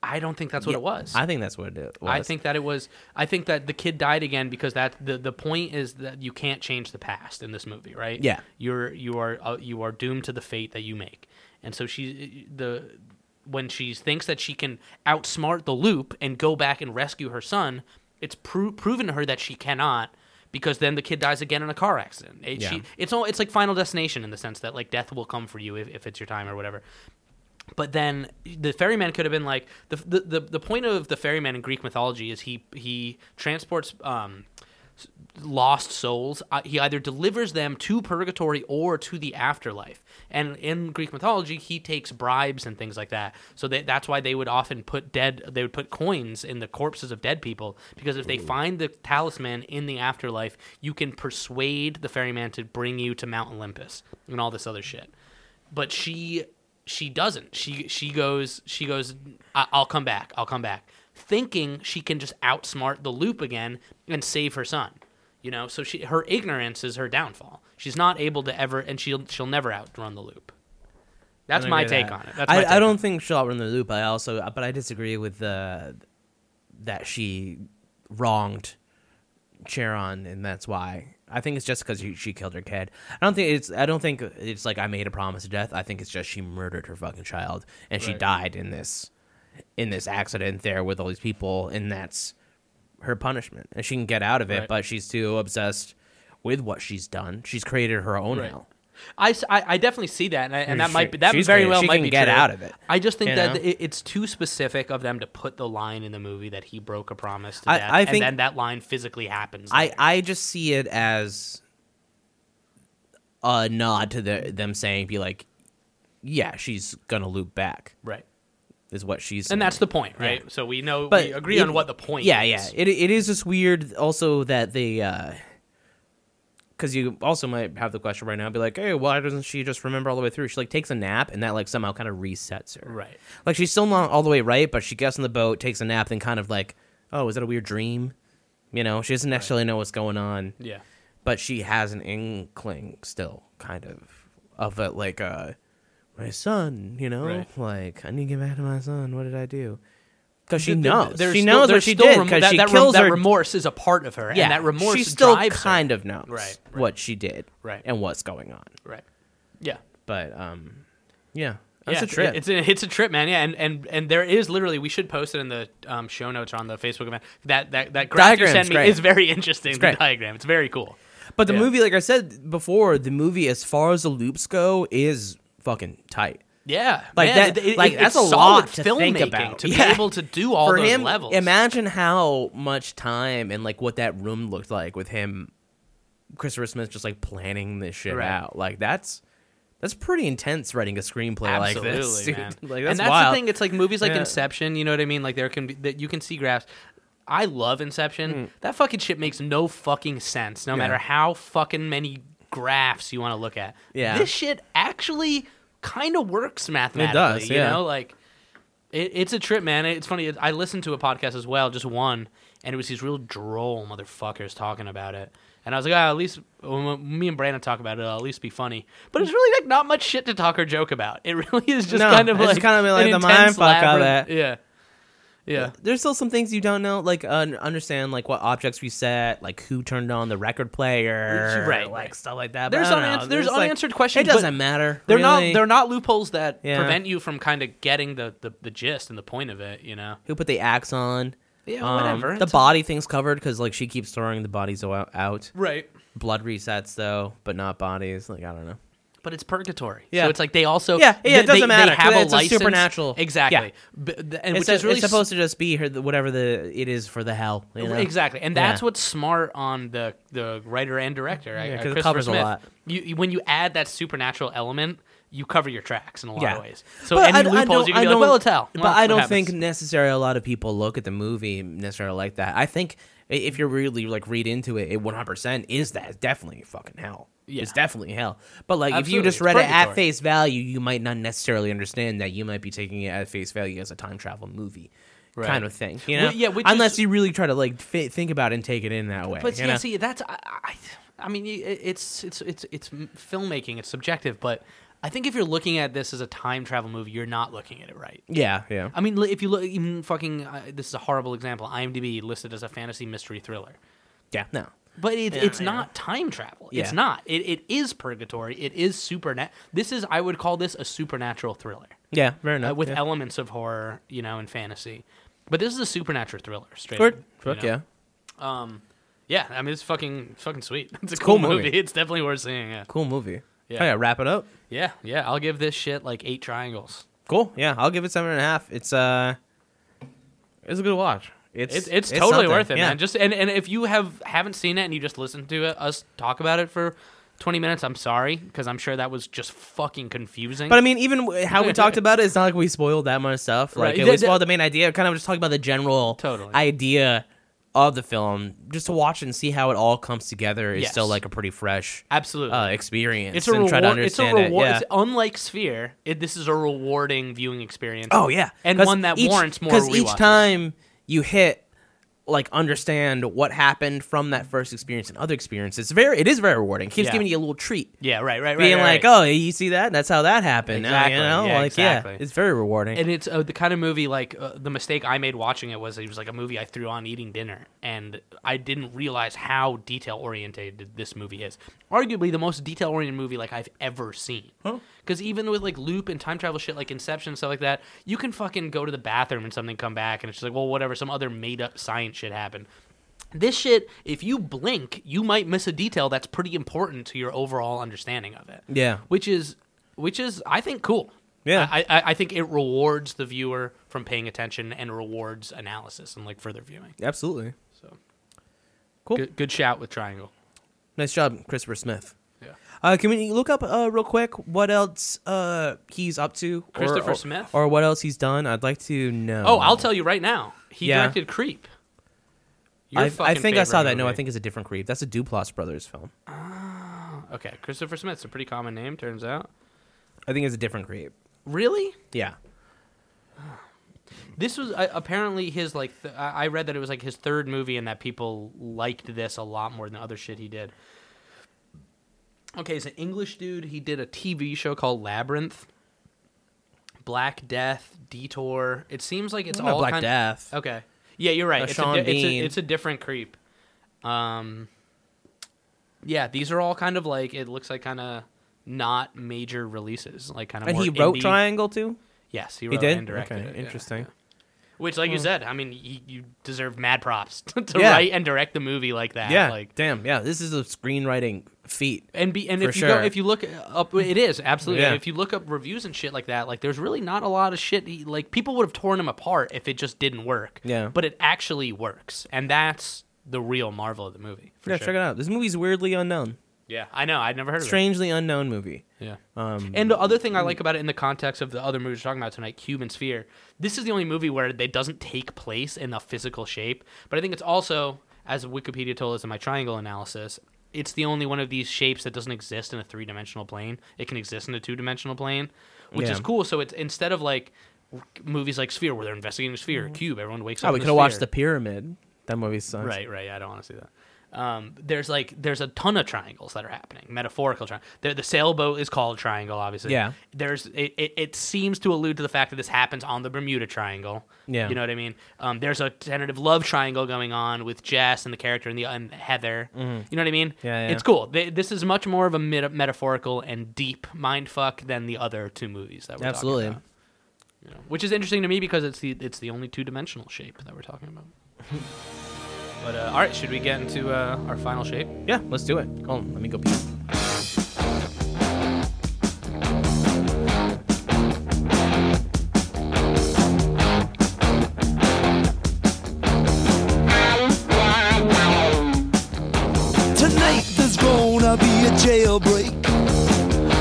B: I don't think that's what
A: Yeah,
B: it was.
A: I think that's what it was.
B: I think that it was. I think that the kid died again because that the, the point is that you can't change the past in this movie, right?
A: Yeah.
B: you're you are uh, you are doomed to the fate that you make, and so she the when she thinks that she can outsmart the loop and go back and rescue her son, it's pro- proven to her that she cannot because then the kid dies again in a car accident. It-
A: Yeah.
B: she- it's all it's like Final Destination in the sense that like death will come for you if, if it's your time or whatever. But then the ferryman could have been like the the, the, the point of the ferryman in Greek mythology is he he transports um, s- lost souls. Uh, He either delivers them to purgatory or to the afterlife. And in Greek mythology, he takes bribes and things like that. So they, that's why they would often put dead they would put coins in the corpses of dead people because if they find the talisman in the afterlife, you can persuade the ferryman to bring you to Mount Olympus and all this other shit but she she doesn't she she goes she goes I- i'll come back i'll come back thinking she can just outsmart the loop again and save her son you know so she her ignorance is her downfall she's not able to ever and she'll she'll never outrun the loop that's my take on it that's my
A: I,
B: take
A: I
B: on
A: don't
B: it.
A: think she'll outrun the loop. I also, but I disagree with the that she wronged Charon, and that's why. I think it's just because she, she killed her kid. I don't think it's. I don't think it's like I made a promise of death. I think it's just she murdered her fucking child, and she
B: Right.
A: died in this in this accident there with all these people, and that's her punishment. And she can get out of it,
B: Right.
A: but she's too obsessed with what she's done. She's created her own
B: Right.
A: hell.
B: I, s- I- I definitely see that, and, I, and that
A: She-
B: might be that
A: she's
B: very
A: great.
B: well
A: She
B: might
A: can
B: be
A: get
B: true.
A: out of it,
B: I just think
A: you
B: that
A: know?
B: it, it's too specific of them to put the line in the movie that he broke a promise to
A: I-
B: death,
A: I
B: and
A: think-
B: then that line physically happens.
A: I,
B: later.
A: I just see it as a nod to the, them saying, be like, yeah, she's gonna loop back,
B: right.
A: is what she's saying.
B: And that's the point, right?
A: Yeah.
B: So we know
A: But
B: we agree
A: it-
B: on what the point
A: yeah, yeah.
B: is.
A: It, it is just weird also that they, because you also might have the question right now, be like, hey, why doesn't she just remember all the way through? She like takes a nap and that like somehow kind of resets her.
B: Right.
A: Like she's still not all the way right, but she gets on the boat, takes a nap, then kind of like, oh, is that a weird dream? You know, she doesn't necessarily know what's going on.
B: Yeah.
A: but she has an inkling still kind of of it like uh my son you know
B: Right.
A: like i need to get back to my son what did i do because she
B: Th- th-
A: knows
B: there's
A: she
B: still-
A: knows
B: there's
A: what she
B: still
A: did
B: rem-
A: because
B: that-
A: she
B: that rem-
A: kills
B: that
A: her
B: remorse is a part of her,
A: yeah
B: and that remorse
A: she still
B: drives
A: kind
B: her.
A: of knows
B: Right, right.
A: what she did
B: Right.
A: and what's going on
B: right. Yeah.
A: but um yeah that's
B: yeah,
A: a trip
B: it- It's a, it's a trip, man. Yeah, and, and and there is literally we should post it in the um, show notes on the Facebook event. That that that graph you
A: Diagram's
B: sent me
A: great.
B: is very interesting. the
A: great.
B: diagram, it's very cool.
A: But the
B: Yeah.
A: movie, like I said before, the movie, as far as the loops go, is fucking tight.
B: Yeah,
A: Like
B: man,
A: that-
B: it- it-
A: like,
B: it's
A: that's a
B: solid
A: lot to think
B: filmmaking
A: about.
B: to
A: Yeah.
B: be able to do all
A: for
B: those
A: him,
B: levels.
A: imagine how much time and like what that room looked like with him, Christopher Smith, just like planning this shit
B: Right.
A: out. Like that's that's pretty intense writing a screenplay
B: Absolutely,
A: like this. dude.
B: man.
A: Like that's,
B: and that's
A: wild.
B: the thing. It's like movies like
A: Yeah.
B: Inception. You know what I mean? Like there can be that you can see graphs. I love Inception.
A: Mm.
B: That fucking shit makes no fucking sense. No matter how fucking many graphs you want to look at.
A: Yeah.
B: this shit actually kind of works mathematically. You
A: yeah.
B: know, like it, it's a trip, man. It's funny. I listened to a podcast as well, just one, and it was these real droll motherfuckers talking about it. And I was like, ah, at least when me and Brandon talk about it, it'll at least be funny. But it's really like not much shit to talk or joke about. It really is just
A: No,
B: kind of
A: it's
B: like
A: kind of like
B: an
A: the
B: intense
A: mindfuck of
B: labyrinth- Yeah, Yeah.
A: There's still some things you don't know, like un- understand, like what objects reset, like who turned on the record player,
B: Right,
A: like
B: right.
A: stuff like that.
B: There's
A: but I don't
B: unans-
A: know.
B: there's
A: like-
B: unanswered questions,
A: It
B: but
A: doesn't matter.
B: They're
A: really.
B: not they're not loopholes that
A: Yeah.
B: prevent you from kind of getting the, the the gist and the point of it. You know.
A: who put the axe on.
B: Yeah,
A: Um,
B: whatever.
A: The
B: It's-
A: body thing's covered because like she keeps throwing the bodies o- out.
B: Right.
A: Blood resets though, but not bodies. Like I don't know.
B: But it's purgatory.
A: Yeah.
B: So it's like they also
A: Yeah, yeah, it
B: they-
A: doesn't
B: they,
A: matter,
B: They have
A: 'cause
B: a
A: it's a
B: license.
A: supernatural- yeah.
B: Exactly. B- th- and
A: It's,
B: which is really
A: it's supposed to just be her whatever the it is for the hell. you know?
B: Exactly, and that's
A: Yeah.
B: what's smart on the the writer and director. I-
A: Yeah,
B: I-
A: 'cause it
B: Christopher
A: covers a
B: Smith.
A: lot.
B: You, you- when you add that supernatural element, you cover your tracks in a lot
A: Yeah.
B: of ways. So
A: But
B: any
A: I- I
B: loopholes,
A: don't-
B: you
A: I
B: can be like,
A: don't-
B: well, it's hell.
A: But
B: Well,
A: I
B: what
A: don't
B: happens?
A: think necessarily a lot of people look at the movie necessarily like that. I think i- if you really like read into it, it 100% is that it's definitely fucking hell. It's
B: Yeah.
A: definitely hell. But like if you
B: Absolutely,
A: just
B: it's
A: read it at
B: purgatory.
A: face value, you might not necessarily understand that. You might be taking it at face value as a time travel movie.
B: Right.
A: Kind of thing, you know.
B: Well, yeah, which
A: unless
B: is-
A: you really try to like fi- think about it and take it in that way.
B: But
A: you
B: yeah,
A: know?
B: see, that's I, I, I mean, you- it- it's it's it's it's m- filmmaking. It's subjective, but I think if you're looking at this as a time travel movie, you're not looking at it right.
A: yeah, yeah.
B: I mean, li- if you look, even fucking, uh, this is a horrible example. IMDb listed as a fantasy mystery thriller.
A: Yeah, no.
B: But it,
A: Yeah,
B: it's
A: yeah.
B: not time travel.
A: Yeah.
B: It's not. It, it is purgatory. It is supernat. This is I would call this a supernatural thriller
A: Yeah, fair enough.
B: uh, with
A: yeah.
B: elements of horror, you know, and fantasy. But this is a supernatural thriller, straight.
A: Sure,
B: up, you
A: fuck
B: know?
A: yeah.
B: Um, yeah. I mean, it's fucking it's fucking sweet. It's a
A: cool
B: cool, movie.
A: movie.
B: It's definitely worth seeing. Yeah.
A: Cool movie.
B: Yeah.
A: All right, wrap it up.
B: Yeah. Yeah. I'll give this shit like eight triangles.
A: Cool. Yeah, I'll give it seven and a half. It's uh, it's a good watch. It's
B: It's, it's, totally
A: something.
B: worth it,
A: Yeah.
B: man. Just and, and if you have haven't seen it and you just listened to it, us talk about it for twenty minutes, I'm sorry because I'm sure that was just fucking confusing.
A: but I mean, even w- how we talked about it, it's not like we spoiled that much stuff. Like
B: Right.
A: it
B: Yeah,
A: we
B: yeah.
A: spoiled the main idea. Kind of just talking about the general
B: Totally.
A: idea of the film, just to watch and see how it all comes together is
B: Yes.
A: still like a pretty fresh
B: Absolutely.
A: uh, experience.
B: it's a
A: and
B: reward.
A: try to
B: it's a
A: understand
B: reward.
A: It. Yeah.
B: It's unlike Sphere. It, this is a rewarding viewing experience.
A: Oh yeah,
B: and
A: 'Cause
B: one that
A: each-
B: warrants more.
A: Because each
B: rewatches.
A: time you hit, like, understand what happened from that first experience and other experiences. It's very, it is very rewarding. Keeps
B: Yeah.
A: giving you a little treat,
B: yeah, right, right, right.
A: being like,
B: right, right.
A: "Oh, you see that? That's how that happened." Now,
B: Exactly.
A: You know,
B: Yeah,
A: like, yeah,
B: exactly.
A: it's very rewarding.
B: And it's uh, the kind of movie like uh, the mistake I made watching it was it was like a movie I threw on eating dinner, and I didn't realize how detail oriented this movie is. Arguably the most detail oriented movie like I've ever seen. Because even with like loop and time travel shit like Inception and stuff like that, you can fucking go to the bathroom and something come back, and it's just like well whatever some other made up science shit happened. This shit, if you blink, you might miss a detail that's pretty important to your overall understanding of it.
A: Yeah.
B: Which is which is I think cool.
A: Yeah.
B: I, I, I think it rewards the viewer from paying attention and rewards analysis and like further viewing.
A: Absolutely,
B: So
A: Cool.
B: Good, good shout with triangle.
A: nice job, Christopher Smith.
B: Yeah.
A: Uh, can we look up uh, real quick what else uh, he's up to? or-
B: Christopher
A: or-
B: Smith?
A: or what else he's done? I'd like to know.
B: Oh, I'll tell you right now. He
A: Yeah.
B: directed Creep. Your
A: I, I
B: fucking
A: think I
B: favorite
A: saw that. No, I
B: movie.
A: think it's a different creep. That's a Duplass Brothers film.
B: Okay, Christopher Smith's a pretty common name, turns out.
A: I think it's a different creep.
B: Really?
A: Yeah.
B: This was uh, apparently his like. Th- I I read that it was like his third movie, and that people liked this a lot more than other shit he did. Okay, he's an English dude. He did a TV show called Labyrinth, Black Death, Detour. It seems like it's
A: What about
B: all
A: Black
B: kind-
A: Death?
B: Okay, yeah, you're right.
A: Uh,
B: it's,
A: Sean
B: a di- it's,
A: Bean.
B: a, it's a different creep. Um, yeah, these are all kind of like it looks like kind of not major releases, like kind of.
A: And
B: more
A: he wrote
B: indie-
A: Triangle too.
B: Yes, he
A: He
B: wrote
A: did.
B: and directed
A: okay,
B: it, yeah,
A: interesting.
B: yeah. Which, like you said, I mean, you, you deserve mad props to
A: Mm. Yeah.
B: write and direct the movie like that.
A: Yeah,
B: like
A: damn. Yeah, this is a screenwriting feat.
B: and be and
A: For
B: if you
A: sure.
B: go if you look up, it is absolutely.
A: Yeah.
B: And If you look up reviews and shit like that, like there's really not a lot of shit. He, like people would have torn him apart if it just didn't work.
A: Yeah.
B: but it actually works, and that's the real marvel of the movie. For
A: yeah,
B: sure.
A: check it out. This movie's weirdly unknown,
B: Yeah, I know. I'd never heard
A: strangely unknown movie.
B: of it. Yeah.
A: Um,
B: And the other thing I like about it in the context of the other movies we're talking about tonight, Cuban Sphere, this is the only movie where it doesn't take place in a physical shape. But I think it's also, as Wikipedia told us in my triangle analysis, it's the only one of these shapes that doesn't exist in a three dimensional plane. It can exist in a two dimensional plane, which
A: Yeah.
B: is cool. So it's instead of like w- movies like Sphere, where they're investigating a sphere, Cube, everyone wakes up.
A: Mm-hmm. oh, we
B: in a
A: could have watched
B: sphere.
A: the Pyramid. That movie sucks.
B: Right, right. I don't want to see that. Um, there's like there's a ton of triangles that are happening, metaphorical triangles. The, the sailboat is called Triangle, obviously.
A: Yeah.
B: There's it, it, it seems to allude to the fact that this happens on the Bermuda Triangle.
A: Yeah.
B: You know what I mean? Um, there's a tentative love triangle going on with Jess and the character and the and Heather. You know what I mean?
A: Mm-hmm. Yeah, yeah.
B: It's cool. They, this is much more of a meta- metaphorical and deep mind fuck than the other two movies that we're
A: Absolutely.
B: talking about. You know, which is interesting to me because it's the it's the only two dimensional shape that we're talking about. but uh, all right, should we get into uh, our final shape?
A: Yeah, let's do it. Hold on, let me go pee.
F: Tonight there's gonna be a jailbreak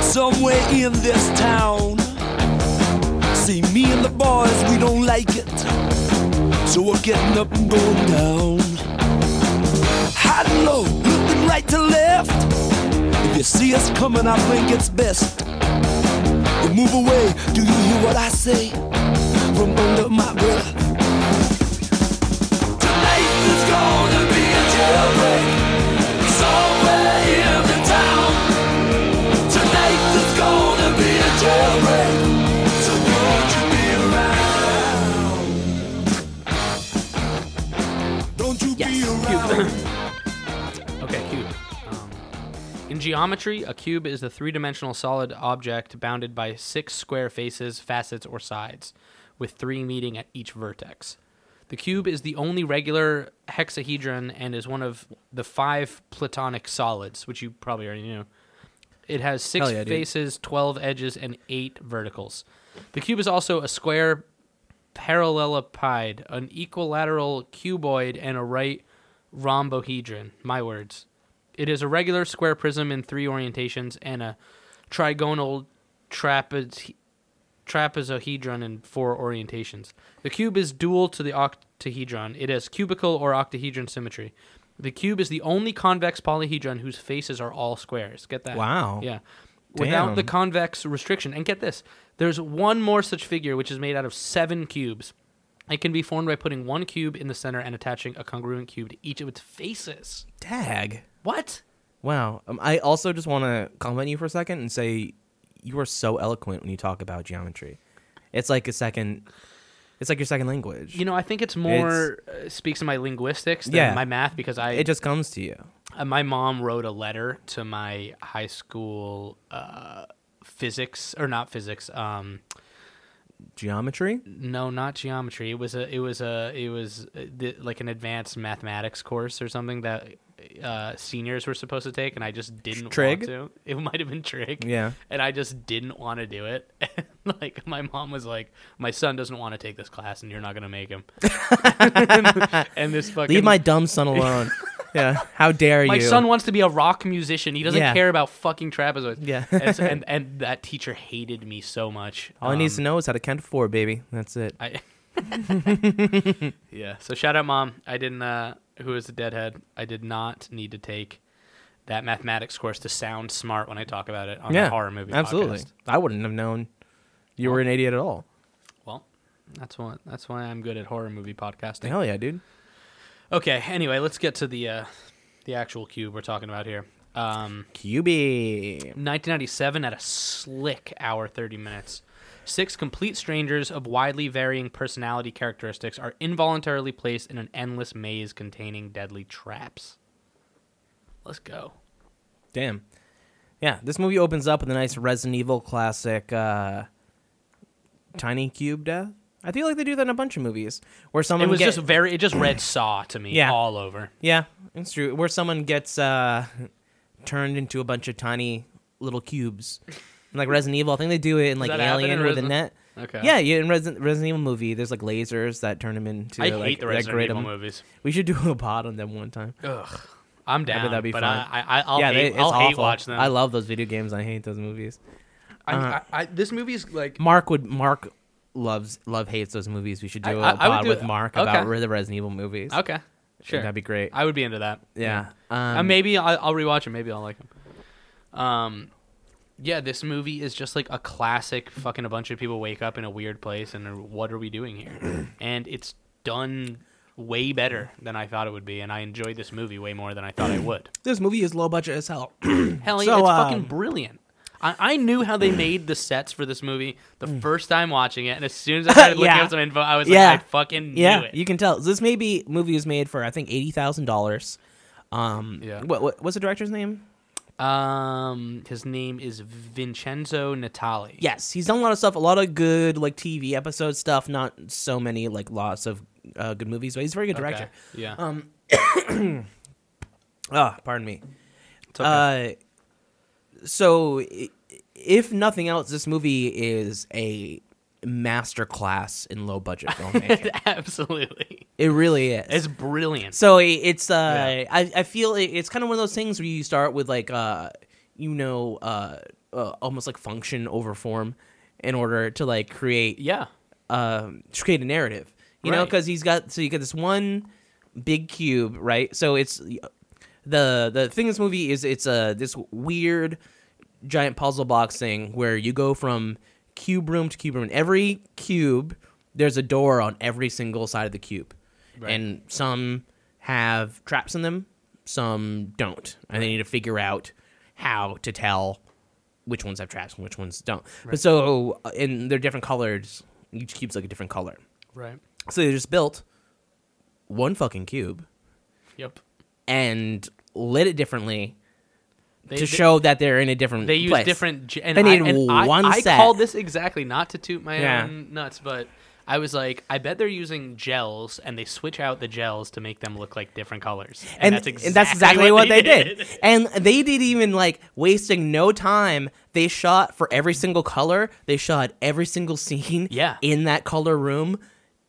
F: somewhere in this town. See, me and the boys, we don't like it, so we're getting up and going down. High and low, looking right to left. If you see us coming, I think it's best. We move away, do you hear what I say? From under my breath. Tonight there's gonna be a jailbreak. Somewhere in the town Tonight there's gonna be a jailbreak So won't you be around Don't you be around
B: Okay, cube. Um, in geometry, a cube is a three-dimensional solid object bounded by six square faces, facets, or sides, with three meeting at each vertex. The cube is the only regular hexahedron and is one of the five platonic solids, which you probably already knew. It has six
A: Hell yeah, dude.
B: faces, 12 edges, and eight verticals. The cube is also a square parallelepiped, an equilateral cuboid, and a right rhombohedron. My words. It is a regular square prism in three orientations and a trigonal trapez- trapezohedron in four orientations. The cube is dual to the octahedron. It has cubical or octahedron symmetry. The cube is the only convex polyhedron whose faces are all squares. Get that?
A: Wow.
B: Yeah. Without the
A: Damn.
B: convex restriction. And get this there's one more such figure, which is made out of seven cubes. It can be formed by putting one cube in the center and attaching a congruent cube to each of its faces.
A: Dag.
B: What?
A: Wow. Um, I also just want to comment you for a second and say you are so eloquent when you talk about geometry. It's like a second. It's like your second language.
B: You know, I think it's more uh, speaks to my linguistics than
A: Yeah.
B: my math because I
A: it just comes to you.
B: uh, my mom wrote a letter to my high school uh, physics or not physics um,
A: Geometry.
B: no not geometry it was a it was a it was uh, the, like an advanced mathematics course or something that uh, seniors were supposed to take and i just didn't
A: Trig?
B: want to it might have been trig
A: Yeah.
B: and i just didn't want to do it and like my mom was like my son doesn't want to take this class and you're not going to make him and this fucking
A: Leave my dumb son alone. yeah. How dare
B: my
A: you?
B: son wants to be a rock musician. He doesn't
A: Yeah.
B: care about fucking trapezoids.
A: Yeah.
B: and, so- and and that teacher hated me so much.
A: All he needs to
B: Um,
A: know is how to count to four, baby. That's it.
B: I yeah. So shout out mom. I didn't. Uh, who is a deadhead? I did not need to take that mathematics course to sound smart when I talk about it on a horror movie.
A: Absolutely.
B: podcast.
A: I wouldn't have known you were an idiot at all.
B: Well, that's why that's why I'm good at horror movie podcasting.
A: Hell yeah, dude.
B: Okay. Anyway, let's get to the uh, the actual cube we're talking about here. Um,
A: QB.
B: 1997 at a slick hour 30 minutes. Six complete strangers of widely varying personality characteristics are involuntarily placed in an endless maze containing deadly traps. Let's go.
A: Damn. Yeah, this movie opens up with a nice Resident Evil classic uh, tiny cube death. I feel like they do that in a bunch of movies where someone
B: It was
A: get-
B: just very it just read saw to me
A: Yeah.
B: all over.
A: yeah, it's true. Where someone gets uh, turned into a bunch of tiny little cubes. And like Resident Evil, I think they do it in like
B: that happen
A: Alien
B: in
A: with a
B: Resi-
A: net.
B: Okay.
A: Yeah, yeah. In Resident, Resident Evil movie, there's like lasers that turn them into.
B: I
A: like,
B: hate the
A: that
B: Resident
A: grade
B: Evil
A: them.
B: movies.
A: We should do a pod on them one time.
B: Ugh. I'm down,
A: that'd be
B: but
A: fun.
B: I, I, I'll,
A: yeah, they-
B: hate,
A: it's
B: I'll hate
A: awful.
B: watch them.
A: I love those video games. I hate those movies.
B: I, I, I, this movie's like
A: Mark would Mark loves love hates those movies. We should do
B: I-
A: a
B: I- I would
A: pod
B: do
A: with
B: it.
A: Mark
B: Okay.
A: about the Resident Evil movies.
B: okay, sure,
A: that'd be great.
B: I would be into that.
A: yeah,
B: Uh,
A: Um,
B: maybe I'll, I'll rewatch it. Maybe I'll like him. Um, yeah, this movie is just like a classic. Fucking a bunch of people wake up in a weird place, and are, what are we doing here? and it's done way better than I thought it would be, and I enjoyed this movie way more than I thought I would.
A: This movie is low budget as hell.
B: Hell yeah,
A: So,
B: it's
A: um,
B: fucking brilliant. I, I knew how they made the sets for this movie the first time watching it, and as soon as I started looking
A: Mm. Yeah.
B: up some info, I was
A: Yeah.
B: like, I fucking knew
A: yeah,
B: it.
A: you can tell this maybe movie was made for I think eighty thousand dollars. Um,
B: Yeah.
A: What, what what's the director's name?
B: Um, his name is Vincenzo Natali.
A: Yes, he's done a lot of stuff, a lot of good like TV episode stuff. Not so many like lots of uh, good movies, but he's a very good
B: Okay.
A: director. Um,
B: Yeah.
A: Ah, pardon me.
B: It's okay.
A: Uh, so, i- if nothing else, this movie is a masterclass in low budget filmmaking.
B: Absolutely.
A: it really is.
B: It's brilliant.
A: so i- it's uh,
B: Yeah.
A: I I feel it, it's kind of one of those things where you start with like uh, you know uh, uh almost like function over form in order to like create
B: yeah.
A: um, to create a narrative. You know, know,
B: Right.
A: because he's got so you get this one big cube, right? So it's the the thing. in This movie is it's a this weird giant puzzle box thing where you go from cube room to cube room. And every cube, there's a door on every single side of the cube,
B: Right.
A: and some have traps in them, some don't, and they need to figure out how to tell which ones have traps and which ones don't. But so, uh, and they're different colors. Each cube's like a different color.
B: Right.
A: So they just built one fucking cube
B: Yep.
A: and lit it differently
B: They,
A: to
B: they-
A: show that they're in a different.
B: they use
A: place.
B: different. ge- And
A: They
B: I,
A: need
B: and I-
A: one
B: I,
A: set.
B: called this exactly not to toot my
A: Yeah.
B: own nuts, but I was like, I bet they're using gels, and they switch out the gels to make them look like different colors.
A: and, and that's exactly what, they, did. And they did even like wasting no time. They shot for every single color. They shot every single scene.
B: Yeah.
A: in that color room.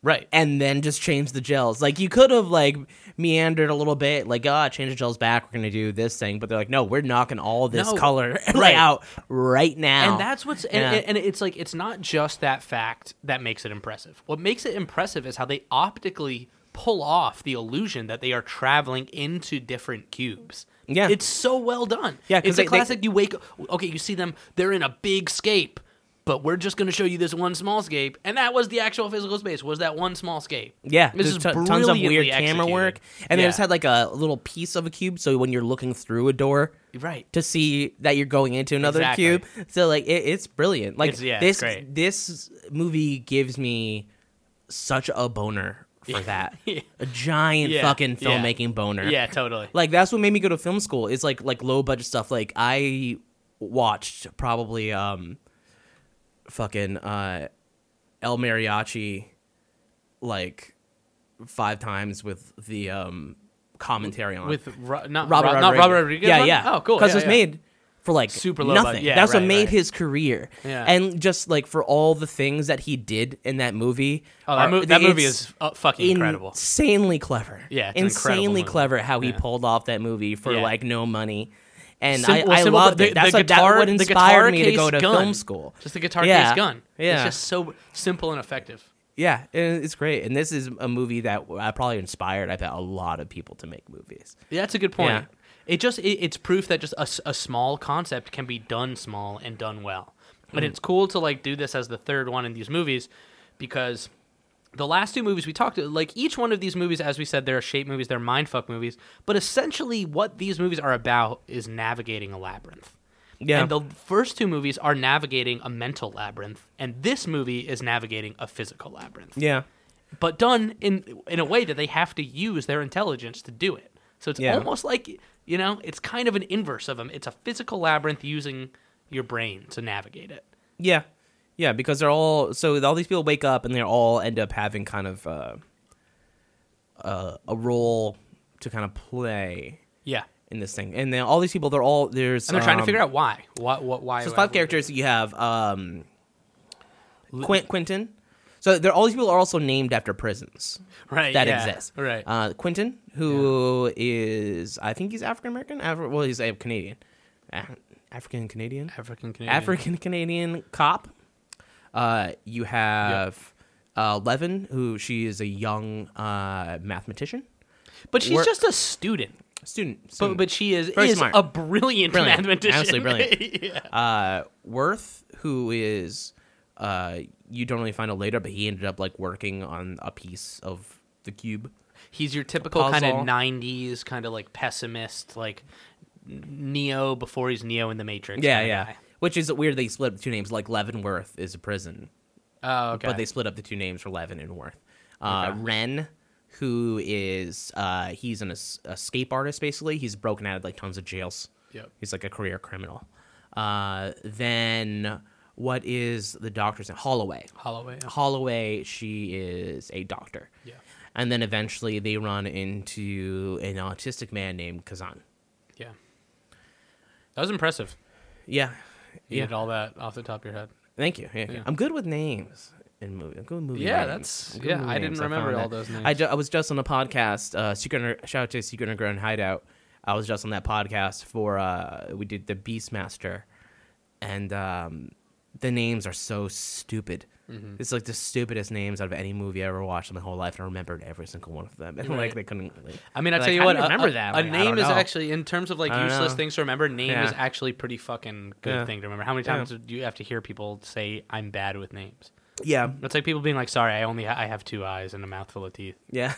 B: Right.
A: and then just change the gels. Like you could have like meandered a little bit, like ah, change the gels back. We're gonna do this thing, but they're like, no, we're knocking all this
B: No.
A: color
B: Right.
A: layout right now.
B: and that's what's and,
A: Yeah.
B: and it's like it's not just that fact that makes it impressive what makes it impressive is how they optically pull off the illusion that they are traveling into different cubes
A: Yeah.
B: it's so well done
A: Yeah, 'cause
B: it's
A: they-
B: a
A: they-
B: classic you wake okay you see them they're in a big scape but we're just going to show you this one small scape and that was the actual physical space was that one small scape
A: yeah,
B: this
A: there's
B: is
A: ton- tons of weird
B: brilliantly
A: camera
B: executed.
A: work, and they
B: Yeah.
A: just had like a little piece of a cube, so when you're looking through a door.
B: right
A: To see that you're going into another
B: Exactly.
A: cube, so like it, it's brilliant. Like
B: It's- yeah,
A: this,
B: it's great.
A: this movie gives me such a boner for that,
B: Yeah.
A: a giant
B: Yeah.
A: fucking
B: Yeah.
A: filmmaking boner.
B: yeah totally
A: like that's what made me go to film school is like like low budget stuff like i watched probably um fucking uh el mariachi like five times with the um commentary on
B: with Ro- not
A: robert,
B: Ro-
A: rodriguez.
B: not robert rodriguez
A: yeah
B: one?
A: yeah
B: oh cool
A: because
B: yeah,
A: it's
B: yeah.
A: made for like
B: Super
A: super
B: low
A: nothing
B: budget. Yeah,
A: that's what
B: right,
A: made
B: right.
A: his career
B: Yeah.
A: and just like for all the things that he did in that movie
B: Oh, that,
A: are-
B: mo- that movie
A: it's-
B: is uh, fucking incredible.
A: insanely clever.
B: Yeah, it's an incredible
A: insanely
B: movie.
A: clever how he
B: Yeah.
A: pulled off that movie for
B: Yeah.
A: like no money, and
B: Sim-
A: I,
B: well,
A: I
B: simple,
A: loved
B: but
A: it. That's what, that what inspired
B: guitar
A: me to go
B: case
A: to
B: gun.
A: film school.
B: Just the guitar
A: Yeah.
B: case gun.
A: Yeah.
B: It's just so simple and effective.
A: Yeah, and it's great. And this is a movie that I probably inspired. I bet a lot of people to make movies.
B: Yeah, that's a good point.
A: Yeah.
B: It just it, it's proof that just a, s- a small concept can be done small and done well. But it's cool to like do this as the third one in these movies because the last two movies we talked like each one of these movies as we said they're shape movies, they're mindfuck movies, but essentially what these movies are about is navigating a labyrinth.
A: Yeah,
B: And the first two movies are navigating a mental labyrinth, and this movie is navigating a physical labyrinth.
A: yeah,
B: But done in in a way that they have to use their intelligence to do it. So it's
A: Yeah.
B: almost like you know, it's kind of an inverse of them. It's a physical labyrinth using your brain to navigate it.
A: yeah, yeah. Because they're all so all these people wake up and they all end up having kind of uh, uh, a role to kind of play
B: Yeah.
A: in this thing. And then all these people, they're all there's
B: And they're trying to
A: um,
B: figure out why. What what why
A: So it's
B: why-
A: five characters. You have um, Quint, Quentin. So they're, all these people are also named after prisons
B: right,
A: that
B: Eh, yeah,
A: exist.
B: Right.
A: Uh, Quentin, who is I think he's African American. Afri- well, he's a Canadian, Ah, African Canadian,
B: African Canadian.
A: African Canadian cop. Uh, you have uh, Levin, who she is a young uh, mathematician
B: But she's
A: We're-
B: just a student.
A: student.
B: But
A: student.
B: but she is
A: Very
B: is
A: smart.
B: a brilliant,
A: Brilliant.
B: mathematician.
A: Absolutely brilliant.
B: Yeah.
A: uh, Worth, who is uh, you don't really find out later, but he ended up like working on a piece of the cube.
B: He's your typical kind
A: Puzzle.
B: of '90s kind of like pessimist, like Neo before he's Neo in the Matrix.
A: Yeah,
B: kinda
A: yeah.
B: guy.
A: Which is weird. They split up the two names. Like Leavenworth is a prison,
B: Oh, okay.
A: but they split up the two names for Levin and Worth. Uh, Ren, who is uh, he's an es- escape artist basically. He's broken out of like tons of jails.
B: Yep.
A: He's like a career criminal. Uh, then what is the doctor's name? Holloway.
B: Holloway.
A: Holloway. She is a doctor.
B: Yeah.
A: And then eventually they run into an autistic man named Kazan.
B: Yeah. That was impressive.
A: Yeah.
B: You
A: Yeah.
B: did all that off the top of your head.
A: Thank you. Yeah, yeah.
B: Yeah.
A: I'm good with names in movie. I'm good with movie
B: Yeah,
A: names.
B: that's-
A: I'm good with
B: yeah,
A: movie
B: I didn't
A: found
B: remember
A: that.
B: all those
A: I,
B: names.
A: ju- I was just on a podcast. Uh, Secret Under- shout out to Secret Underground Hideout. I was just on that podcast for uh, we did the Beastmaster, and um, the names are so stupid.
B: Mm-hmm.
A: It's like the stupidest names out of any movie I ever watched in my whole life, and I remembered every single one of them. And like
B: Right.
A: they couldn't. Like,
B: I mean, I
A: like,
B: tell you
A: how
B: what,
A: do
B: a-
A: remember
B: a,
A: that.
B: A
A: Like, I
B: name
A: don't
B: is
A: know.
B: actually, in terms of like
A: I don't
B: useless
A: know.
B: things to remember, name is
A: Yeah.
B: actually pretty fucking good
A: Yeah.
B: thing to remember. How many times do you have to hear people say "I'm bad with names"?
A: yeah,
B: It's like people being like, "Sorry, I only ha- I have two eyes and a mouthful of teeth."
A: yeah.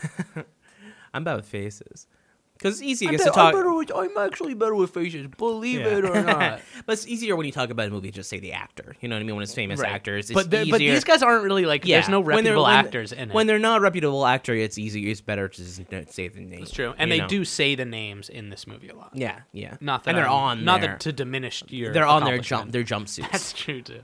A: I'm bad with faces because it's easy. I guess,
B: bet-
A: to talk.
B: with, I'm actually better with faces, believe
A: Yeah.
B: or not.
A: But it's easier when you talk about a movie, just say the actor. You know what I mean? When it's famous
B: Right.
A: actors, it's
B: but the-
A: easier.
B: but these guys aren't really like.
A: Yeah.
B: There's no
A: When they're-
B: reputable
A: when-
B: actors in it.
A: When they're not reputable actor, it's easy. It's better to just not say the name.
B: It's true, and
A: you
B: they
A: know?
B: do say the names in this movie a lot.
A: Yeah, yeah.
B: Not that
A: and they're
B: I'm-
A: on.
B: Not
A: their,
B: that to diminish your.
A: they're on their
B: accomplishment.
A: jump. Their jumpsuits.
B: That's true too.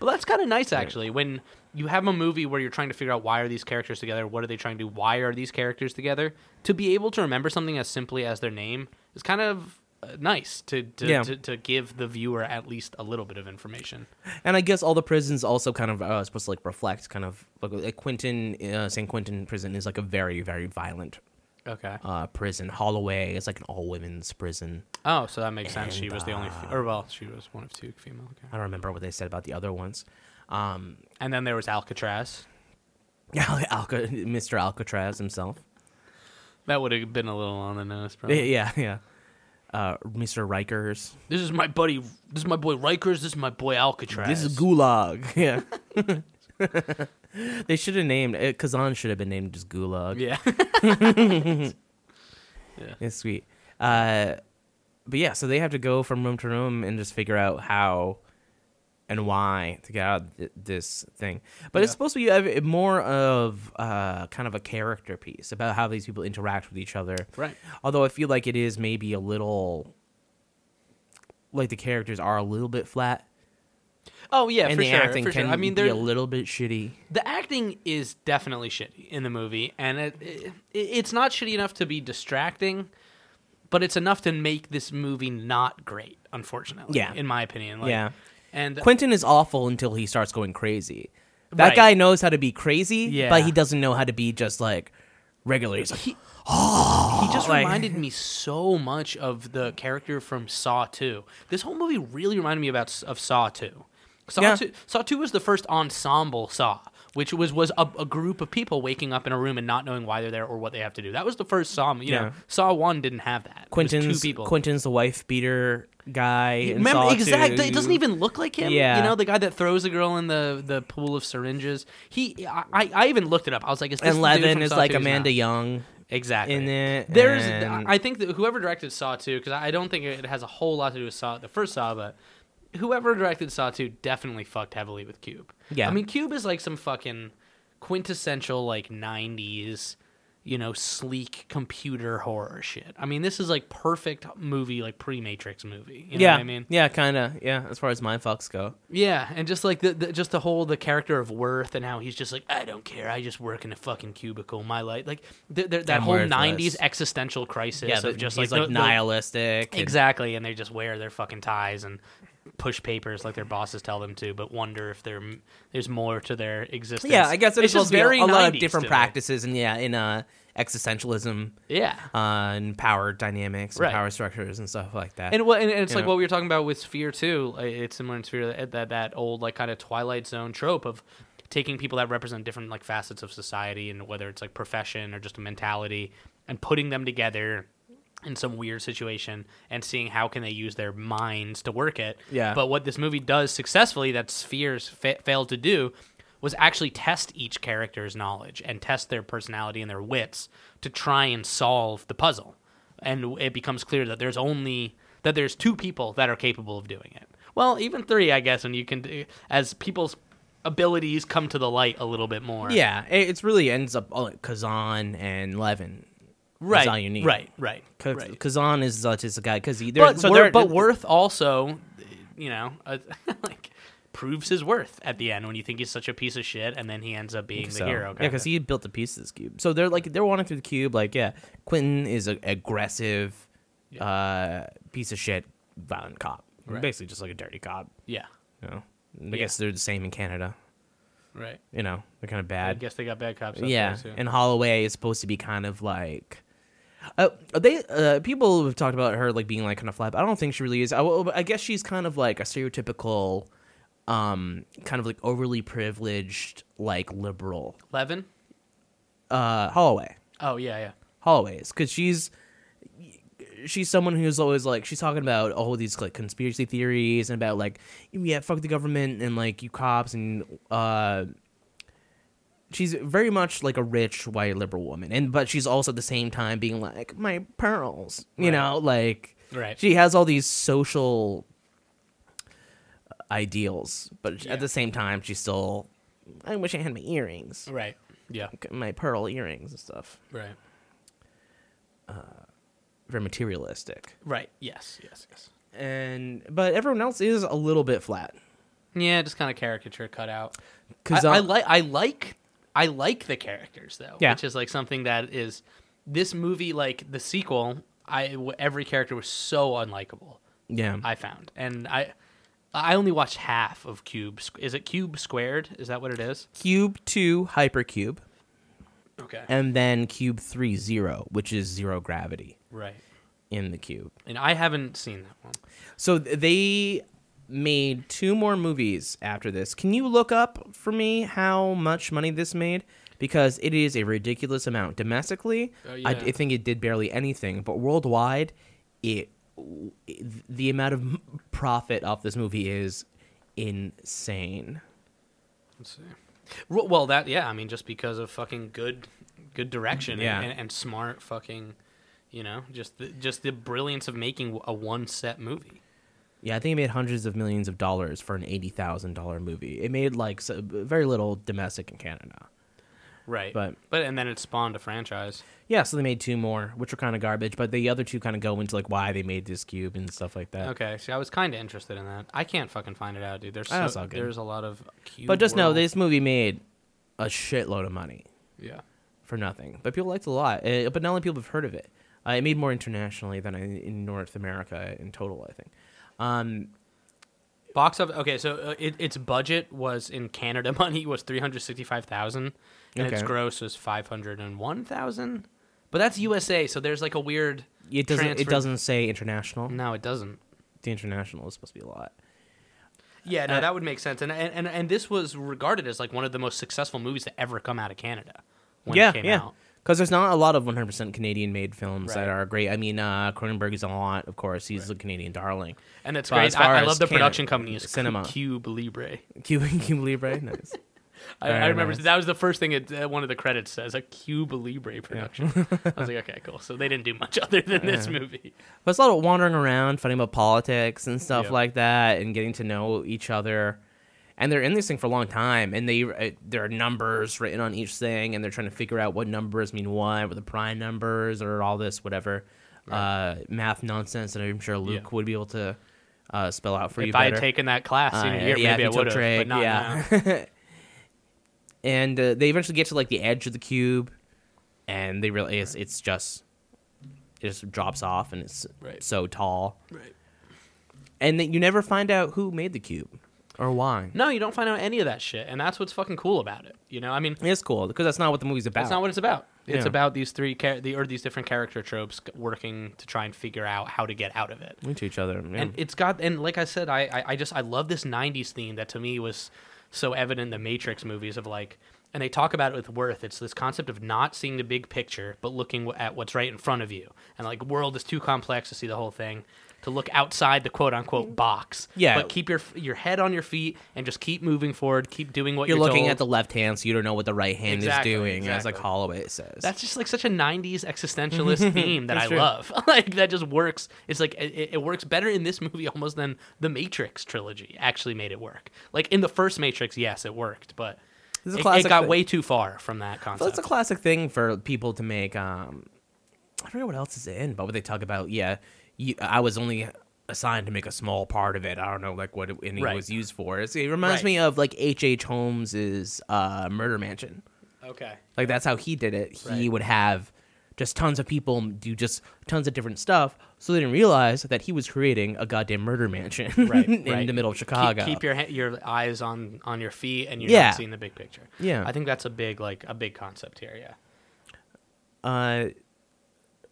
B: But that's kind of nice actually when you have a movie where you're trying to figure out why are these characters together, what are they trying to do, why are these characters together. To be able to remember something as simply as their name is kind of uh, nice to to,
A: Yeah.
B: to to give the viewer at least a little bit of information.
A: And I guess all the prisons also kind of are supposed to like reflect kind of like, like Quentin uh, San Quentin prison is like a very very violent
B: Okay.
A: uh, prison. Holloway is like an all women's prison.
B: oh, so that makes sense. She
A: and,
B: was the only, f- or well, she was one of two female.
A: I
B: Okay.
A: don't remember what they said about the other ones. Um,
B: And then there was Alcatraz.
A: Alca- Mr. Alcatraz himself.
B: That would have been a little on the nose,
A: Yeah,
B: probably.
A: yeah, yeah. Uh, Mr. Rikers.
B: This is my buddy. This is my boy Rikers. This is my boy Alcatraz.
A: This is Gulag. Yeah. they should have named it. Kazan should have been named just Gulag.
B: Yeah.
A: It's sweet. Uh, but yeah, so they have to go from room to room and just figure out how and why to get out of th- this thing. But it's
B: Yeah.
A: supposed to be a- more of uh, kind of a character piece about how these people interact with each other.
B: right.
A: Although I feel like it is maybe a little like the characters are a little bit flat
B: Oh yeah,
A: and
B: for
A: the
B: sure.
A: acting
B: for
A: can
B: sure. I mean,
A: be
B: there,
A: a little bit shitty.
B: the acting is definitely shitty in the movie, and it, it it's not shitty enough to be distracting, but it's enough to make this movie not great. Unfortunately,
A: Yeah.
B: in my opinion, like,
A: Yeah.
B: And
A: Quentin is awful until he starts going crazy. That
B: Right.
A: guy knows how to be crazy,
B: Yeah.
A: but he doesn't know how to be just like regular. He's like,
B: he, he just
A: like-
B: reminded me so much of the character from Saw Two. This whole movie really reminded me about of Saw Two. Saw
A: Yeah.
B: Two Saw Two was the first ensemble Saw, which was was a, a group of people waking up in a room and not knowing why they're there or what they have to do. That was the first Saw. You
A: Yeah.
B: know, Saw One didn't have that. It was
A: Quentin's
B: two people.
A: Quentin's the wife beater guy. in
B: Remember
A: Saw
B: exactly? It
A: 2.
B: doesn't even look like him.
A: Yeah.
B: you know the guy that throws the girl in the, the pool of syringes. He, I, I, I even looked it up. I was like, is this
A: And
B: the dude
A: Levin
B: from
A: is
B: Saw
A: like
B: 2? He's
A: Amanda
B: not.
A: Young.
B: Exactly.
A: in it,
B: There's,
A: and-
B: I think that whoever directed Saw 2, because I don't think it has a whole lot to do with Saw, the first Saw, but whoever directed Saw 2 definitely fucked heavily with Cube.
A: Yeah.
B: I mean, Cube is like some fucking quintessential, like, 90s, you know, sleek computer horror shit. I mean, this is like perfect movie, like pre Matrix movie. You know
A: yeah,
B: what I mean?
A: yeah, kind of. Yeah, as far as my fucks go.
B: Yeah, and just like the, the just the whole the character of Worth and how he's just like I don't care, I just work in a fucking cubicle, my life. Like th- th- that
A: I'm
B: whole
A: worthless.
B: '90s existential crisis
A: Yeah,
B: of
A: but
B: just
A: he's
B: like,
A: like,
B: the- the-
A: nihilistic. and-
B: exactly, and they just wear their fucking ties and push papers like their bosses tell them to, but wonder if there there's more to their existence.
A: Yeah, I guess it's,
B: just
A: supposed to be a, a lot
B: 90s
A: of different
B: to me.
A: practices, and yeah, in uh, existentialism,
B: Yeah,
A: uh, and power dynamics, and
B: Right.
A: power structures, and stuff like that.
B: And what and it's
A: You
B: like
A: know.
B: what we were talking about with Sphere too. uh, It's similar in Sphere that that, that old like kind of Twilight Zone trope of taking people that represent different like facets of society and whether it's like profession or just a mentality and putting them together in some weird situation and seeing how can they use their minds to work it.
A: Yeah.
B: But what this movie does successfully that Spheres fa- failed to do was actually test each character's knowledge and test their personality and their wits to try and solve the puzzle. And it becomes clear that there's only that there's two people that are capable of doing it. Well, even three, I guess, when you can do as people's abilities come to the light a little bit more.
A: Yeah, it it's really ends up all like Kazan and Levin.
B: right.
A: all you need.
B: Right, right,
A: Ka-
B: right.
A: Kazan is such as a guy because he.
B: but so they're,
A: Wor-
B: but Worth also, you know, uh, like proves his worth at the end when you think he's such a piece of shit, and then he ends up being the
A: so-
B: hero.
A: Yeah,
B: kinda.
A: because he built the piece of this cube. So they're like they're wandering through the cube. Like, yeah, Quentin is a aggressive, uh, piece of shit, violent cop.
B: Right.
A: Basically, just like a dirty cop.
B: yeah,
A: You know, I guess they're the same in Canada.
B: right.
A: You know, they're kind of
B: I
A: bad.
B: guess they got bad cops. up
A: Yeah,
B: there, too.
A: and Holloway is supposed to be kind of like. Uh, they uh, people have talked about her like being like kind of flat. But I don't think she really is. I, well, I guess she's kind of like a stereotypical, um, kind of like overly privileged like liberal.
B: Levin.
A: Uh, Holloway,
B: Oh yeah, yeah.
A: Holloway is because she's she's someone who's always like she's talking about all these like conspiracy theories and about like yeah fuck the government and like you cops and uh she's very much like a rich white liberal woman and but she's also at the same time being like my pearls you know like
B: Right.
A: she has all these social ideals but
B: Yeah.
A: at the same time she's still i wish i had my earrings
B: Right. Yeah.
A: my pearl earrings and stuff
B: Right.
A: very materialistic
B: Right. Yes. Yes. Yes.
A: and but everyone else is a little bit flat.
B: Yeah, just kind of caricature cut out.
A: Cause
B: I, I
A: uh,
B: like I like I like the characters though,
A: Yeah.
B: which is like something that is this movie like the sequel. I w- every character was so unlikable.
A: yeah,
B: I found, and I I only watched half of Cube. Squ- Is it Cube Squared? Is that what it is?
A: cube two hypercube,
B: Okay.
A: and then cube three zero, which is zero gravity
B: right.
A: in the cube.
B: And I haven't seen that one.
A: So th- they made two more movies after this. Can you look up for me how much money this made? Because it is a ridiculous amount domestically.
B: Oh,
A: I,
B: yeah.
A: I think it did barely anything, but worldwide, it the amount of profit off this movie is insane.
B: Let's see. Ru- Well, that yeah, I mean, just because of fucking good, good direction, and-
A: Yeah.
B: and, and, smart fucking, you know, just the, just the brilliance of making a one set movie.
A: Yeah, I think it made hundreds of millions of dollars for an eighty thousand dollar movie. It made like so, very little domestic in Canada.
B: Right.
A: But-
B: but and then it spawned a franchise.
A: Yeah, so they made two more, which were kind of garbage, but the other two kind of go into like why they made this cube and stuff like that.
B: Okay, see, I was kind of interested in that. I can't fucking find it out, dude. There's
A: Ah, it's
B: so,
A: all good.
B: there's a lot of Cube.
A: But just know
B: world-
A: this movie made a shitload of money
B: Yeah.
A: for nothing, but people liked it a lot. Uh, but not many people have heard of it. Uh, it made more internationally than I- in North America in total, I think. Um,
B: Box office. Okay, so uh, it, its budget was in Canada money was three hundred sixty five thousand, and its
A: Okay.
B: gross was five hundred and one thousand. But that's USA, so there's like a weird.
A: it doesn't. It
B: transfer-
A: doesn't say international.
B: No, it doesn't.
A: The international is supposed to be a lot.
B: Yeah, no,
A: Uh,
B: that would make sense. And, and and and this was regarded as like one of the most successful movies to ever come out of Canada when it came out.
A: Because there's not a lot of 100% Canadian made films that
B: Right.
A: are great. I mean, uh, Cronenberg is a lot, of course. He's a Canadian darling.
B: And it's
A: But as
B: great.
A: far
B: I, I
A: as
B: love the
A: Canada,
B: production company is
A: cinema.
B: Cube Libre.
A: Cuban Cuba Libre? Nice.
B: I, I
A: Very
B: remember
A: nice.
B: that was the first thing it, uh, one of the credits says a Cube Libre production. I was like, okay, cool. So they didn't do much other than this movie.
A: But it's a lot of wandering around, fighting about politics and stuff
B: Yeah.
A: like that, and getting to know each other. And they're in this thing for a long time, and they uh, there are numbers written on each thing, and they're trying to figure out what numbers mean what, what the prime numbers, or all this whatever uh, math nonsense that I'm sure Luke
B: Yeah.
A: would be able to uh, spell out for you.
B: if I had
A: better.
B: taken that class
A: Uh,
B: in a year,
A: yeah,
B: maybe I
A: if you took
B: would have.
A: trig,
B: But not
A: yeah.
B: now.
A: and uh, they eventually get to like the edge of the cube, and they really it's, it's just it just drops off, and it's
B: Right.
A: so tall,
B: Right.
A: and then you never find out who made the cube or why.
B: No, you don't find out any of that shit, and that's what's fucking cool about it. You know, I mean,
A: It's cool because that's not what the movie's about.
B: that's not what it's about. It's
A: Yeah.
B: about these three char- the or these different character tropes g- working to try and figure out how to get out of it.
A: we to each other. yeah.
B: And it's got and like I said, I, I I just I love this '90s theme that to me was so evident in the Matrix movies of like, and they talk about it with Worth. It's this concept of not seeing the big picture but looking w- at what's right in front of you, and like world is too complex to see the whole thing. to look outside the quote unquote box.
A: Yeah.
B: But keep your your head on your feet and just keep moving forward. Keep doing what
A: You're
B: you're,
A: looking
B: told.
A: at the left hand, so you don't know what the right hand
B: Exactly,
A: is doing, as like
B: exactly.
A: Holloway says.
B: That's just like such a '90s existentialist theme that
A: That's
B: I
A: true.
B: love. like that just works. It's like it, it- it works better in this movie almost than the Matrix trilogy actually made it work. Like in the first Matrix, yes, it worked, but
A: This is a
B: it, it
A: classic
B: got
A: thing.
B: way too far from that concept.
A: Well, it's a classic thing for people to make. Um, I don't know what else is in, but what they talk about, yeah, you, I was only assigned to make a small part of it. I don't know, like what it, and it
B: Right.
A: was used for. It's, it reminds
B: Right.
A: me of like H. H. Holmes's uh, Murder Mansion.
B: okay.
A: Like that's how he did it. He
B: Right.
A: would have just tons of people do just tons of different stuff, so they didn't realize that he was creating a goddamn murder mansion
B: Right,
A: in
B: right.
A: the middle of
B: Keep,
A: Chicago.
B: keep your he- your eyes on on your feet, and you're
A: Yeah.
B: not seeing the big picture.
A: Yeah.
B: I think that's a big like a big concept here. Yeah,
A: uh,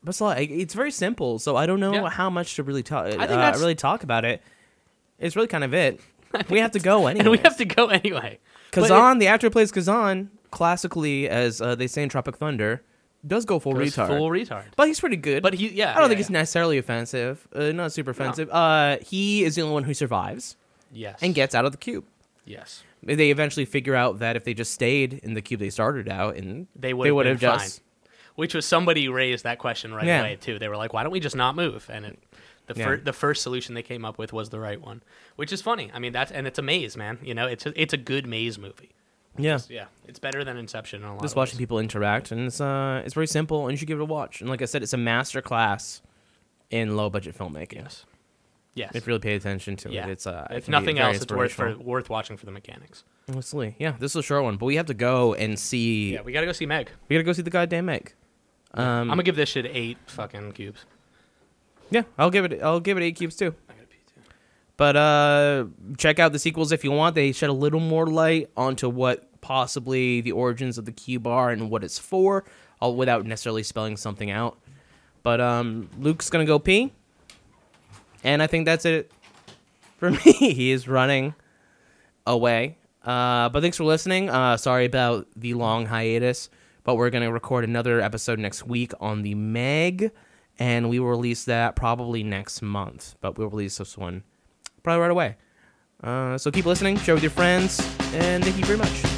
A: but it's, a lot- it's very simple, so I don't know
B: Yeah.
A: how much to really talk. I
B: think
A: think
B: that's-
A: really talk about it. It's really kind of it. We have to go anyway.
B: and we have to go anyway. But it-
A: Kazan, the actor who plays Kazan, classically as uh, they say in Tropic Thunder, does go full
B: goes
A: retard.
B: full retard.
A: but he's pretty good.
B: But he- yeah,
A: I don't
B: yeah,
A: think
B: yeah.
A: it's necessarily offensive. Uh, not super offensive. Uh, he is the only one who survives
B: Yes,
A: and gets out of the cube.
B: yes.
A: They eventually figure out that if they just stayed in the cube they started out, and
B: They would have been
A: just
B: Which was somebody raised that question right
A: Yeah.
B: away too. They were like, "Why don't we just not move?" And it, the
A: Yeah.
B: fir- the first solution they came up with was the right one, which is funny. I mean, that's and it's a maze, man. You know, it's a, it's a good maze movie.
A: yeah.
B: Yeah, it's better than Inception in a lot.
A: Just
B: of ways.
A: watching people interact, and it's uh, it's very simple, and you should give it a watch. And like I said, it's a master class in low budget filmmaking.
B: Yes. Yes.
A: If you really pay attention to
B: yeah.
A: it, it's uh, it
B: if
A: can be
B: nothing
A: very
B: else, it's worth for
A: inspirational.
B: worth watching for the mechanics.
A: Absolutely. Yeah, this is a short one, but we have to go and see.
B: Yeah, we gotta go see Meg.
A: We gotta go see the goddamn egg. Um,
B: I'm gonna give this shit eight fucking cubes.
A: yeah, I'll give it. I'll give it eight cubes too. But uh, check out the sequels if you want. They shed a little more light onto what possibly the origins of the cube are and what it's for, all without necessarily spelling something out. But um, Luke's gonna go pee, and I think that's it for me. he is running away. Uh, but thanks for listening. Uh, sorry about the long hiatus, but we're gonna record another episode next week on the Meg, and we will release that probably next month. But we'll release this one probably right away. Uh, so keep listening, share with your friends, and thank you very much.